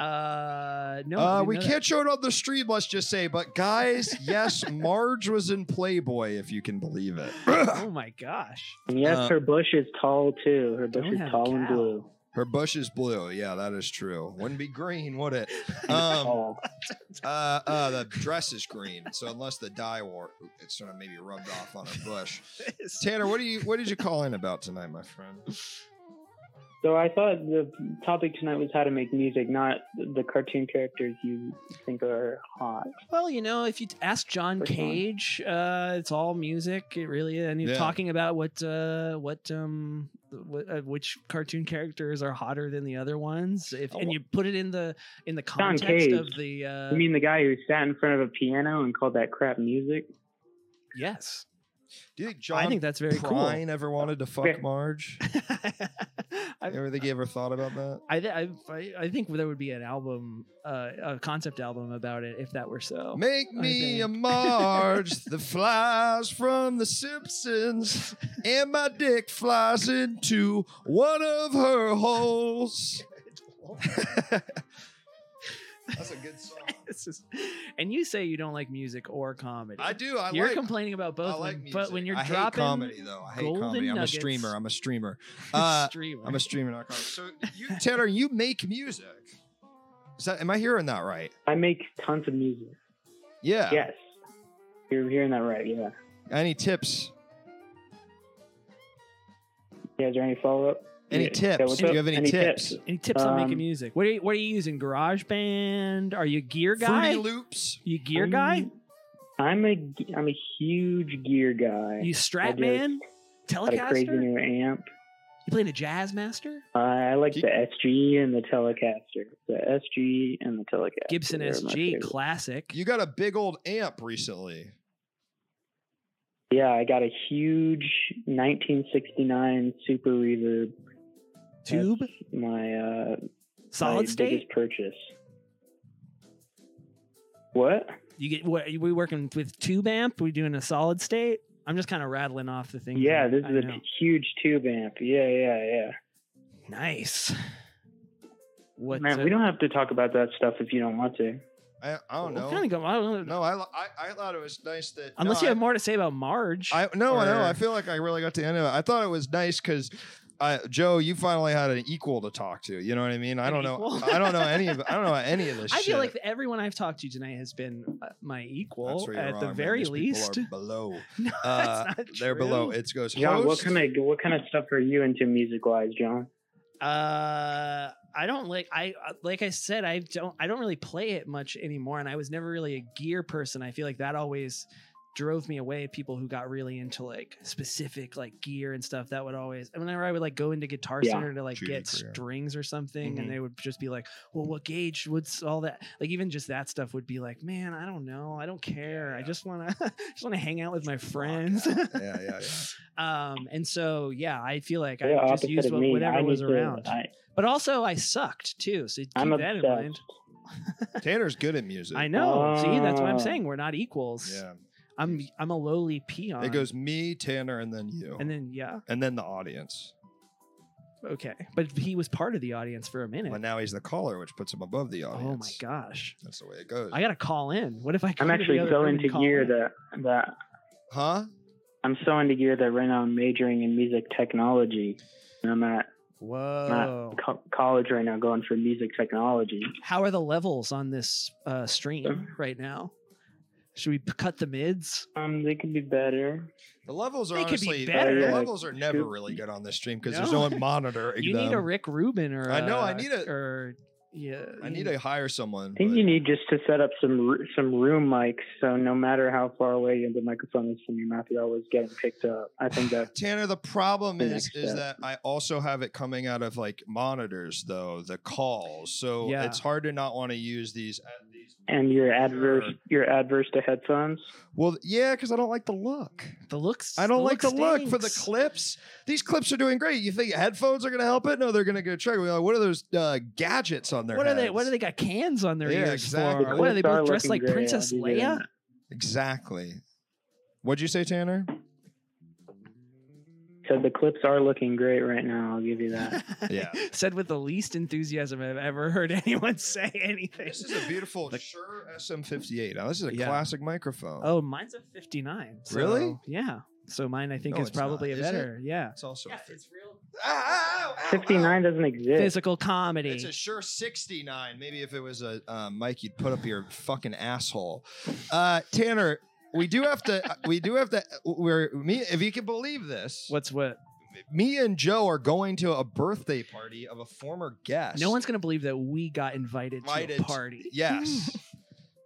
don't uh no I
uh,
didn't
we
know
can't show it on the stream, let's just say. But guys, yes, Marge was in Playboy, if you can believe it.
that. oh my gosh
And yes,
Uh, Oh,
her bush is tall too. Her bush
Don't
is
have
tall and
cow.
blue.
Her bush is blue. Yeah, that is true. Wouldn't be green, would it? Um,
oh,
uh, uh, the dress is green. So unless the dye wore, it sort of maybe rubbed off on her bush. Tanner, what do you what did you call in about tonight, my friend?
so I thought the topic tonight was how to make music, not the cartoon characters you think are hot.
Well, you know, if you t- ask John
First one.
Cage, uh, it's all music. It really is. And he's
Yeah.
talking about what, uh, what, um, what, uh, which cartoon characters are hotter than the other ones. If
Oh,
and
wha-
you put it in the in the context
Cage.
of the, uh,
You mean the guy who sat in front of a piano and called that crap music?
yes,
Do you think John
I think that's very
Prine ever wanted to fuck
Okay.
Marge?
cool. I,
Ever think you ever thought about that?
I, thi- I, I, I think there would be an album, uh, a concept album about it if that were so.
Make
I
me a
think.
Marge, the flies from the Simpsons, and my dick flies into one of her holes. That's a good song.
It's just- and you say you don't like music or comedy.
I do. I
you're
like.
complaining about both.
I
of
like
them,
music.
but when you're
I hate
dropping
comedy, though. I hate
golden
comedy. I'm a
nuggets-
streamer. I'm a streamer. Uh,
streamer,
I'm a streamer, not comedy. So, you, Tanner, you make music. Is that? Am I hearing that right?
I make tons of music.
Yeah.
Yes. You're hearing that right, yeah.
Any tips?
Yeah, is there any follow up?
Any tips? Do you have any, tips?
Any tips on making
Um,
music? What are you, what are you using? GarageBand? Are you a gear guy?
Fruity Loops.
You gear
Um,
guy?
I'm a ge- I'm a huge gear guy.
You strap man?
Got a
Telecaster?
crazy
You
new amp.
playing a jazz master?
Uh, I like
Keep-
the SG and the Telecaster. The SG and the Telecaster.
Gibson
they're my
SG,
favorite.
classic.
You got a big old amp recently.
Yeah, I got a huge 1969 Super Reverb.
Tube?
That's My uh, my
Solid state?
biggest purchase. What?
You get what? We working with tube amp? We doing a solid state? I'm just kind of rattling off the things.
Yeah,
I-
this
I
is a
know.
huge tube amp. Yeah, yeah, yeah.
nice. What? uh,
Man, we don't have to talk about that stuff if you don't want to.
I, I don't know.
Kind of go, I don't know.
Oh, No, I, li- I I thought it was nice that
Unless
no,
you
I-
have more to say about Marge.
I no, I know. I
or-
feel like I really got to the end of it. I thought it was nice because. Uh, Joe, you finally had an equal to talk to. You know what I mean? I
An
don't know.
equal?
I don't know any of. I don't know any of this.
I
shit.
feel like everyone I've talked to tonight has been uh, my
That's
equal
where you're
at
wrong,
the
man.
very
These people are
least.
below.
No,
Uh,
that's not
They're below.
true.
It goes.
John, what
host,
kind of what kind of stuff are you into music wise, John?
Uh, I don't like I uh, like I said I don't I don't really play it much anymore, and I was never really a gear person. I feel like that always drove me away. People who got really into like specific like gear and stuff that would always and whenever I would like go into Guitar
Yeah. Mm-hmm.
Center to like
Judy
get
Greer.
strings or something,
Mhm.
and they would just be like, "Well, what gauge? What's all that?" Like even just that stuff would be like, "Man, I don't know. I don't care. I just want to just want to hang out with my friends."
yeah, yeah, yeah.
Um, and so yeah, I feel like
You're
I just
opposite
used
of
what,
me.
whatever
I
was
need to-
around.
I,
but also I sucked too, so keep
I'm
that
obsessed.
in mind.
Tanner's good at music.
I know. See, that's what I'm
Ah.
saying. We're not equals.
Yeah,
I'm I'm a lowly peon.
it goes me, Tanner, and then you,
Uh, and then yeah,
and then the audience.
okay. But he was part of the audience for a minute.
But now he's the caller, which puts him above the audience.
oh my gosh.
That's the way it goes.
I gotta call in. What if I? go to
I'm
the
actually
other
so
room
into
and call
gear
in?
that that
huh?
I'm so into gear that right now I'm majoring in music technology, and I'm at
Whoa!
co- college right now going for music technology.
How are the levels on this uh, stream right now? Should we p- cut the mids?
Um, they could be better.
The levels are
They could be
honestly
Oh,
better.
The levels are never
Shoot.
really good on this stream because
No.
there's no one monitoring
You
them.
need a Rick Rubin or
I know,
I
I need a-
or yeah.
I
you
need to hire someone.
I think
but-
you need just to set up some r- some room mics, so no matter how far away the microphone is from your mouth, you're always getting picked up. I think that
Tanner, the problem
The
is
next
is
step.
that I also have it coming out of like monitors though, the calls. So
Yeah.
it's hard to not want to use these at these
and you're adverse
Sure.
you're adverse to headphones.
Well, yeah, because I don't like the look.
the looks.
I don't like the look for the
stinks.
clips. These clips are doing great. You think headphones are going to help it? No, they're going to go check. Like, what are those uh, gadgets on their
What are they? What
heads?
do they got cans on their
Yeah,
ears
exactly.
for? What are they
Clips
both dressed
looking
like
great, I'll
Princess
give you
Leia?
that.
Exactly. What'd you say, Tanner?
So the clips are looking great right now. I'll give you that.
Yeah.
Said with the least enthusiasm I've ever heard anyone say anything.
This is a beautiful
The-
Shure SM58. Now, this is a
Yeah.
classic microphone.
Oh, mine's a 59. so-
Really?
Yeah. So mine, I think,
No,
is
it's not.
probably a
Is it?
better. Yeah.
It's also a fif- Ah,
real.
Ow, ow, ow, ow, ow.
69 doesn't exist.
Physical comedy.
It's a sure 69. Maybe if it was a uh, Mike, you'd put up your fucking asshole. Uh, Tanner, we do have to. uh, We do have to. We're me. If you can believe this,
What's what?
me and Joe are going to a birthday party of a former guest.
No one's gonna believe that we got invited,
Invited
to
to-
a party.
Yes.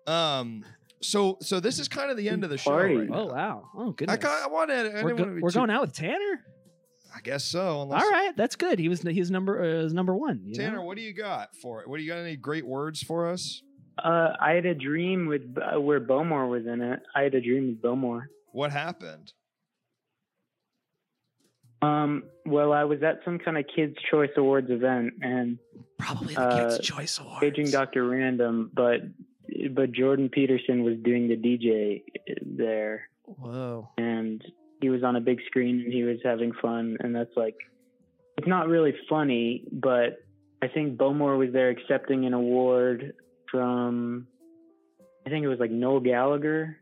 um. So so this is kind of the end of the show.
Party.
Right
Oh
now.
wow. Oh
I,
goodness.
ca- I wanted. I didn't
we're go-
want to be
we're
too-
going out with Tanner.
I guess so. Unless
All right, that's good. He was he's number uh, is number one. you know?
Tanner, what do you got for it? What do you got? Any great words for us?
Uh, I had a dream with uh, where Bowmore was in it. I had a dream with Bowmore.
What happened?
Um, well, I was at some kind of Kids Choice Awards event, and
probably the
uh,
Kids Choice Awards.
Paging Dr. Random, but but Jordan Peterson was doing the DJ there,
Whoa.
and he was on a big screen and he was having fun, and that's like it's not really funny, but I think Bowmore was there accepting an award from I think it was like Noel Gallagher,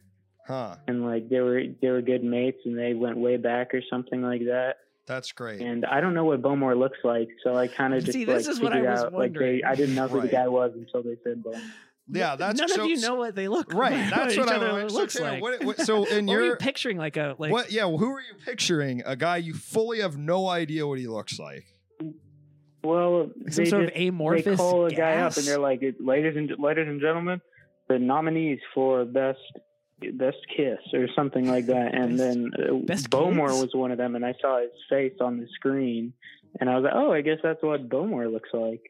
Huh?
and like they were they were good mates, and they went way back or something like that.
That's great.
And I don't know what Bowmore looks like, so I kind of just
See,
like
this is what I
figured
was
out. Like they,
wondering.
I didn't know who
Right.
the guy was until they said Bowmore.
Yeah, that's
none
so,
of you know what they look
Right, that's
each
what
other
I want.
looks
so, Tanner,
like.
What, what, so in
What were you
your
picturing like a like
what? Yeah, who are you picturing? A guy you fully have no idea what he looks like.
Well,
some
they
sort
just
of amorphous
they call a
gas?
guy up and they're like, "Ladies and ladies and gentlemen, the nominees for best best kiss or something like that." And
Best-
then uh,
best
Bowmore
kiss?
was one of them, and I saw his face on the screen, and I was like, "Oh, I guess that's what Bowmore looks like."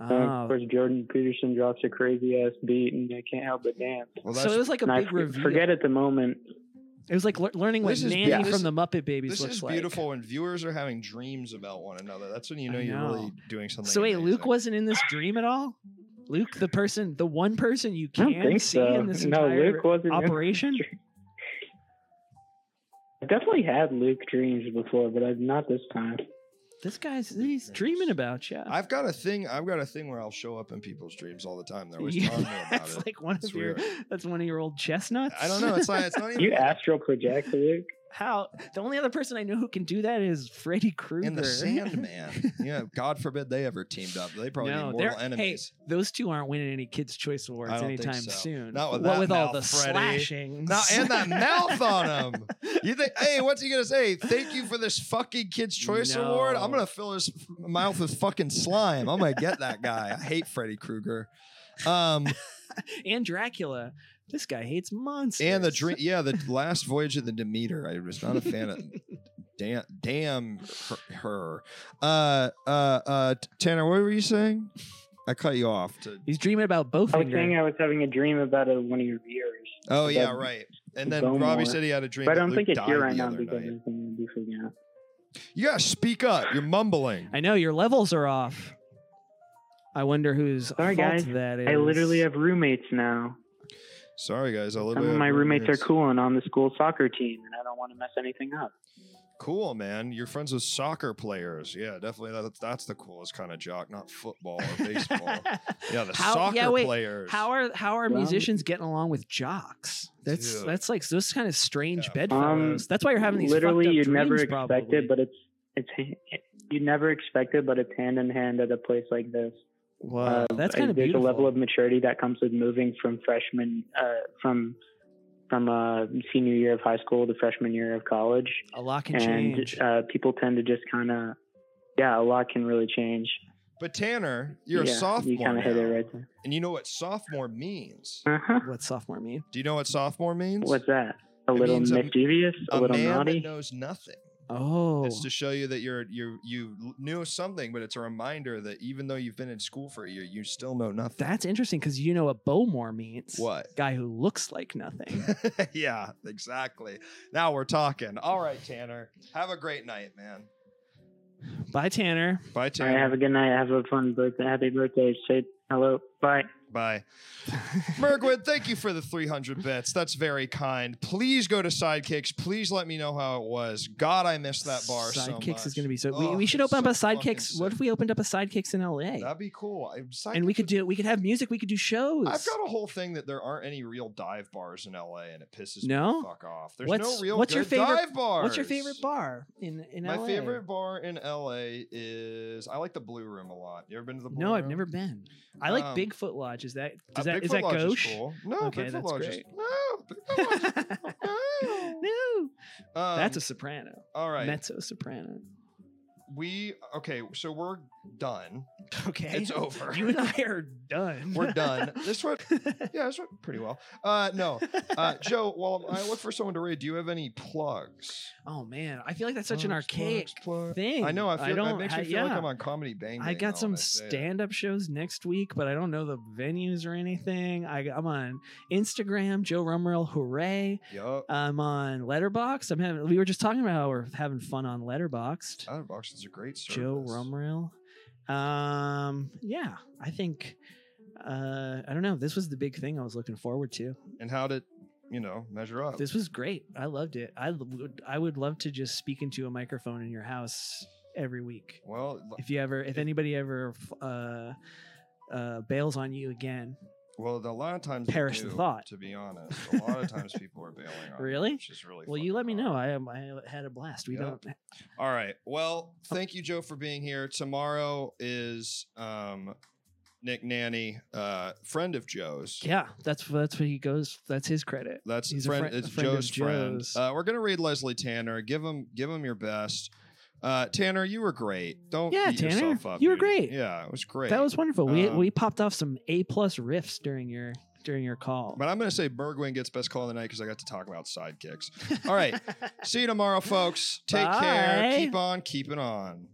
And of
oh.
course, Jordan Peterson drops a crazy ass beat, and I can't help but dance.
Well,
so it was like a
And I
big
f-
reveal.
forget at the moment
It was like lear- learning what
This is-
Nanny
yeah.
from
this-
the Muppet Babies
this
looks
is
like.
beautiful when viewers are having dreams about one another. That's when you know,
I
you're really
know.
doing something.
So wait, Luke
amazing.
wasn't in this dream at all? Luke, the person, the one person you
I don't
can
think
see
so.
in this
no,
entire
Luke wasn't. in-
operation.
I definitely had Luke dreams before, but I- not this time.
This guy's he's dreaming about you.
I've got a thing. I've got a thing where I'll show up in people's dreams all the time. They're always
You-
telling me about
that's
it.
like one
It's
of your that's one of your old chestnuts.
I don't know. It's not. It's not even
You astral project, Luke.
how the only other person I know who can do that is Freddy Krueger
in the Sandman. yeah. God forbid they ever teamed up. They probably
No,
be
they're-
mortal
hey,
enemies.
those two aren't winning any Kids' Choice Awards
I don't think
anytime
so.
soon.
Not with
what
that
with all the
mouth, Freddy.
slashings.
Now and that mouth on him. You think? Hey, what's he gonna say? Thank you for this fucking Kids Choice Award. I'm
No.
gonna fill his f- mouth with fucking slime. I'm gonna get that guy. I hate Freddy Krueger. Um,
and Dracula. This guy hates monsters.
and the dream. Yeah, the last voyage of the Demeter. I was not a fan of. Damn, damn her. her. Uh, uh, uh, Tanner, what were you saying? I cut you off. To,
He's dreaming about
I was saying
Bowfinger.
I was having a dream about it one of your viewers,
oh yeah,
That-
right. And then
Gilmore.
Robbie said he had a dream.
but I
that
don't
Luke
think it's
died
here right
the
now
other
because
night.
it's gonna be freaking out.
you gotta speak up. You're mumbling.
I know your levels are off. I wonder whose
Sorry,
fault
guys.
that is.
I literally have roommates now.
Sorry guys, I
Some
literally
of
have
my roommates are cool and on the school soccer team, and I don't want to mess anything up.
Cool, man. You're friends with soccer players. Yeah, definitely. That's, that's the coolest kind of jock, not football or baseball. yeah, the
How-
soccer
yeah, wait.
players.
How are how are
Well-
musicians getting along with jocks? That's
Dude.
that's like those kind of strange
Yeah.
bedfellows. that's why you're having these
Um, literally
fucked up
you'd
dreams,
never expect
probably.
it, but uh, it's it's you never expect it, but it's hand in hand at a place like this.
Wow, that's
I-
kind of
Um, there's
beautiful.
a level of maturity that comes with moving from freshman uh, from from uh, senior year of high school to freshman year of college,
a lot can
and
change.
uh, people tend to just kind of yeah, a lot can really change.
But Tanner, you're
Yeah,
a sophomore.
You kind of hit
now,
it right there.
And you know what sophomore means?
Uh-huh.
what sophomore mean?
Do you know what sophomore means?
What's that? A
It
little
means a-
mischievous, a,
a
little
man
naughty.
that knows nothing.
Oh,
It's to show you that you're you you knew something, but it's a reminder that even though you've been in school for a year, you still know nothing.
that's interesting because you know what Bowmore means.
what?
guy who looks like nothing?
yeah, exactly. Now we're talking. All right, Tanner. Have a great night, man.
Bye, Tanner.
Bye,
All right,
Tanner.
have a good night. Have a fun birthday. Happy birthday. Say hello. Bye.
Bye. Mergwin, thank you for the 300 bits. That's very kind. Please go to Sidekicks. Please let me know how it was. God, I missed that bar so
sidekicks
much.
is going to be so.
Oh,
we, we should
it's
open up a
so fucking
sidekicks. What
sick.
if we opened up a sidekicks in L.A.
That'd be cool. I,
and we could
Sidekicks-
do we could have music. We could do shows.
I've got a whole thing that there aren't any real dive bars in LA, and it pisses me
No?
the fuck off. There's
What's-
no real
what's your
good
favorite-
dive bars.
What's your favorite bar in in
My
L.A.?
favorite bar in LA is I like the Blue Room a lot. You ever been to the Blue
No,
Room?
I've never been. I like
Um,
Bigfoot Lodge. Is that
Uh,
does that is
Bigfoot
that
Lodge
gauche?
cool. No,
Okay,
Bigfoot
that's
Lodge is
great.
no. Bigfoot Lodge is- no.
no,
Um,
that's a soprano.
all right.
Mezzo soprano.
we okay. So we're done.
Okay,
It's over.
You and I are done.
We're done. this one, yeah, this one pretty well. Uh, no, uh, Joe. While I look for someone to read, do you have any plugs?
oh man, I feel like that's such an
Plugs,
archaic
plugs, plugs.
thing.
I know. I feel. it
don't.
makes
I-
me feel like
yeah.
I'm on comedy bang.
I
Bang
got
now
some
when I say it.
stand-up shows next week, but I don't know the venues or anything. I, I'm on Instagram, Joe Rumrell, hooray!
Yup.
I'm on Letterboxd. I'm having. We were just talking about how we're having fun on Letterboxd.
Otterbox Oh, is a great service.
Joe Rumrell. Um, yeah, I think. Uh, I don't know. This was the big thing I was looking forward to.
And how did you know measure up?
This was great. I loved it. I would. I would love to just speak into a microphone in your house every week.
well, l-
If you ever, if anybody ever uh, uh, bails on you again,
well, a lot of times they
Perish the
do,
thought.
To be honest, a lot of times people are bailing on. me,
Really?
Which is really.
well, you
fucking
let me
hard.
know. I um, I had a blast. We
Yeah.
don't.
All right. Well,
Oh.
thank you, Joe, for being here. Tomorrow is um, Nick Nanny, uh, friend of Joe's.
Yeah, that's that's what he goes. That's his credit.
That's
He's a
friend.
friend-
it's
a friend of
Joe's friend.
Joe's.
Uh, we're gonna read Leslie Tanner. Give him, give him your best. Uh, Tanner, you were great. Don't
Yeah,
beat
Tanner,
yourself up.
you were
dude.
great.
Yeah, it was great.
That was wonderful. we
Um,
we popped off some A plus riffs during your during your call.
But I'm gonna say Bergwin gets best call of the night because I got to talk about sidekicks. All right. See you tomorrow, folks. Take care.
Bye.
Keep on keeping on.